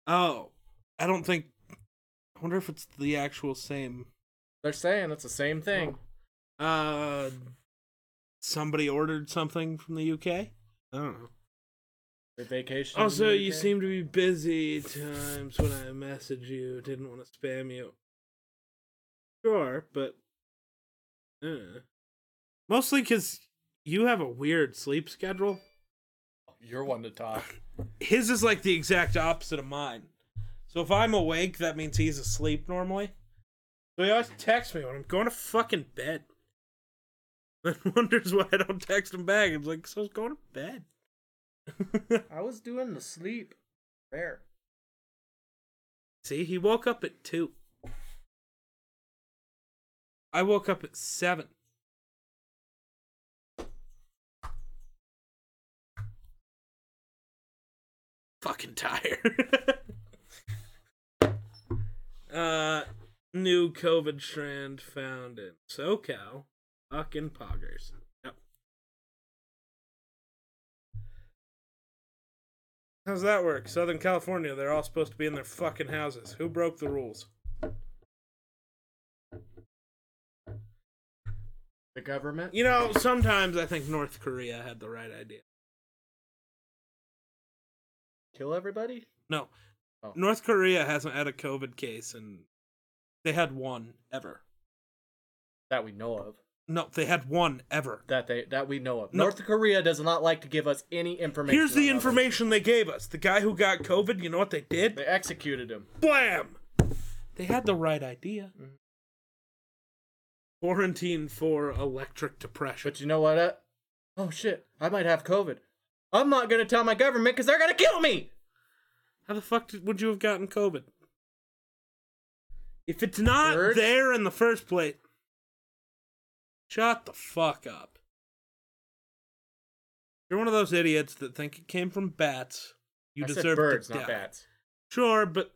[SPEAKER 1] Oh, I don't think. I wonder if it's the actual same.
[SPEAKER 2] They're saying it's the same thing.
[SPEAKER 1] Uh, somebody ordered something from the UK. I don't know.
[SPEAKER 2] Their vacation. in
[SPEAKER 1] Also,
[SPEAKER 2] the
[SPEAKER 1] Oh, you
[SPEAKER 2] UK.
[SPEAKER 1] seem to be busy times when I message you. Didn't want to spam you. Sure, but uh, mostly because you have a weird sleep schedule.
[SPEAKER 2] You're one to talk.
[SPEAKER 1] his is like the exact opposite of mine. So if I'm awake, that means he's asleep normally. So he always texts me when I'm going to fucking bed. Then wonders why I don't text him back. I'm like, so I was going to bed.
[SPEAKER 2] I was doing the sleep there.
[SPEAKER 1] See, he woke up at two. I woke up at seven. Fucking tired. uh, new COVID strand found in SoCal. Fucking poggers. Yep. How's that work? Southern California, they're all supposed to be in their fucking houses. Who broke the rules?
[SPEAKER 2] The government.
[SPEAKER 1] You know, sometimes I think North Korea had the right idea.
[SPEAKER 2] kill everybody.
[SPEAKER 1] No.
[SPEAKER 2] Oh.
[SPEAKER 1] North Korea hasn't had a COVID case and they had one ever.
[SPEAKER 2] That we know of.
[SPEAKER 1] No, they had one ever.
[SPEAKER 2] That they that we know of.
[SPEAKER 1] No.
[SPEAKER 2] North Korea does not like to give us any information.
[SPEAKER 1] Here's the
[SPEAKER 2] on others.
[SPEAKER 1] information they gave us. The guy who got COVID, you know what they did?
[SPEAKER 2] They executed him.
[SPEAKER 1] Blam! They had the right idea.
[SPEAKER 2] Mhm.
[SPEAKER 1] Quarantine for electric depression.
[SPEAKER 2] But you know what? Uh, oh shit! I might have COVID. I'm not gonna tell my government because they're gonna kill me.
[SPEAKER 1] How the fuck did, would you have gotten COVID? If it's not
[SPEAKER 2] Birds?
[SPEAKER 1] there in the first place, shut the fuck up. You're one of those idiots that think it came from bats. You
[SPEAKER 2] I
[SPEAKER 1] deserve
[SPEAKER 2] said birds,
[SPEAKER 1] to
[SPEAKER 2] not
[SPEAKER 1] die.
[SPEAKER 2] bats.
[SPEAKER 1] Sure, but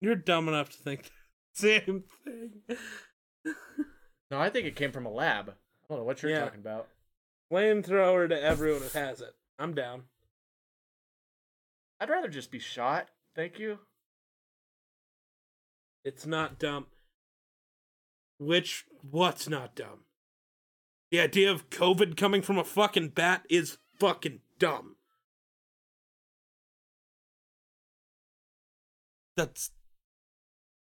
[SPEAKER 1] you're dumb enough to think the same thing.
[SPEAKER 2] No, I think it came from a lab. I don't know what you're
[SPEAKER 1] Yeah.
[SPEAKER 2] talking about.
[SPEAKER 1] Flamethrower to everyone who has it. I'm down.
[SPEAKER 2] I'd rather just be shot. Thank you.
[SPEAKER 1] It's not dumb. Which what's not dumb? The idea of COVID coming from a fucking bat is fucking dumb. That's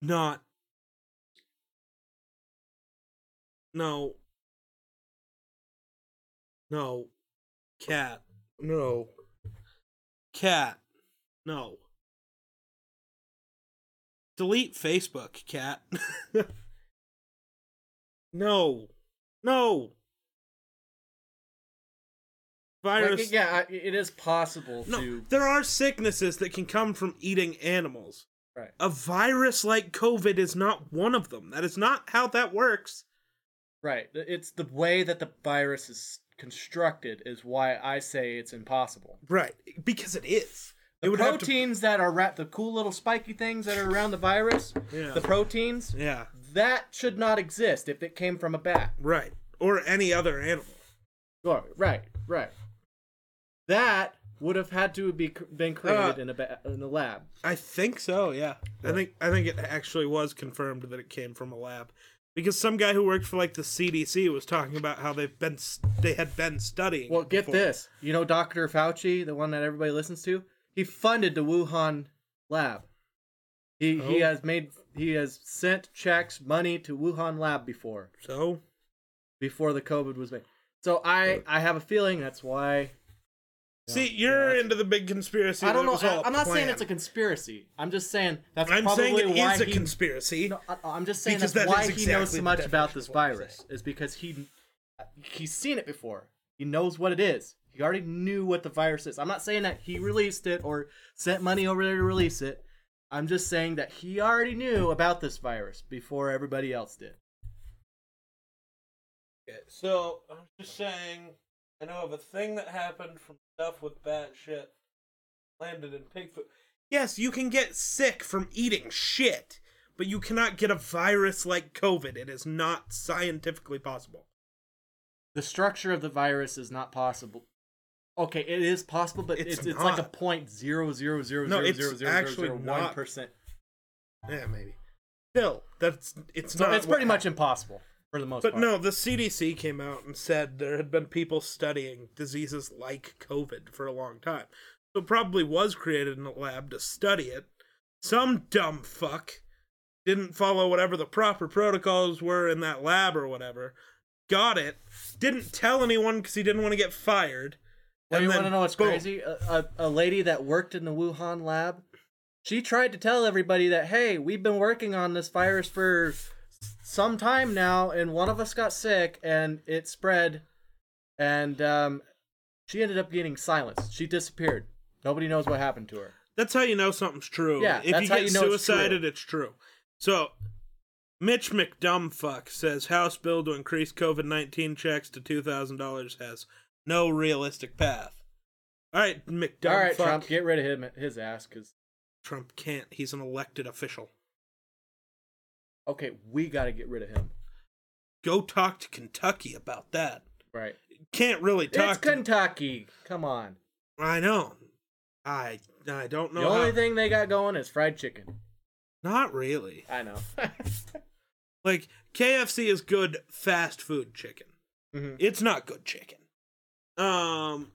[SPEAKER 1] not No. No. Cat. No. Cat. No. Delete Facebook, cat. no. No. Virus.
[SPEAKER 2] Like, yeah, I- it is possible
[SPEAKER 1] no.
[SPEAKER 2] to.
[SPEAKER 1] There are sicknesses that can come from eating animals.
[SPEAKER 2] Right.
[SPEAKER 1] A virus like COVID is not one of them. That is not how that works.
[SPEAKER 2] Right. It's the way that the virus is constructed is why I say it's impossible.
[SPEAKER 1] Right. Because it is.
[SPEAKER 2] The
[SPEAKER 1] it would have to-
[SPEAKER 2] proteins that are wrapped, the cool little spiky things that are around the virus,
[SPEAKER 1] Yeah.
[SPEAKER 2] the proteins,
[SPEAKER 1] yeah.
[SPEAKER 2] that should not exist if it came from a bat.
[SPEAKER 1] Right. Or any other animal.
[SPEAKER 2] Right, right, right. That would have had to be cr- been created
[SPEAKER 1] Uh,
[SPEAKER 2] in a ba- in a lab.
[SPEAKER 1] I think so. Yeah, I think I think it actually was confirmed that it came from a lab, because some guy who worked for like the CDC was talking about how they've been s- they had been studying.
[SPEAKER 2] Well,
[SPEAKER 1] it
[SPEAKER 2] get
[SPEAKER 1] before.
[SPEAKER 2] this. You know Dr. Fauci, the one that everybody listens to? He funded the Wuhan lab. He he
[SPEAKER 1] Oh.
[SPEAKER 2] has made he has sent checks, money to Wuhan lab before
[SPEAKER 1] So
[SPEAKER 2] before the COVID was made. So I I have a feeling that's why
[SPEAKER 1] see, you're into the big conspiracy.
[SPEAKER 2] I don't
[SPEAKER 1] that
[SPEAKER 2] know.
[SPEAKER 1] it was all
[SPEAKER 2] I, am not saying
[SPEAKER 1] plan.
[SPEAKER 2] it's a conspiracy. I'm just saying that's
[SPEAKER 1] I'm
[SPEAKER 2] probably
[SPEAKER 1] saying it
[SPEAKER 2] why
[SPEAKER 1] is a
[SPEAKER 2] he,
[SPEAKER 1] conspiracy.
[SPEAKER 2] No, I, I'm just saying
[SPEAKER 1] Because
[SPEAKER 2] that's
[SPEAKER 1] that
[SPEAKER 2] why
[SPEAKER 1] is
[SPEAKER 2] he knows
[SPEAKER 1] exactly
[SPEAKER 2] so
[SPEAKER 1] the
[SPEAKER 2] much about
[SPEAKER 1] definition
[SPEAKER 2] this
[SPEAKER 1] of what I'm
[SPEAKER 2] virus is because he he's seen it before. He knows what it is. He He already knew what the virus is. I'm not saying that he released it or sent money over there to release it. I'm just saying that he already knew about this virus before everybody else did.
[SPEAKER 1] Okay, so I'm just saying, I know of a thing that happened from stuff with bat shit landed in pig food. Yes, you can get sick from eating shit, but you cannot get a virus like COVID. It is not scientifically possible.
[SPEAKER 2] The structure of the virus is not possible. Okay, it is possible, but
[SPEAKER 1] It's
[SPEAKER 2] it's, it's, like a
[SPEAKER 1] not.
[SPEAKER 2] point zero zero zero
[SPEAKER 1] No,
[SPEAKER 2] zero
[SPEAKER 1] it's
[SPEAKER 2] zero zero
[SPEAKER 1] actually
[SPEAKER 2] zero one
[SPEAKER 1] not.
[SPEAKER 2] percent.
[SPEAKER 1] Yeah, maybe. Still, that's it's
[SPEAKER 2] So
[SPEAKER 1] not.
[SPEAKER 2] it's pretty
[SPEAKER 1] what
[SPEAKER 2] much impossible for the most
[SPEAKER 1] But
[SPEAKER 2] part.
[SPEAKER 1] no, the CDC came out and said there had been people studying diseases like COVID for a long time. So it probably was created in a lab to study it. Some dumb fuck didn't follow whatever the proper protocols were in that lab or whatever. Got it. Didn't tell anyone because he didn't want to get fired.
[SPEAKER 2] Well,
[SPEAKER 1] and
[SPEAKER 2] you
[SPEAKER 1] then
[SPEAKER 2] want to know what's
[SPEAKER 1] boom.
[SPEAKER 2] crazy? A, a, a lady that worked in the Wuhan lab, she tried to tell everybody that, hey, we've been working on this virus for some time now, and one of us got sick, and it spread, and um, she ended up getting silenced. She disappeared. Nobody knows what happened to her.
[SPEAKER 1] That's how you know something's true.
[SPEAKER 2] Yeah,
[SPEAKER 1] if
[SPEAKER 2] that's
[SPEAKER 1] you
[SPEAKER 2] how
[SPEAKER 1] get
[SPEAKER 2] you know it's true.
[SPEAKER 1] suicided, it's true. So, Mitch McDumbfuck says House bill to increase COVID nineteen checks to two thousand dollars has no realistic path. All right, McDumbfuck.
[SPEAKER 2] All right, Trump, get rid of him, his ass, because
[SPEAKER 1] Trump can't. He's an elected official.
[SPEAKER 2] okay, we got to get rid of him.
[SPEAKER 1] Go talk to Kentucky about that.
[SPEAKER 2] Right?
[SPEAKER 1] Can't really talk.
[SPEAKER 2] it's
[SPEAKER 1] to-
[SPEAKER 2] Kentucky. Come on.
[SPEAKER 1] I know. I I don't know.
[SPEAKER 2] the only
[SPEAKER 1] how-
[SPEAKER 2] thing they got going is fried chicken.
[SPEAKER 1] Not really.
[SPEAKER 2] I know.
[SPEAKER 1] Like KFC is good fast food chicken.
[SPEAKER 2] Mhm.
[SPEAKER 1] It's not good chicken. Um,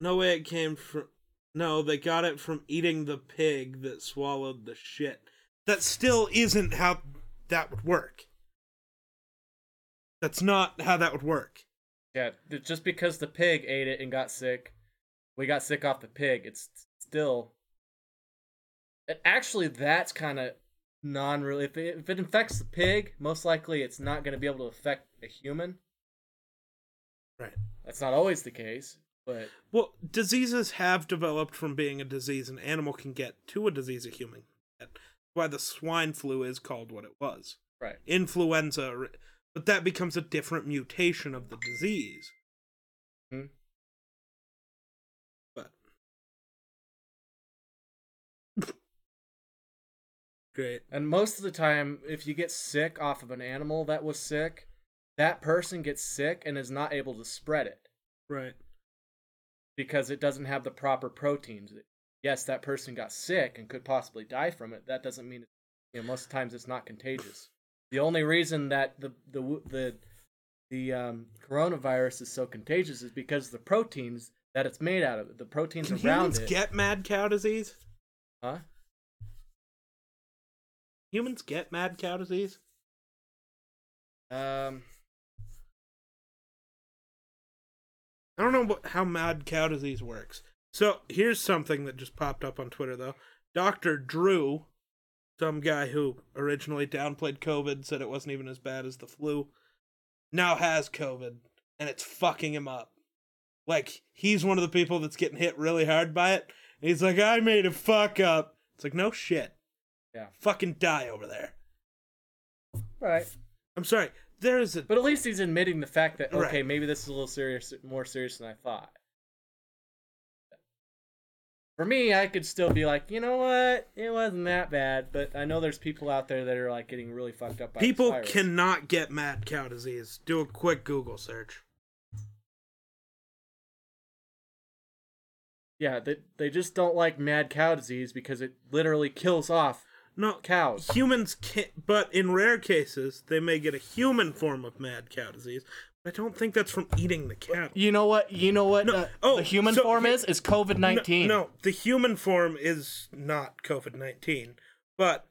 [SPEAKER 1] no way it came from. No, they got it from eating the pig that swallowed the shit. That still isn't how that would work. That's not how that would work.
[SPEAKER 2] Yeah, th- just because the pig ate it and got sick, we got sick off the pig. It's still. And Actually, that's kind of non real. If it, if it infects the pig, most likely it's not going to be able to affect a human.
[SPEAKER 1] Right.
[SPEAKER 2] That's not always the case, but
[SPEAKER 1] Well, diseases have developed from being a disease an animal can get to a disease a human can get. Why the swine flu is called what it was.
[SPEAKER 2] right.
[SPEAKER 1] influenza, or- but that becomes a different mutation of the disease.
[SPEAKER 2] Hmm.
[SPEAKER 1] But great,
[SPEAKER 2] And most of the time, if you get sick off of an animal that was sick, that person gets sick and is not able to spread it
[SPEAKER 1] right?
[SPEAKER 2] because it doesn't have the proper proteins. Yes, that person got sick and could possibly die from it. That doesn't mean, you know, most times it's not contagious. The only reason that the the w- the the um, coronavirus is so contagious is because the proteins that it's made out of, the proteins
[SPEAKER 1] Can
[SPEAKER 2] around
[SPEAKER 1] humans
[SPEAKER 2] it,
[SPEAKER 1] get mad cow disease?
[SPEAKER 2] huh?
[SPEAKER 1] Humans get mad cow disease.
[SPEAKER 2] Um,
[SPEAKER 1] I don't know what, how mad cow disease works. So here's something that just popped up on Twitter though. Doctor Drew, some guy who originally downplayed COVID, said it wasn't even as bad as the flu, now has COVID, and it's fucking him up. Like he's one of the people that's getting hit really hard by it. And he's like, I made a fuck up. It's like no shit.
[SPEAKER 2] Yeah.
[SPEAKER 1] Fucking die over there.
[SPEAKER 2] right.
[SPEAKER 1] I'm sorry. There is a
[SPEAKER 2] But at least he's admitting the fact that
[SPEAKER 1] Right.
[SPEAKER 2] okay, maybe this is a little serious, more serious than I thought. For me, I could still be like, you know what, it wasn't that bad. But I know there's people out there that are like getting really fucked up by this
[SPEAKER 1] people
[SPEAKER 2] virus.
[SPEAKER 1] cannot get mad cow disease. Do a quick Google search.
[SPEAKER 2] Yeah, they they just don't like mad cow disease because it literally kills off
[SPEAKER 1] No,
[SPEAKER 2] cows.
[SPEAKER 1] humans can but in rare cases they may get a human form of mad cow disease but i don't think that's from eating the cattle
[SPEAKER 2] You know what? You know what?
[SPEAKER 1] No, uh, oh, the human so form he- is?
[SPEAKER 2] is COVID
[SPEAKER 1] No- no, the human form is not covid-19 but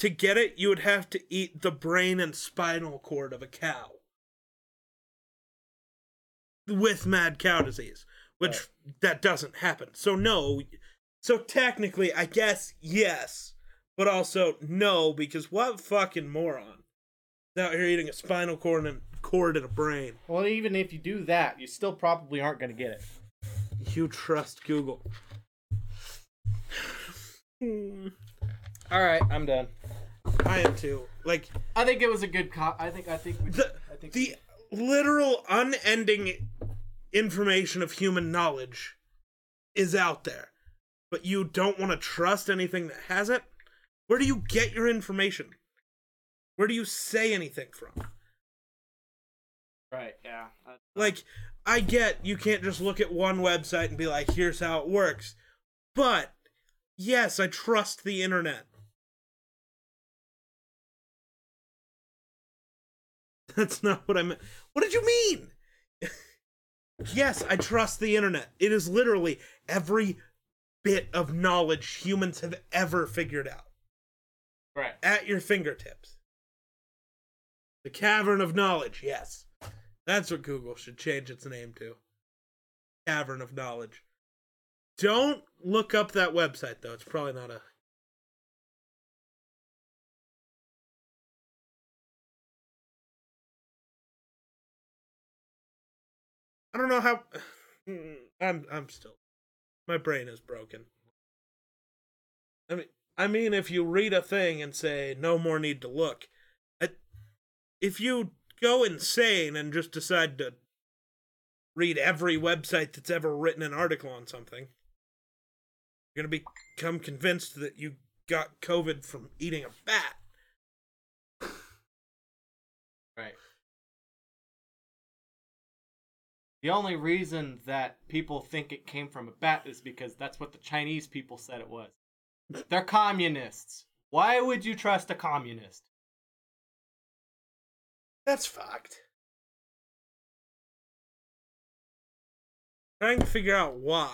[SPEAKER 1] to get it you would have to eat the brain and spinal cord of a cow with mad cow disease which that doesn't happen so no so technically i guess yes but also no because what fucking moron is out here eating a spinal cord and cord and a brain.
[SPEAKER 2] Well, even if you do that, you still probably aren't going to get it.
[SPEAKER 1] You trust Google.
[SPEAKER 2] All right, I'm done.
[SPEAKER 1] I am too. Like
[SPEAKER 2] I think it was a good cop. I think I think we,
[SPEAKER 1] the
[SPEAKER 2] I think
[SPEAKER 1] the literal unending information of human knowledge is out there. But you don't want to trust anything that has it? Where do you get your information? Where do you say anything from?
[SPEAKER 2] right. Yeah.
[SPEAKER 1] Like, I get you can't just look at one website and be like, here's how it works. But, yes, I trust the internet. That's not what I meant. What did you mean? yes, I trust the internet. It is literally every bit of knowledge humans have ever figured out
[SPEAKER 2] right.
[SPEAKER 1] at your fingertips. The cavern of knowledge, yes. That's what Google should change its name to. Cavern of knowledge. Don't look up that website though. It's probably not a I don't know how I'm I'm still my brain is broken. I mean I mean, if you read a thing and say, no more need to look, I, if you go insane and just decide to read every website that's ever written an article on something, you're going to become convinced that you got COVID from eating a bat.
[SPEAKER 2] Right. The only reason that people think it came from a bat is because that's what the Chinese people said it was. They're communists. Why would you trust a communist?
[SPEAKER 1] That's fucked. Trying to figure out why.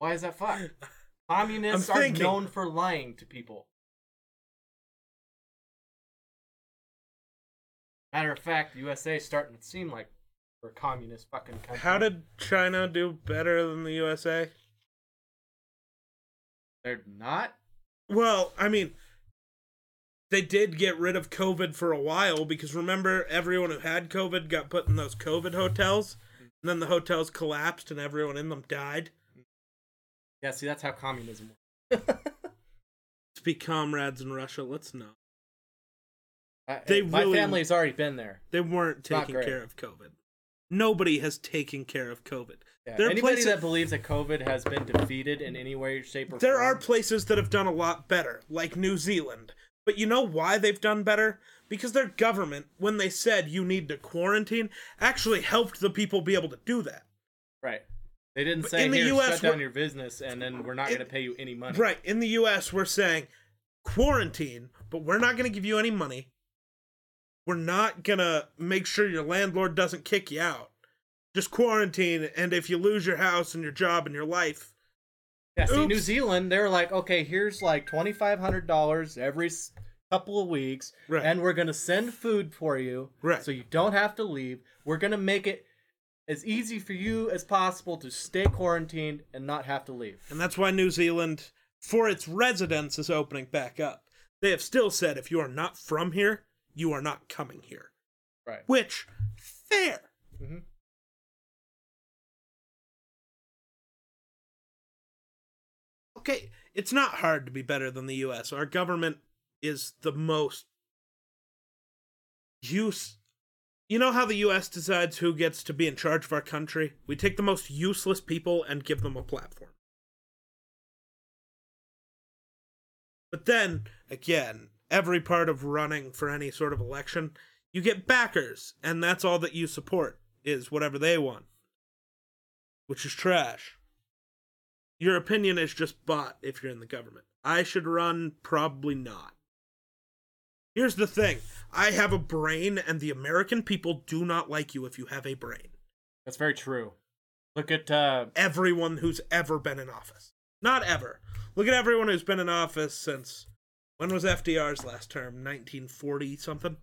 [SPEAKER 2] Why is that fucked? Communists
[SPEAKER 1] I'm
[SPEAKER 2] are
[SPEAKER 1] thinking.
[SPEAKER 2] known for lying to people. Matter of fact, USA is starting to seem like we're a communist fucking country.
[SPEAKER 1] How did China do better than the USA?
[SPEAKER 2] they're not?
[SPEAKER 1] Well, I mean, they did get rid of COVID for a while because remember, everyone who had COVID got put in those COVID hotels, and then the hotels collapsed and everyone in them died.
[SPEAKER 2] Yeah, see, that's how communism works.
[SPEAKER 1] Let's be comrades in Russia. Let's not.
[SPEAKER 2] I-
[SPEAKER 1] They
[SPEAKER 2] my
[SPEAKER 1] really-
[SPEAKER 2] family's already been there.
[SPEAKER 1] They weren't
[SPEAKER 2] not
[SPEAKER 1] taking
[SPEAKER 2] great.
[SPEAKER 1] care of COVID. Nobody has taken care of COVID.
[SPEAKER 2] Yeah.
[SPEAKER 1] There are
[SPEAKER 2] Anybody
[SPEAKER 1] places-
[SPEAKER 2] that believes that COVID has been defeated in any way, shape, or
[SPEAKER 1] There are
[SPEAKER 2] form,
[SPEAKER 1] places that have done a lot better, like New Zealand. But you know why they've done better? Because their government, when they said you need to quarantine, actually helped the people be able to do that.
[SPEAKER 2] right. They didn't
[SPEAKER 1] But
[SPEAKER 2] say
[SPEAKER 1] in the
[SPEAKER 2] Here,
[SPEAKER 1] US,
[SPEAKER 2] shut down
[SPEAKER 1] we're-
[SPEAKER 2] your business and then we're not
[SPEAKER 1] It-
[SPEAKER 2] going to pay you any money.
[SPEAKER 1] Right. In the US, we're saying quarantine, but we're not going to give you any money. We're not going to make sure your landlord doesn't kick you out. Just quarantine, and if you lose your house and your job and your life,
[SPEAKER 2] Yeah, see, New
[SPEAKER 1] Oops.
[SPEAKER 2] Zealand, they're like, okay, here's like twenty five hundred dollars every s- couple of weeks,
[SPEAKER 1] Right.
[SPEAKER 2] and we're gonna send food for you,
[SPEAKER 1] Right.
[SPEAKER 2] So you don't have to leave. We're gonna make it as easy for you as possible to stay quarantined and not have to leave.
[SPEAKER 1] and that's why New Zealand, for its residents, is opening back up. They have still said if you are not from here, you are not coming here.
[SPEAKER 2] Right.
[SPEAKER 1] Which, fair.
[SPEAKER 2] Mhm.
[SPEAKER 1] okay, it's not hard to be better than the US. Our government is the most use You know how the US decides who gets to be in charge of our country? We take the most useless people and give them a platform. But then again, every part of running for any sort of election, you get backers, and that's all that you support is whatever they want, which is trash your opinion is just bought if you're in the government. I should run? Probably not. Here's the thing I have a brain, and the American people do not like you if you have a brain.
[SPEAKER 2] That's very true. Look at uh,
[SPEAKER 1] Everyone who's ever been in office. Not ever. Look at everyone who's been in office since. When was FDR's last term? 1940 something?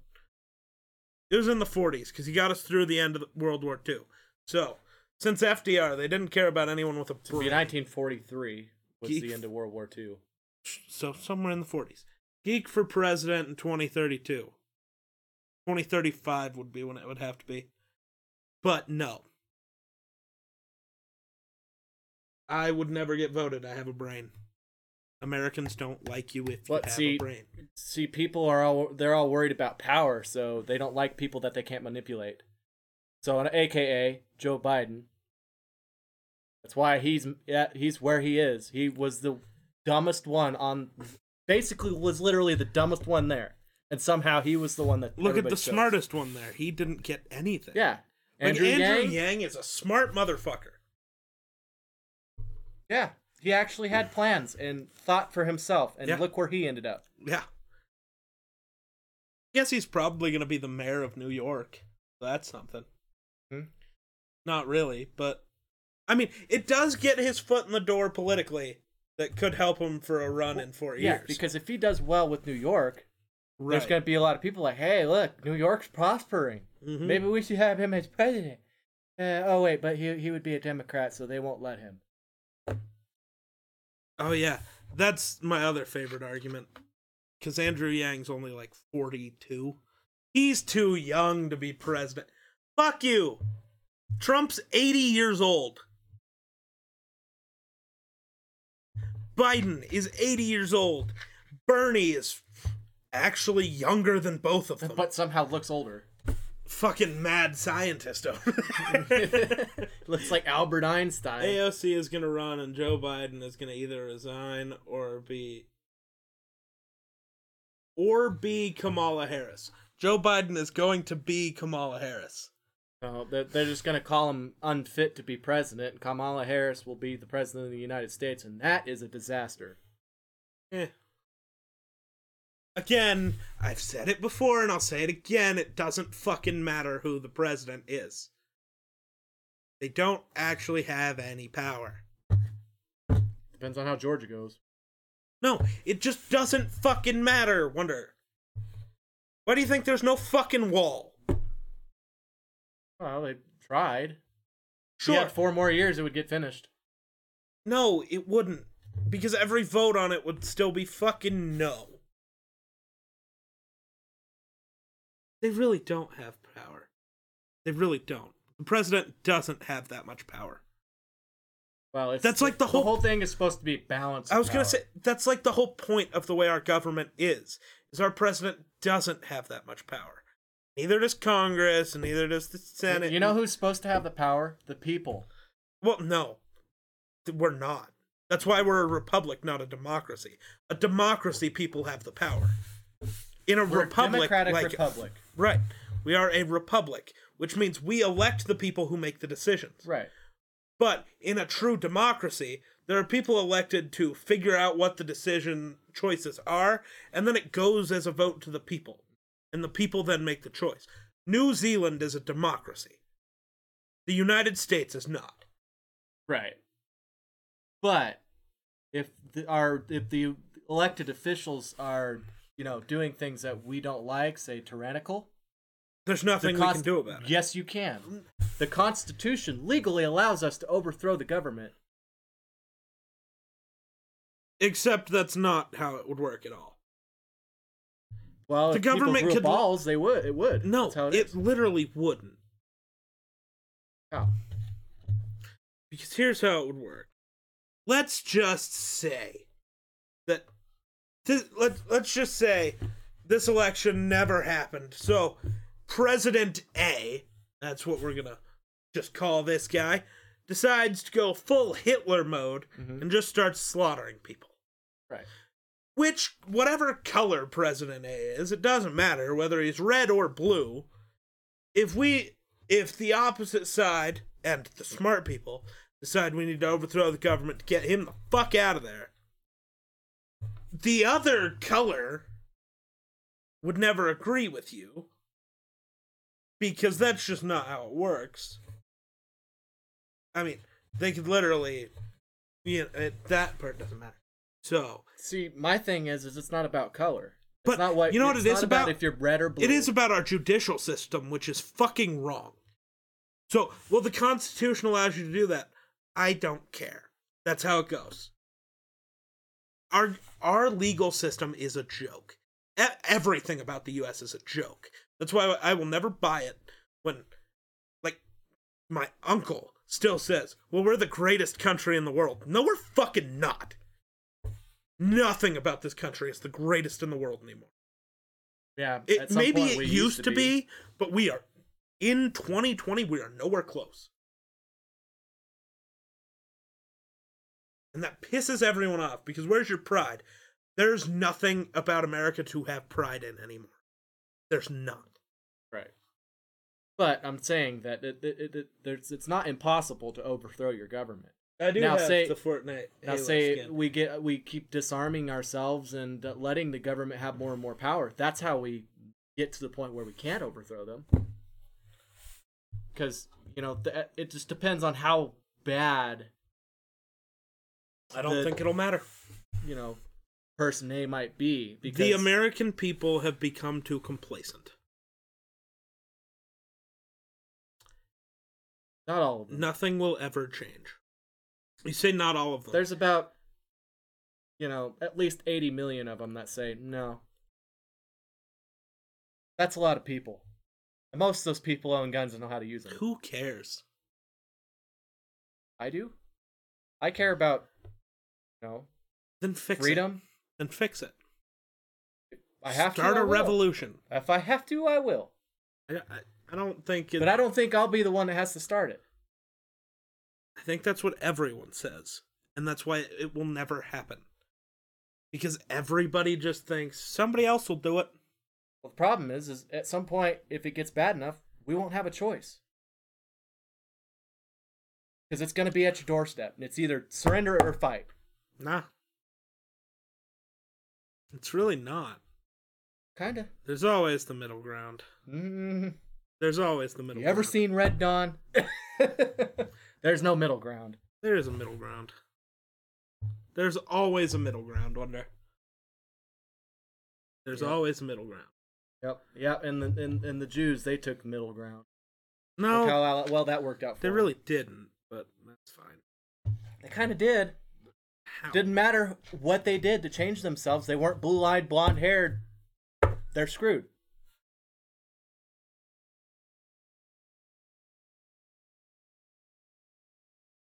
[SPEAKER 1] It was in the 40s because he got us through the end of World War II. So, since FDR, they didn't care about anyone with a
[SPEAKER 2] to be
[SPEAKER 1] brain.
[SPEAKER 2] nineteen forty three was
[SPEAKER 1] Geek.
[SPEAKER 2] the end of World War Two.
[SPEAKER 1] so somewhere in the 40s. Geek for president in 2032. 2035 would be when it would have to be. But no. I would never get voted. I have a brain. Americans don't like you if you
[SPEAKER 2] But
[SPEAKER 1] have
[SPEAKER 2] see-
[SPEAKER 1] a brain.
[SPEAKER 2] See, people are all they're all worried about power, so they don't like people that they can't manipulate. So, an AKA Joe Biden. That's why he's yeah, he's where he is. He was the dumbest one on, basically was literally the dumbest one there, and somehow he was the one that.
[SPEAKER 1] Look at the
[SPEAKER 2] everybody chose.
[SPEAKER 1] smartest one there. He didn't get anything.
[SPEAKER 2] Yeah,
[SPEAKER 1] Like,
[SPEAKER 2] Andrew, Yang.
[SPEAKER 1] is a smart motherfucker.
[SPEAKER 2] Yeah, he actually had plans and thought for himself, and
[SPEAKER 1] Yeah.
[SPEAKER 2] look where he ended up.
[SPEAKER 1] Yeah. Guess he's probably going to be the mayor of New York. That's something.
[SPEAKER 2] Hmm?
[SPEAKER 1] Not really, but I mean, it does get his foot in the door politically. That could help him for a run in four
[SPEAKER 2] Yeah,
[SPEAKER 1] years.
[SPEAKER 2] because if he does well with New York, there's
[SPEAKER 1] Right.
[SPEAKER 2] going to be a lot of people like, hey, look, New York's prospering.
[SPEAKER 1] Mhm.
[SPEAKER 2] Maybe we should have him as president. Uh, oh wait, but he he would be a Democrat, so they won't let him.
[SPEAKER 1] Oh yeah, that's my other favorite argument. Because Andrew Yang's only like forty-two. He's too young to be president. Fuck you. Trump's eighty years old. Biden is eighty years old. Bernie is actually younger than both of them.
[SPEAKER 2] But somehow looks older.
[SPEAKER 1] Fucking mad scientist over there.
[SPEAKER 2] Looks like Albert Einstein.
[SPEAKER 1] AOC is going to run and Joe Biden is going to either resign or be or be Kamala Harris. Joe Biden is going to be Kamala Harris.
[SPEAKER 2] Oh, they're, they're just going to call him unfit to be president. and Kamala Harris will be the president of the United States, and that is a disaster.
[SPEAKER 1] Eh. Again, I've said it before and I'll say it again, it doesn't fucking matter who the president is. They don't actually have any power.
[SPEAKER 2] Depends on how Georgia goes.
[SPEAKER 1] No, it just doesn't fucking matter, Wonder. Why do you think there's no fucking wall?
[SPEAKER 2] Well, they tried.
[SPEAKER 1] Sure.
[SPEAKER 2] Yeah, four more years, it would get finished.
[SPEAKER 1] No, it wouldn't. Because every vote on it would still be fucking no. They really don't have power. They really don't. The president doesn't have that much power.
[SPEAKER 2] Well, it's,
[SPEAKER 1] That's like the whole-
[SPEAKER 2] whole thing is supposed to be balanced.
[SPEAKER 1] I was
[SPEAKER 2] power.
[SPEAKER 1] gonna say that's like the whole point of the way our government is. Is our president doesn't have that much power. Neither does Congress, and neither does the Senate.
[SPEAKER 2] You know who's supposed to have the power? The people.
[SPEAKER 1] Well, no, Th- we're not. That's why we're a republic, not a democracy. A democracy, people have the power. In a
[SPEAKER 2] We're a
[SPEAKER 1] republic,
[SPEAKER 2] democratic
[SPEAKER 1] like,
[SPEAKER 2] republic.
[SPEAKER 1] right, we are a republic, which means we elect the people who make the decisions.
[SPEAKER 2] Right.
[SPEAKER 1] But in a true democracy, there are people elected to figure out what the decision choices are, and then it goes as a vote to the people. And the people then make the choice. New Zealand is a democracy. The United States is not.
[SPEAKER 2] Right. But if the, our if the elected officials are you know doing things that we don't like, say tyrannical,
[SPEAKER 1] There's nothing
[SPEAKER 2] the
[SPEAKER 1] we can
[SPEAKER 2] const-
[SPEAKER 1] do about it.
[SPEAKER 2] Yes, you can. The Constitution legally allows us to overthrow the government.
[SPEAKER 1] Except that's not how it would work at all.
[SPEAKER 2] Well,
[SPEAKER 1] The
[SPEAKER 2] if people
[SPEAKER 1] government
[SPEAKER 2] grew
[SPEAKER 1] could-
[SPEAKER 2] balls, they would. It would.
[SPEAKER 1] No,
[SPEAKER 2] That's how
[SPEAKER 1] it,
[SPEAKER 2] it is.
[SPEAKER 1] literally wouldn't.
[SPEAKER 2] Oh.
[SPEAKER 1] Because here's how it would work. Let's just say that th- let let's just say this election never happened. So President A, that's what we're gonna just call this guy, decides to go full Hitler mode
[SPEAKER 2] Mhm.
[SPEAKER 1] and just starts slaughtering people.
[SPEAKER 2] Right.
[SPEAKER 1] which whatever color president a is it doesn't matter whether he's red or blue if we if the opposite side and the smart people decide we need to overthrow the government to get him the fuck out of there the other color would never agree with you because that's just not how it works i mean they could literally you know, it, that part doesn't matter so
[SPEAKER 2] See, my thing is, is it's not about color.
[SPEAKER 1] But
[SPEAKER 2] it's not what
[SPEAKER 1] you know what
[SPEAKER 2] it's
[SPEAKER 1] it is
[SPEAKER 2] not
[SPEAKER 1] about?
[SPEAKER 2] If you're red or blue,
[SPEAKER 1] It is about our judicial system, which is fucking wrong. So, well, the Constitution allows you to do that. I don't care. That's how it goes. Our our legal system is a joke. E- everything about the U.S. is a joke. That's why I will never buy it when, like, my uncle still says, well, we're the greatest country in the world. No, we're fucking not. Nothing about this country is the greatest in the world anymore.
[SPEAKER 4] Yeah.
[SPEAKER 1] It,
[SPEAKER 4] at some
[SPEAKER 1] maybe
[SPEAKER 4] point
[SPEAKER 1] it
[SPEAKER 4] we
[SPEAKER 1] used, to be. but we are, in 2020, we are nowhere close. And that pisses everyone off because where's your pride? There's nothing about America to have pride in anymore. There's not.
[SPEAKER 4] Right.
[SPEAKER 2] But I'm saying that it, it, it, it, there's, it's not impossible to overthrow your government.
[SPEAKER 1] I do
[SPEAKER 2] Now
[SPEAKER 1] have
[SPEAKER 2] say-
[SPEAKER 1] the Fortnite.
[SPEAKER 2] Now,
[SPEAKER 1] Halo
[SPEAKER 2] say
[SPEAKER 1] skin.
[SPEAKER 2] we get we keep disarming ourselves and uh, letting the government have more and more power. That's how we get to the point where we can't overthrow them. Because you know, th- uh, it just depends on how bad
[SPEAKER 1] I don't
[SPEAKER 2] the-
[SPEAKER 1] think it'll matter.
[SPEAKER 2] you know person A might be. Because
[SPEAKER 1] The American people have become too complacent.
[SPEAKER 2] not all of them.
[SPEAKER 1] Nothing will ever change. You say not all of them.
[SPEAKER 2] There's about you know at least 80 million of them that say no. That's a lot of people. And most of those people own guns and know how to use them.
[SPEAKER 1] Who cares?
[SPEAKER 2] I do. I care about you know
[SPEAKER 1] Then fix it.
[SPEAKER 2] freedom.
[SPEAKER 1] Then fix it.
[SPEAKER 2] I have
[SPEAKER 1] start
[SPEAKER 2] to I
[SPEAKER 1] a
[SPEAKER 2] will.
[SPEAKER 1] revolution.
[SPEAKER 2] If I have to, I will.
[SPEAKER 1] I, I, I don't think. It,
[SPEAKER 2] But I don't think I'll be the one that has to start it.
[SPEAKER 1] I think that's what everyone says, and that's why it will never happen. Because everybody just thinks somebody else will do it.
[SPEAKER 2] Well, the problem is, is at some point, if it gets bad enough, we won't have a choice. Because it's going to be at your doorstep, and it's either surrender or fight.
[SPEAKER 1] Nah. It's really not.
[SPEAKER 2] Kinda.
[SPEAKER 1] There's always the middle ground.
[SPEAKER 2] Mm,
[SPEAKER 1] There's always the middle
[SPEAKER 2] you ever
[SPEAKER 1] ground.
[SPEAKER 2] seen Red Dawn? There's no middle ground.
[SPEAKER 1] There is a middle ground. There's always a middle ground, Wonder. There's
[SPEAKER 2] Yeah.
[SPEAKER 1] always a middle ground.
[SPEAKER 2] Yep, yep. And the and, and the Jews they took the middle ground. Look
[SPEAKER 1] No,
[SPEAKER 2] how uh, well that worked out for
[SPEAKER 1] they
[SPEAKER 2] them.
[SPEAKER 1] really didn't, but that's fine.
[SPEAKER 2] they kind of did.
[SPEAKER 1] How?
[SPEAKER 2] Didn't matter what they did to change themselves. They weren't blue eyed, blonde haired. They're screwed.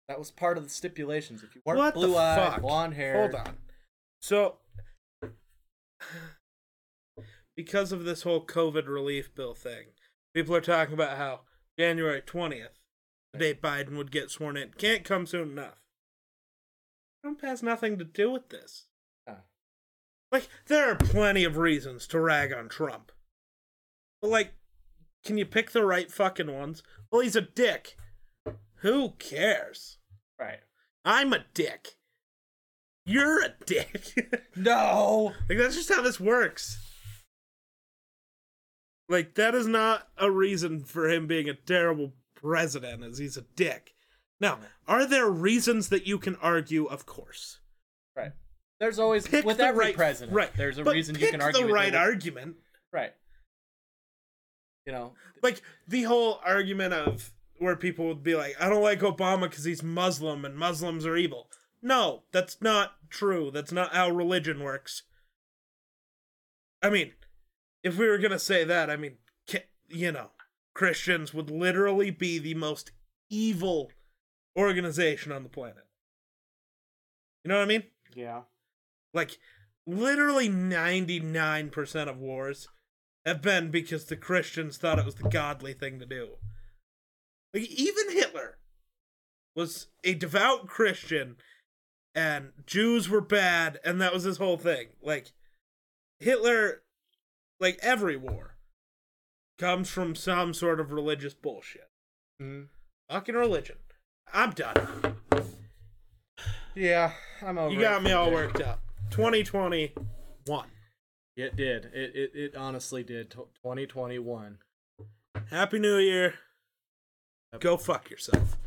[SPEAKER 2] That was part of the stipulations. If you weren't
[SPEAKER 1] What the
[SPEAKER 2] blue eyed,
[SPEAKER 1] fuck?
[SPEAKER 2] blonde haired.
[SPEAKER 1] Hold on. So, because of this whole COVID relief bill thing, people are talking about how January 20th, the day Biden would get sworn in, can't come soon enough. Trump has nothing to do with this.
[SPEAKER 2] Ah.
[SPEAKER 1] Like, there are plenty of reasons to rag on Trump. But, like, can you pick the right fucking ones? Well, he's a dick. Who cares?
[SPEAKER 2] Right.
[SPEAKER 1] I'm a dick. You're a dick.
[SPEAKER 2] No!
[SPEAKER 1] like that's just how this works. Like that is not a reason for him being a terrible president as he's a dick. Now, are there reasons that you can argue? Of course.
[SPEAKER 2] Right. There's always,
[SPEAKER 1] Pick
[SPEAKER 2] with
[SPEAKER 1] the
[SPEAKER 2] every
[SPEAKER 1] right
[SPEAKER 2] president,
[SPEAKER 1] right.
[SPEAKER 2] there's a
[SPEAKER 1] But
[SPEAKER 2] reason you
[SPEAKER 1] pick
[SPEAKER 2] can argue.
[SPEAKER 1] the
[SPEAKER 2] with
[SPEAKER 1] right
[SPEAKER 2] them.
[SPEAKER 1] argument.
[SPEAKER 2] Right. You know,
[SPEAKER 1] Like the whole argument of where people would be like, "I don't like Obama because he's Muslim and Muslims are evil." No, that's not true. That's not how religion works. I mean, if we were gonna say that, I mean, ca- you know, Christians would literally be the most evil organization on the planet. You know what I mean?
[SPEAKER 2] yeah.
[SPEAKER 1] Like, literally 99% of wars have been because the Christians thought it was the godly thing to do. Like, even Hitler was a devout Christian, and Jews were bad, and that was his whole thing. Like, Hitler, like, every war comes from some sort of religious bullshit.
[SPEAKER 2] Mhm.
[SPEAKER 1] Fucking religion. I'm done.
[SPEAKER 2] Yeah, I'm over
[SPEAKER 1] You
[SPEAKER 2] it
[SPEAKER 1] got me
[SPEAKER 2] for
[SPEAKER 1] all
[SPEAKER 2] today.
[SPEAKER 1] worked up. 2021.
[SPEAKER 2] It did. It it, it honestly did. Tw- 2021.
[SPEAKER 1] Happy New Year. Go fuck yourself.